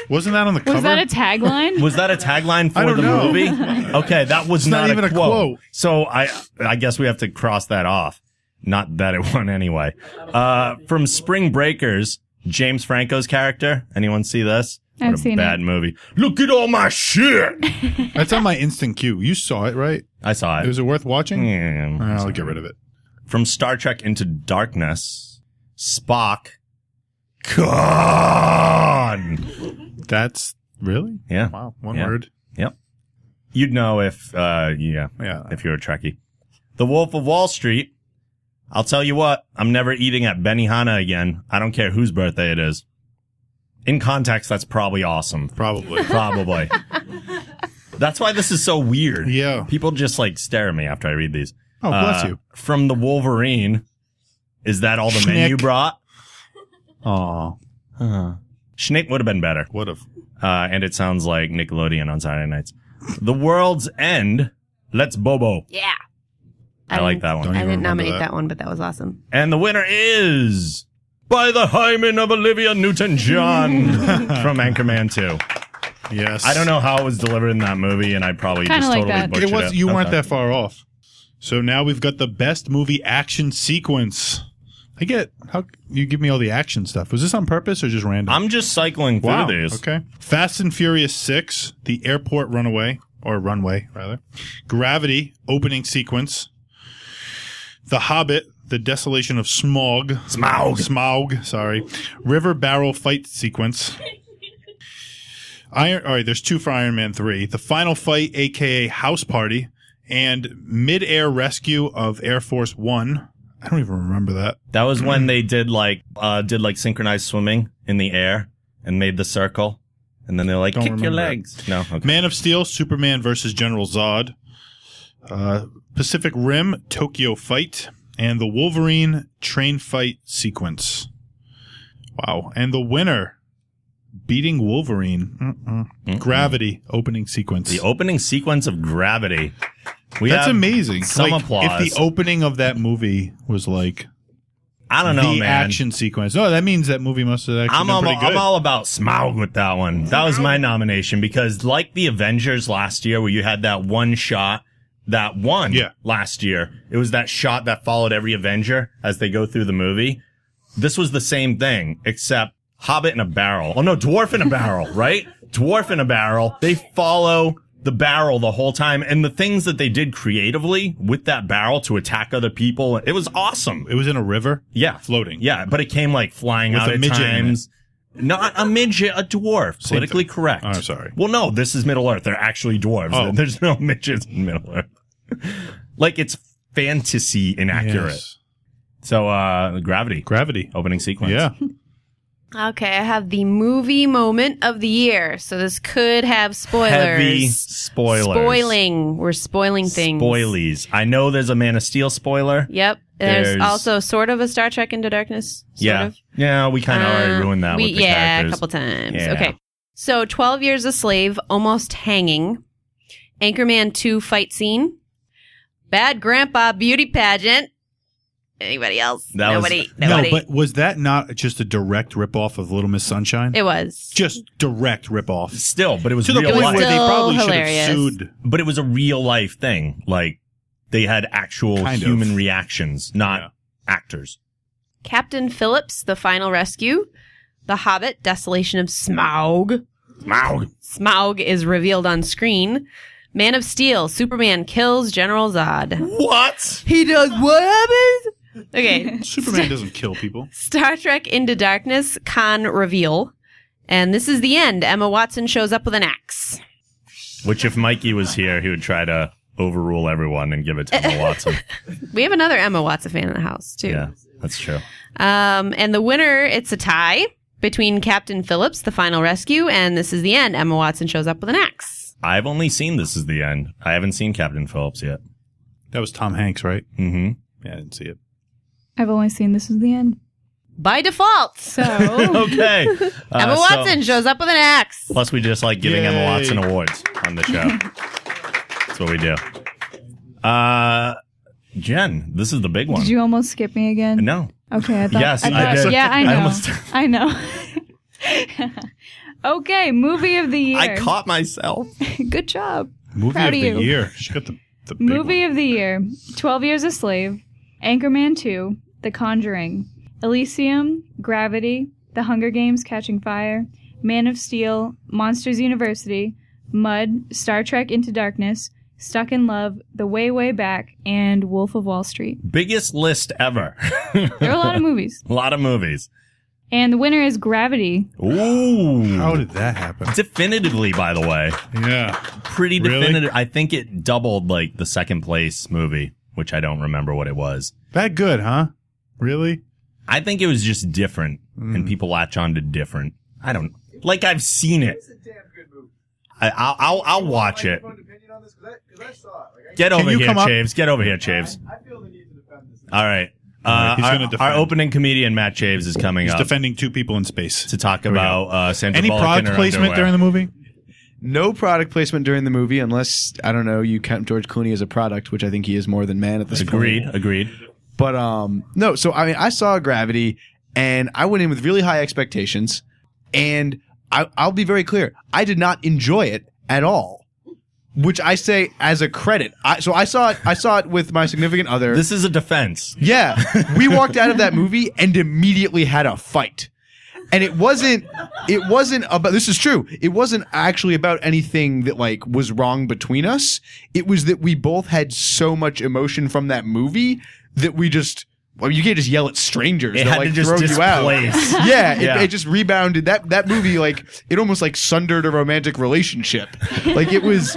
Speaker 2: wasn't that on the cover?
Speaker 4: Was that a tagline?
Speaker 1: Was that a tagline for
Speaker 2: I don't
Speaker 1: the
Speaker 2: know.
Speaker 1: movie? Okay, that was
Speaker 2: It's not even a quote.
Speaker 1: So I I guess we have to cross that off. Not that it won anyway. Uh, from Spring Breakers, James Franco's character. Anyone see this?
Speaker 4: I've
Speaker 1: what a
Speaker 4: seen it.
Speaker 1: bad movie. Look at all my shit.
Speaker 2: That's on my instant queue. You saw it, right?
Speaker 1: I saw it.
Speaker 2: Was it worth watching?
Speaker 1: Mm. Yeah.
Speaker 2: I'll get rid of it.
Speaker 1: from Star Trek Into Darkness, Spock. Gone.
Speaker 2: That's really
Speaker 1: Yeah.
Speaker 2: wow. One
Speaker 1: Yeah.
Speaker 2: word.
Speaker 1: Yep. You'd know if, uh, yeah,
Speaker 2: Yeah.
Speaker 1: if you're a Trekkie. The Wolf of Wall Street. I'll tell you what, I'm never eating at Benihana again. I don't care whose birthday it is. In context, that's probably awesome.
Speaker 2: Probably.
Speaker 1: Probably. that's why this is so weird.
Speaker 2: Yeah.
Speaker 1: People just like stare at me after I read these.
Speaker 2: Oh, bless
Speaker 1: Uh,
Speaker 2: you.
Speaker 1: From the Wolverine. Is that all the menu
Speaker 2: Schnick.
Speaker 1: brought?
Speaker 2: Oh,
Speaker 1: Schnick would have been better.
Speaker 2: what if?
Speaker 1: Uh, and it sounds like Nickelodeon on Saturday nights. The World's End. Let's Bobo.
Speaker 3: yeah.
Speaker 1: I like that
Speaker 2: Don't
Speaker 1: one.
Speaker 6: I
Speaker 2: even
Speaker 6: didn't
Speaker 2: remember
Speaker 6: nominate that. one, but that was awesome.
Speaker 1: And the winner is by the hymen of Olivia Newton-John from Anchorman 2.
Speaker 2: Yes.
Speaker 1: I don't know how it was delivered in that movie, and I probably
Speaker 4: Kinda
Speaker 1: just
Speaker 4: like
Speaker 1: totally
Speaker 4: that.
Speaker 1: butchered
Speaker 2: It was.
Speaker 1: it.
Speaker 2: You weren't
Speaker 1: Okay.
Speaker 2: that far off. So now we've got the best movie action sequence. I get how you give me all the action stuff. Was this on purpose or just random?
Speaker 1: I'm just cycling through
Speaker 2: wow.
Speaker 1: these.
Speaker 2: Okay. Fast and Furious 6, The Airport Runaway, or Runway, rather. Gravity, Opening Sequence. The Hobbit, The Desolation of Smog.
Speaker 1: Smaug.
Speaker 2: Smaug, sorry. River Barrel Fight Sequence. Iron, all right, there's two for Iron Man 3. The Final Fight, aka House Party, and Mid Air Rescue of Air Force One. I don't even remember that.
Speaker 1: That was
Speaker 2: Mm-hmm.
Speaker 1: when they did like uh did like synchronized swimming in the air and made the circle, and then they're like
Speaker 2: Don't
Speaker 1: kick your
Speaker 2: remember that.
Speaker 1: legs. No, okay.
Speaker 2: Man of Steel, Superman versus General Zod, uh, Pacific Rim, Tokyo Fight, and the Wolverine train fight sequence. Wow. And the winner, beating Wolverine. Mm-mm. Gravity opening sequence.
Speaker 1: the opening sequence of Gravity. We
Speaker 2: That's
Speaker 1: have
Speaker 2: amazing.
Speaker 1: Some
Speaker 2: Like,
Speaker 1: applause.
Speaker 2: If the opening of that movie was like
Speaker 1: I don't know,
Speaker 2: the
Speaker 1: man.
Speaker 2: action sequence, oh, that means that movie must have actually
Speaker 1: I'm,
Speaker 2: been
Speaker 1: all,
Speaker 2: pretty good.
Speaker 1: I'm all about Smaug with that one. That was my nomination because, like the Avengers last year, where you had that one shot that won
Speaker 2: Yeah.
Speaker 1: last year, it was that shot that followed every Avenger as they go through the movie. This was the same thing, except Hobbit in a barrel. Oh, no, Dwarf in a barrel, right? Dwarf in a barrel. They follow the barrel the whole time. And the things that they did creatively with that barrel to attack other people, it was awesome.
Speaker 2: it was in a river.
Speaker 1: Yeah.
Speaker 2: Floating.
Speaker 1: Yeah, but it came like flying
Speaker 2: With
Speaker 1: out
Speaker 2: a
Speaker 1: at
Speaker 2: midget in
Speaker 1: times. Not a midget, a dwarf.
Speaker 2: Same
Speaker 1: politically
Speaker 2: thing.
Speaker 1: correct.
Speaker 2: Oh, sorry.
Speaker 1: Well, no, this is Middle Earth. They're actually dwarves.
Speaker 2: Oh.
Speaker 1: There's no midgets in Middle Earth. like it's fantasy inaccurate.
Speaker 2: Yes.
Speaker 1: So, uh, gravity
Speaker 2: Gravity.
Speaker 1: opening sequence.
Speaker 2: Yeah.
Speaker 3: Okay, I have the movie moment of the year. So this could have spoilers.
Speaker 1: Heavy spoilers.
Speaker 3: Spoiling. We're spoiling things.
Speaker 1: Spoilies. I know there's a Man of Steel spoiler.
Speaker 3: Yep. There's,
Speaker 1: There's-
Speaker 3: also sort of a Star Trek Into Darkness. Sort
Speaker 1: yeah.
Speaker 3: Of.
Speaker 1: Yeah, we kind of
Speaker 3: Uh,
Speaker 1: already ruined that
Speaker 3: we-
Speaker 1: with the
Speaker 3: yeah,
Speaker 1: characters.
Speaker 3: a couple times.
Speaker 1: Yeah.
Speaker 3: Okay. So 12 Years a Slave, Almost Hanging, Anchorman 2 fight scene, Bad Grandpa beauty pageant. Anybody else?
Speaker 1: That was-
Speaker 3: nobody. nobody.
Speaker 2: No, but was that not just a direct ripoff of Little Miss Sunshine?
Speaker 3: it was.
Speaker 2: just direct ripoff.
Speaker 1: Still, but it was
Speaker 2: To the
Speaker 1: real
Speaker 2: point
Speaker 1: life.
Speaker 2: where they
Speaker 3: still
Speaker 2: probably
Speaker 3: hilarious.
Speaker 2: should have sued.
Speaker 1: but it was a real life thing. Like they had actual
Speaker 2: Kind of.
Speaker 1: human reactions, not
Speaker 2: Yeah.
Speaker 1: actors.
Speaker 3: Captain Phillips, The Final Rescue, The Hobbit, Desolation of Smaug.
Speaker 1: Smaug.
Speaker 3: Smaug is revealed on screen. Man of Steel, Superman kills General Zod.
Speaker 1: What?
Speaker 3: He does what happens? Okay.
Speaker 2: Superman doesn't kill people.
Speaker 3: Star Trek Into Darkness, con reveal. And this is the end. Emma Watson shows up with an axe.
Speaker 1: Which, if Mikey was here, he would try to overrule everyone and give it to Emma Watson.
Speaker 3: We have another Emma Watson fan in the house, too.
Speaker 1: yeah, that's true.
Speaker 3: Um, and the winner, it's a tie between Captain Phillips, The Final Rescue, and this is the end. Emma Watson shows up with an axe.
Speaker 1: I've only seen This Is the End. I haven't seen Captain Phillips yet.
Speaker 2: That was Tom Hanks, right?
Speaker 1: Mm-hmm.
Speaker 2: Yeah, I didn't see it.
Speaker 4: I've only seen This Is the End.
Speaker 3: By default.
Speaker 4: So Oh.
Speaker 1: Okay. Uh,
Speaker 3: Emma
Speaker 1: so-
Speaker 3: Watson shows up with an axe.
Speaker 1: plus, we just like giving Emma
Speaker 2: Yay.
Speaker 1: Watson awards on the show. that's what we do. Uh, Jen, this is the big one.
Speaker 4: did you almost skip me again?
Speaker 1: no.
Speaker 4: Okay, I thought.
Speaker 1: Yes,
Speaker 4: I,
Speaker 1: I
Speaker 4: thought-
Speaker 1: did.
Speaker 4: Yeah, I
Speaker 1: I
Speaker 4: know. I,
Speaker 1: almost-
Speaker 4: know. okay, movie of the year.
Speaker 1: I caught myself.
Speaker 4: Good job.
Speaker 2: Movie of
Speaker 4: Proud of
Speaker 2: the
Speaker 4: you.
Speaker 2: year. She got the, the big
Speaker 4: Movie
Speaker 2: one.
Speaker 4: of the year: Twelve Years a Slave, Anchorman Two, The Conjuring, Elysium, Gravity, The Hunger Games: Catching Fire, Man of Steel, Monsters University, Mud, Star Trek Into Darkness, Stuck in Love, The Way Way Back, and Wolf of Wall Street.
Speaker 1: Biggest list ever.
Speaker 4: There are a lot of movies,
Speaker 1: A lot of movies.
Speaker 4: and the winner is Gravity.
Speaker 1: Ooh.
Speaker 2: How did that happen?
Speaker 1: Definitively, by the way.
Speaker 2: Yeah.
Speaker 1: Pretty
Speaker 2: Really?
Speaker 1: definitive. I think it doubled like the second place movie, which I don't remember what it was.
Speaker 2: That good, huh? Really?
Speaker 1: I think it was just different
Speaker 2: Hmm.
Speaker 1: and people latch on to different. I don't like I've seen it. I, I'll, I'll, I'll watch it. Get
Speaker 2: Can
Speaker 1: over
Speaker 2: you
Speaker 1: here,
Speaker 2: come up?
Speaker 1: Chaves. Get over here, Chaves. All right.
Speaker 2: right,
Speaker 1: Uh,
Speaker 2: he's gonna
Speaker 1: our- our,
Speaker 2: defend.
Speaker 1: opening comedian, Matt Chaves, is coming
Speaker 2: He's
Speaker 1: up
Speaker 2: defending two people in space.
Speaker 1: to talk
Speaker 2: Here we go.
Speaker 1: about uh, Sandra
Speaker 2: Any
Speaker 1: Bullock in
Speaker 2: product
Speaker 1: her
Speaker 2: placement
Speaker 1: underwear.
Speaker 2: during the movie?
Speaker 9: No product placement during the movie, unless I don't know you count George Clooney as a product, which I think he is more than man at this point.
Speaker 1: Agreed. Agreed.
Speaker 9: But um, no. So I mean, I saw Gravity, and I went in with really high expectations, and I, I'll be very clear, I did not enjoy it at all. which I say as a credit. I, so I saw it. I saw it with my significant other.
Speaker 1: This is a defense.
Speaker 9: Yeah. We walked out of that movie and immediately had a fight. And it wasn't it wasn't about this is true. It wasn't actually about anything that like was wrong between us. It was that we both had so much emotion from that movie that we just well, you can't just yell at strangers.
Speaker 1: It
Speaker 9: They'll,
Speaker 1: had to
Speaker 9: like
Speaker 1: just
Speaker 9: throw you
Speaker 1: displace.
Speaker 9: out. yeah, it,
Speaker 1: Yeah.
Speaker 9: it just rebounded. That that movie, like, it almost like sundered a romantic relationship. Like it was.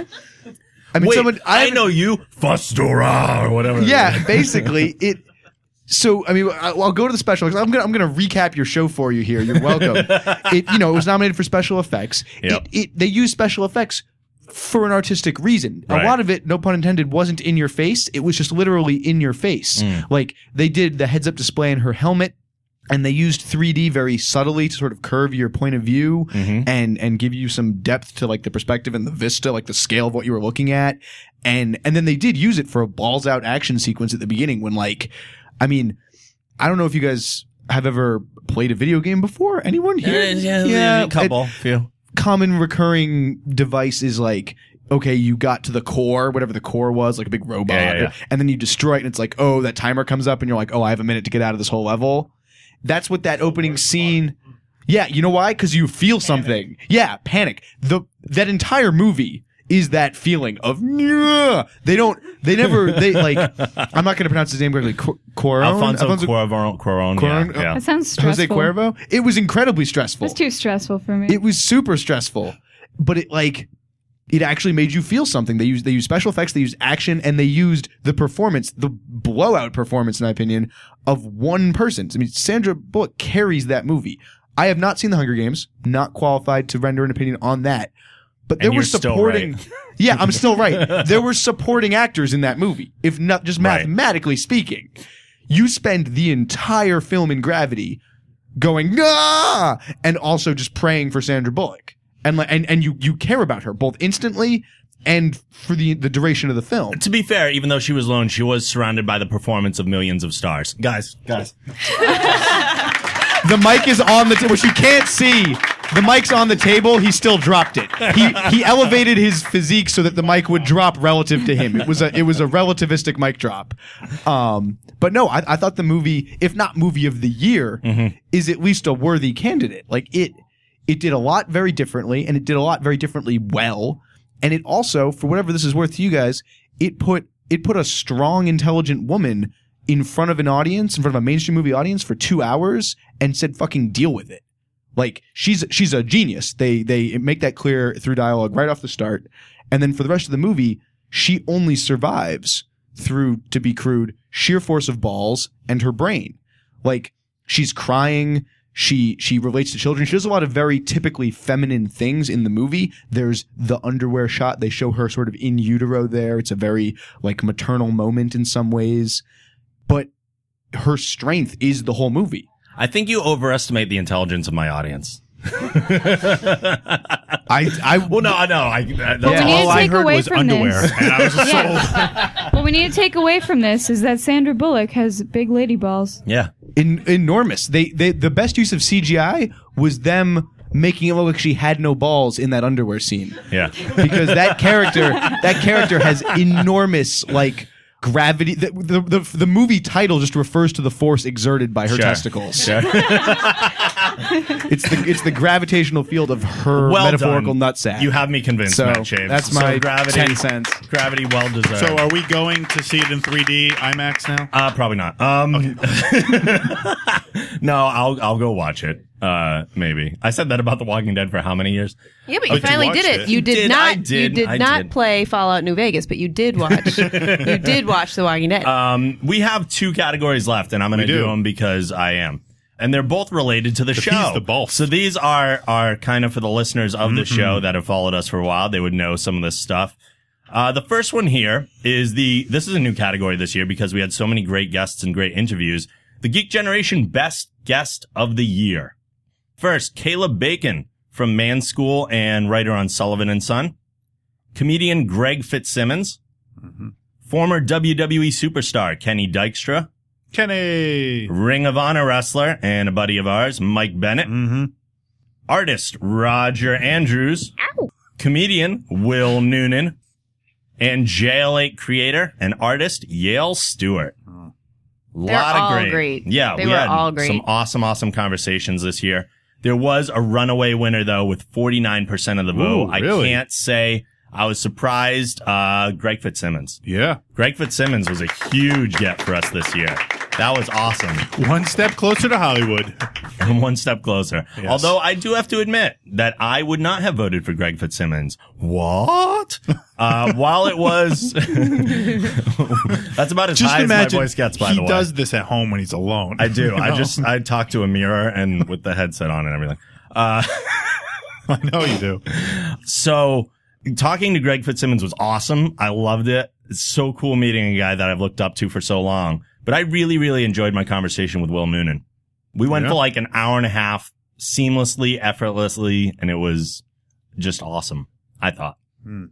Speaker 9: I mean,
Speaker 1: Wait,
Speaker 9: someone
Speaker 1: I, know you, Fustora or whatever.
Speaker 9: yeah, basically it. So I mean, I- I'll go to the special. effects. I'm gonna I'm gonna recap your show for you here. You're welcome. it you know it was nominated for special effects.
Speaker 1: Yep.
Speaker 9: It, it they use special effects for an artistic reason.
Speaker 1: Right.
Speaker 9: A lot of it, no pun intended, wasn't in your face. It was just literally in your face.
Speaker 1: Mm.
Speaker 9: Like they did the heads up display in her helmet. And they used 3D very subtly to sort of curve your point of view and and give you some depth to like the perspective and the vista, like the scale of what you were looking at. And and then they did use it for a balls out action sequence at the beginning when like I mean, I don't know if you guys have ever played a video game before. Anyone here? it-
Speaker 1: Uh, couple, few.
Speaker 9: common recurring device is like okay you got to the core whatever the core was like a big robot
Speaker 1: Yeah, yeah, yeah.
Speaker 9: and then you destroy it and it's like oh that timer comes up and you're like oh i have a minute to get out of this whole level that's what that opening scene yeah you know why because you feel something yeah panic the that entire movie is that feeling of "Nyeh." they don't they never they like i'm not going to pronounce his name correctly Cor- Coron?
Speaker 1: Alfonso
Speaker 9: Alfonso-
Speaker 1: Cuarón. Cuarón,
Speaker 9: Cuarón?
Speaker 1: yeah, yeah.
Speaker 4: That sounds
Speaker 9: Jose
Speaker 4: stressful.
Speaker 9: Cuervo it was incredibly stressful
Speaker 4: That's too stressful for me.
Speaker 9: it was super stressful, but it like it actually made you feel something. They used they used special effects, they used action, and they used the performance, the blowout performance, in my opinion, of one person. I mean, Sandra Bullock carries that movie. I have not seen The Hunger Games, not qualified to render an opinion on that. But there
Speaker 1: And
Speaker 9: were
Speaker 1: you're still
Speaker 9: supporting,
Speaker 1: right.
Speaker 9: yeah, I'm still right. There were supporting actors in that movie, if not just
Speaker 1: Right.
Speaker 9: mathematically speaking. You spend the entire film in Gravity going ah, and also just praying for Sandra Bullock, and like, and and you you care about her both instantly and for the the duration of the film.
Speaker 1: To be fair, even though she was alone, she was surrounded by the performance of millions of stars. Guys, guys,
Speaker 9: The mic is on the table, which you can't see. The mic's on the table. He still dropped it. He he elevated his physique so that the mic would drop relative to him. It was a it was a relativistic mic drop. Um, but no, I, I thought the movie, if not movie of the year, is at least a worthy candidate. Like it it did a lot very differently, and it did a lot very differently well. And it also, for whatever this is worth to you guys, it put it put a strong, intelligent woman in front of an audience, in front of a mainstream movie audience for two hours, and said, "Fucking deal with it." Like she's she's a genius. They they make that clear through dialogue right off the start, and then for the rest of the movie, she only survives through, to be crude, sheer force of balls and her brain. Like she's crying. She she relates to children. She does a lot of very typically feminine things in the movie. There's the underwear shot. They show her sort of in utero there. It's a very like maternal moment in some ways, but her strength is the whole movie.
Speaker 1: I think you overestimate the intelligence of my audience.
Speaker 9: I I
Speaker 1: Well, no, I know. I, that- that's
Speaker 4: But we need
Speaker 1: all
Speaker 4: to
Speaker 1: I
Speaker 4: take
Speaker 1: heard
Speaker 4: away
Speaker 1: was
Speaker 4: from
Speaker 1: underwear.
Speaker 4: this.
Speaker 1: And I was just
Speaker 4: Yeah. What we need to take away from this is that Sandra Bullock has big lady balls.
Speaker 1: yeah.
Speaker 9: in, enormous. They, they the best use of CGI was them making it look like she had no balls in that underwear scene
Speaker 1: Yeah.
Speaker 9: because that character that character has enormous like gravity. The, the the the movie title just refers to the force exerted by her
Speaker 1: Sure.
Speaker 9: testicles. It's the it's the gravitational field of her
Speaker 1: Well
Speaker 9: metaphorical
Speaker 1: done.
Speaker 9: nutsack.
Speaker 1: You have me convinced,
Speaker 9: so
Speaker 1: Matt Shaves.
Speaker 9: that's
Speaker 1: So
Speaker 9: my
Speaker 1: gravity,
Speaker 9: ten cents.
Speaker 1: Gravity, well deserved.
Speaker 2: So are we going to see it in 3D IMAX now?
Speaker 1: Uh, probably not. Um, no, I'll I'll go watch it. Uh, maybe I said that about The Walking Dead for how many years?
Speaker 6: Yeah, but
Speaker 2: Oh,
Speaker 6: you
Speaker 2: you
Speaker 6: finally
Speaker 2: watched
Speaker 6: did it.
Speaker 2: it.
Speaker 6: You did,
Speaker 1: Did, I
Speaker 6: not. you
Speaker 1: did,
Speaker 6: did
Speaker 1: I
Speaker 6: not
Speaker 1: did.
Speaker 6: play Fallout New Vegas, but you did watch. you did watch The Walking Dead.
Speaker 1: Um, we have two categories left, and I'm going to
Speaker 2: We do.
Speaker 1: do. them because I am, and they're both related to the, show.
Speaker 2: peas, the balls.
Speaker 1: So these are are kind of for the listeners of the show that have followed us for a while. They would know some of this stuff. Uh, the first one here is the this is a new category this year because we had so many great guests and great interviews. The Geek Generation Best Guest of the Year. First, Caleb Bacon from Man School and writer on Sullivan and Son. Comedian Greg Fitzsimmons. Former WWE superstar Kenny Dykstra.
Speaker 2: Kenny.
Speaker 1: Ring of Honor wrestler and a buddy of ours, Mike Bennett.
Speaker 2: Mm-hmm.
Speaker 1: Artist Roger Andrews. Comedian Will Noonan. and JLA creator and artist Yale Stewart.
Speaker 2: Oh.
Speaker 6: They're
Speaker 1: lot of
Speaker 6: all
Speaker 1: great.
Speaker 6: great.
Speaker 1: Yeah,
Speaker 6: They
Speaker 1: we
Speaker 6: were
Speaker 1: had
Speaker 6: all great.
Speaker 1: some awesome, awesome conversations this year. There was a runaway winner though with forty nine percent of the vote.
Speaker 2: Ooh, really?
Speaker 1: I can't say I was surprised. Uh, Greg Fitzsimmons.
Speaker 2: Yeah.
Speaker 1: Greg Fitzsimmons was a huge get for us this year. That was awesome.
Speaker 2: One step closer to Hollywood.
Speaker 1: One step closer. Although I do have to admit that I would not have voted for Greg Fitzsimmons. What? Uh, while it was, that's about as
Speaker 2: Just
Speaker 1: high as
Speaker 2: imagine
Speaker 1: my voice gets. By
Speaker 2: he
Speaker 1: the way,
Speaker 2: does this at home when he's alone.
Speaker 1: I do.
Speaker 2: You
Speaker 1: I
Speaker 2: know?
Speaker 1: just I talk to a mirror and with the headset on and everything. Uh,
Speaker 2: I know you do.
Speaker 1: so talking to Greg Fitzsimmons was awesome. I loved it. It's so cool meeting a guy that I've looked up to for so long. But I really, really enjoyed my conversation with Will Noonan. We went
Speaker 2: Yeah.
Speaker 1: for like an hour and a half seamlessly, effortlessly, and it was just awesome. I thought.
Speaker 2: Hmm.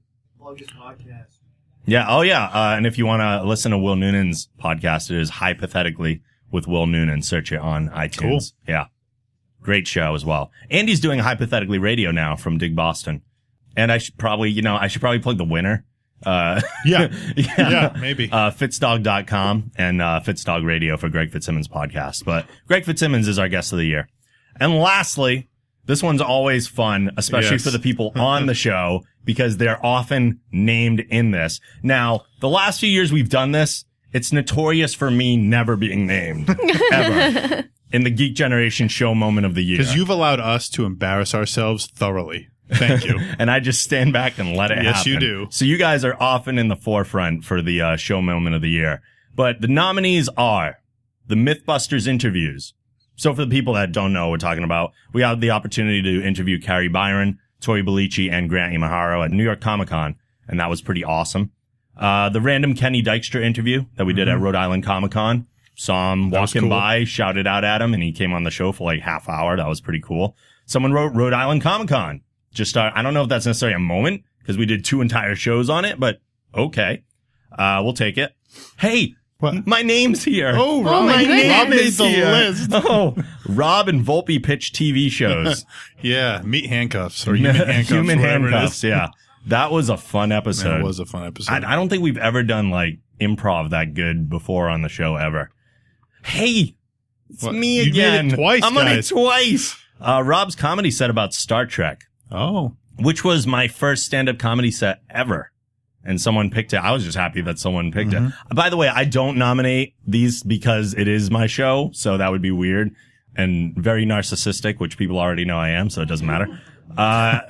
Speaker 1: Yeah. Oh, yeah. Uh, and if you want to listen to Will Noonan's podcast, it is hypothetically with Will Noonan. Search it on iTunes.
Speaker 2: Cool.
Speaker 1: Yeah. Great show as well. Andy's doing hypothetically radio now from Dig Boston. And I should probably, you know, I should probably plug the winner. Uh,
Speaker 2: Yeah. Yeah, maybe.
Speaker 1: Uh, fitzdog.com and uh, Fitzdog Radio for Greg Fitzsimmons podcast. But Greg Fitzsimmons is our guest of the year. And lastly, this one's always fun, especially
Speaker 2: Yes.
Speaker 1: for the people on the show because they're often named in this. Now, the last few years we've done this, it's notorious for me never being named ever in the Geek Generation show moment of the year.
Speaker 2: Because you've allowed us to embarrass ourselves thoroughly. Thank you.
Speaker 1: and I just stand back and let it
Speaker 2: Yes,
Speaker 1: happen.
Speaker 2: you do.
Speaker 1: So you guys are often in the forefront for the uh, show moment of the year. But the nominees are the Mythbusters interviews. So for the people that don't know what we're talking about, we had the opportunity to interview Carrie Byron, Tori Belici, and Grant Imahara at New York Comic Con, and that was pretty awesome. Uh, the random Kenny Dykstra interview that we did at Rhode Island Comic Con. Saw him
Speaker 2: Mm-hmm. was
Speaker 1: walking
Speaker 2: cool.
Speaker 1: by, shouted out at him, and he came on the show for like half hour. That was pretty cool. Someone wrote Rhode Island Comic Con. Just, uh, I don't know if that's necessarily a moment because we did two entire shows on it, but okay. Uh, we'll take it. Hey,
Speaker 2: What?
Speaker 1: my name's here.
Speaker 2: Oh, Rob,
Speaker 1: my
Speaker 2: made- Rob
Speaker 1: name
Speaker 2: made
Speaker 1: is
Speaker 2: the
Speaker 1: here.
Speaker 2: list.
Speaker 1: Oh, Rob and Volpe pitch TV shows.
Speaker 2: Yeah, meat handcuffs or human handcuffs.
Speaker 1: Human
Speaker 2: whatever it is.
Speaker 1: handcuffs, yeah. That was a fun episode.
Speaker 2: Man, it was a fun episode.
Speaker 1: I, I don't think we've ever done like improv that good before on the show ever. Hey, it's
Speaker 2: What?
Speaker 1: me
Speaker 2: You made it
Speaker 1: again.
Speaker 2: twice,
Speaker 1: I'm on it
Speaker 2: guys.
Speaker 1: twice. Uh, Rob's comedy set about Star Trek,
Speaker 2: oh,
Speaker 1: which was my first stand-up comedy set ever. And someone picked it. I was just happy that someone picked it. By the way, I don't nominate these because it is my show, so that would be weird and very narcissistic, which people already know I am, so it doesn't matter. Uh,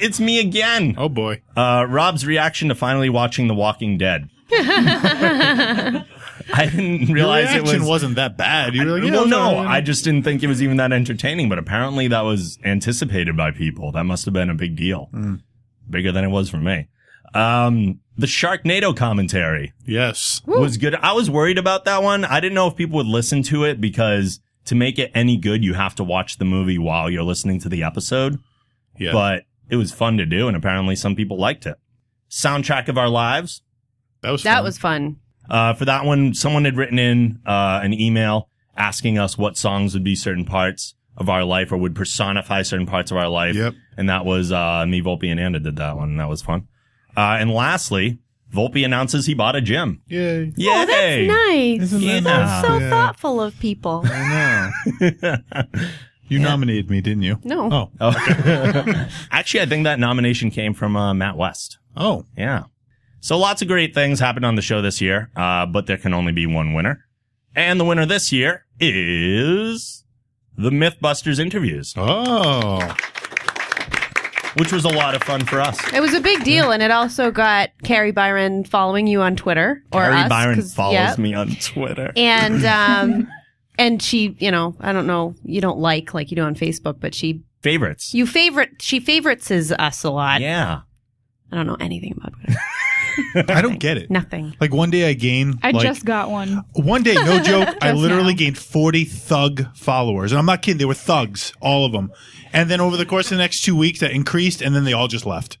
Speaker 1: it's me again.
Speaker 2: oh boy.
Speaker 1: Uh, Rob's reaction to finally watching The Walking Dead. I didn't
Speaker 2: Your
Speaker 1: realize it
Speaker 2: reaction
Speaker 1: was.
Speaker 2: wasn't that bad. You were like, yeah,
Speaker 1: well,
Speaker 2: it was all
Speaker 1: no,
Speaker 2: right.
Speaker 1: I just didn't think it was even that entertaining. But apparently, that was anticipated by people. That must have been a big deal,
Speaker 2: Hmm.
Speaker 1: bigger than it was for me. Um, the Sharknado commentary
Speaker 2: yes.
Speaker 1: was good. I was worried about that one. I didn't know if people would listen to it because to make it any good, you have to watch the movie while you're listening to the episode
Speaker 2: Yeah.
Speaker 1: but it was fun to do, and apparently some people liked it. Soundtrack of our lives.
Speaker 2: that was
Speaker 3: That
Speaker 2: fun.
Speaker 3: was fun.
Speaker 1: Uh, for that one, someone had written in uh, an email asking us what songs would be certain parts of our life or would personify certain parts of our life.
Speaker 2: Yep.
Speaker 1: And that was uh, me, Volpe, and Anda did that one, and that was fun. Uh, and lastly, Volpe announces he bought a gym.
Speaker 2: Yay.
Speaker 1: Yay!
Speaker 3: Oh, that's nice.
Speaker 2: Isn't
Speaker 1: That's
Speaker 2: that nice?
Speaker 3: So
Speaker 2: Yeah.
Speaker 3: thoughtful of people.
Speaker 2: I know. You nominated me, didn't you?
Speaker 3: No.
Speaker 2: Oh.
Speaker 1: Oh. Actually, I think that nomination came from uh, Matt West.
Speaker 2: Oh.
Speaker 1: Yeah. So lots of great things happened on the show this year, uh, but there can only be one winner. And the winner this year is the Mythbusters interviews,
Speaker 2: Oh.
Speaker 1: which was a lot of fun for us.
Speaker 3: It was a big deal, and it also got Carrie Byron following you on Twitter or
Speaker 1: Harry
Speaker 3: us,
Speaker 1: Byron
Speaker 3: 'cause-
Speaker 1: follows
Speaker 3: yeah.
Speaker 1: me on Twitter.
Speaker 3: and um, and she, you know, I don't know, you don't like like you do on Facebook, but she,
Speaker 1: Favorites.
Speaker 3: you favorite, she favorites us a lot.
Speaker 1: yeah.
Speaker 3: I don't know anything about Twitter.
Speaker 2: I don't get it.
Speaker 3: Nothing.
Speaker 2: Like one day I gain.
Speaker 4: I
Speaker 2: like,
Speaker 4: just got one.
Speaker 2: One day, no joke, I
Speaker 4: Just
Speaker 2: literally
Speaker 4: now.
Speaker 2: gained 40 thug followers. And I'm not kidding. They were thugs, all of them. And then over the course of the next two weeks, that increased, and then they all just left.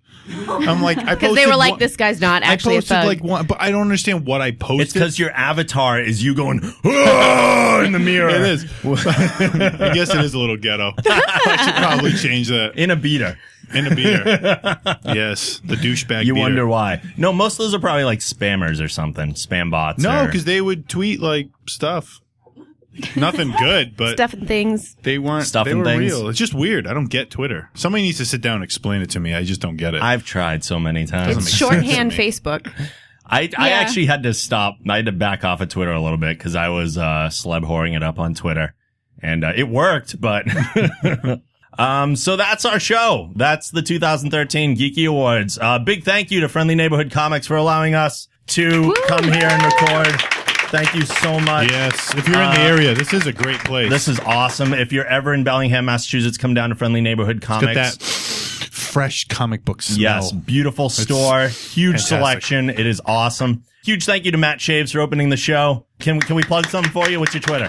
Speaker 2: I'm like, I
Speaker 3: Because
Speaker 2: posted
Speaker 3: they were like,
Speaker 2: one-
Speaker 3: this guy's not actually
Speaker 2: I
Speaker 3: a
Speaker 2: posted
Speaker 3: thug.
Speaker 2: like one, but I don't understand what I posted.
Speaker 1: It's because your avatar is you going "Ah," in the mirror.
Speaker 2: it is. I guess it is a little ghetto. I should probably change that.
Speaker 1: In a beater.
Speaker 2: And a beater. yes, the douchebag.
Speaker 1: You
Speaker 2: beater.
Speaker 1: wonder why. No, most of those are probably like spammers or something, spam bots.
Speaker 2: No,
Speaker 1: or-
Speaker 2: because Oh, they would tweet like stuff. Nothing good, but
Speaker 3: Stuff and things.
Speaker 2: they weren't.
Speaker 1: Stuff
Speaker 2: they
Speaker 1: and
Speaker 2: were
Speaker 1: things.
Speaker 2: real. It's just weird. I don't get Twitter. Somebody needs to sit down and explain it to me. I just don't get it.
Speaker 1: I've tried so many times.
Speaker 3: It's shorthand Facebook.
Speaker 1: I, I
Speaker 3: Yeah.
Speaker 1: actually had to stop. I had to back off of Twitter a little bit because I was uh, celeb whoring it up on Twitter, and uh, it worked. But um, so that's our show. That's the 2013 Geeky Awards. Uh, big thank you to Friendly Neighborhood Comics for allowing us to come here and record. Thank you so much.
Speaker 2: yes, if you're in the
Speaker 1: Uh,
Speaker 2: area, this is a great place.
Speaker 1: This is awesome. If you're ever in Bellingham, Massachusetts, come down to Friendly Neighborhood Comics.
Speaker 2: Get that fresh comic book smell.
Speaker 1: Yes, beautiful store, huge
Speaker 2: fantastic.
Speaker 1: selection. It is awesome. Huge thank you to Matt Shaves for opening the show. Can can we plug something for you? What's your Twitter?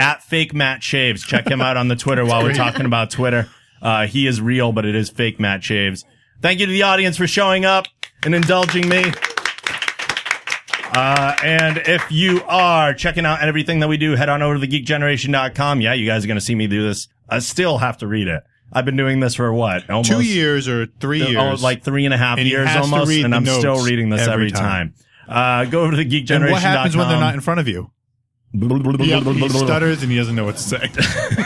Speaker 1: At fake Matt Shaves. Check him out on the Twitter while we're talking about Twitter. Uh, he is real, but it is fake Matt Shaves. Thank you to the audience for showing up and indulging me. Uh, and if you are checking out everything that we do, head on over to thegeekgeneration.com. Yeah, you guys are going to see me do this. I still have to read it. I've been doing this for what? Almost
Speaker 2: Two years or three
Speaker 1: Oh,
Speaker 2: years.
Speaker 1: like three and a half
Speaker 2: And he
Speaker 1: years
Speaker 2: has to
Speaker 1: almost,
Speaker 2: read
Speaker 1: and
Speaker 2: the
Speaker 1: I'm still
Speaker 2: notes
Speaker 1: reading this every,
Speaker 2: every
Speaker 1: time.
Speaker 2: time.
Speaker 1: Uh, go over to the geekgeneration.com.
Speaker 2: and what happens when they're not in front of you? Yep, he stutters and he doesn't know what to say.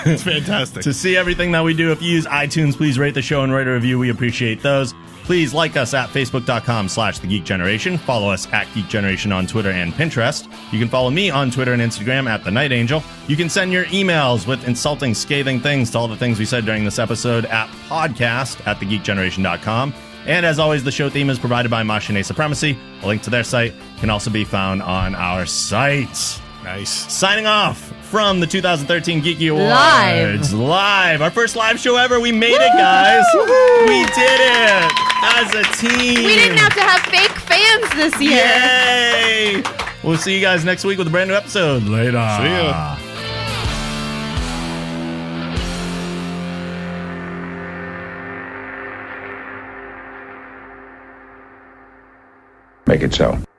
Speaker 2: it's fantastic.
Speaker 1: To see everything that we do, if you use iTunes, please rate the show and write a review. We appreciate those. Please like us at facebook.com slash the geek generation. Follow us at geek generation on Twitter and Pinterest. You can follow me on Twitter and Instagram at the night angel. You can send your emails with insulting, scathing things to all the things we said during this episode at podcast at thegeekgeneration.com. And as always, the show theme is provided by Machine Supremacy. A link to their site can also be found on our site.
Speaker 2: nice.
Speaker 1: Signing off from the 2013 Geeky
Speaker 3: Live.
Speaker 1: Awards. Live. Our first live show ever. We made it, guys. We did it as a team.
Speaker 3: We didn't have to have fake fans this year.
Speaker 1: Yay. We'll see you guys next week with a brand new episode. Later.
Speaker 2: See ya.
Speaker 11: Make it so.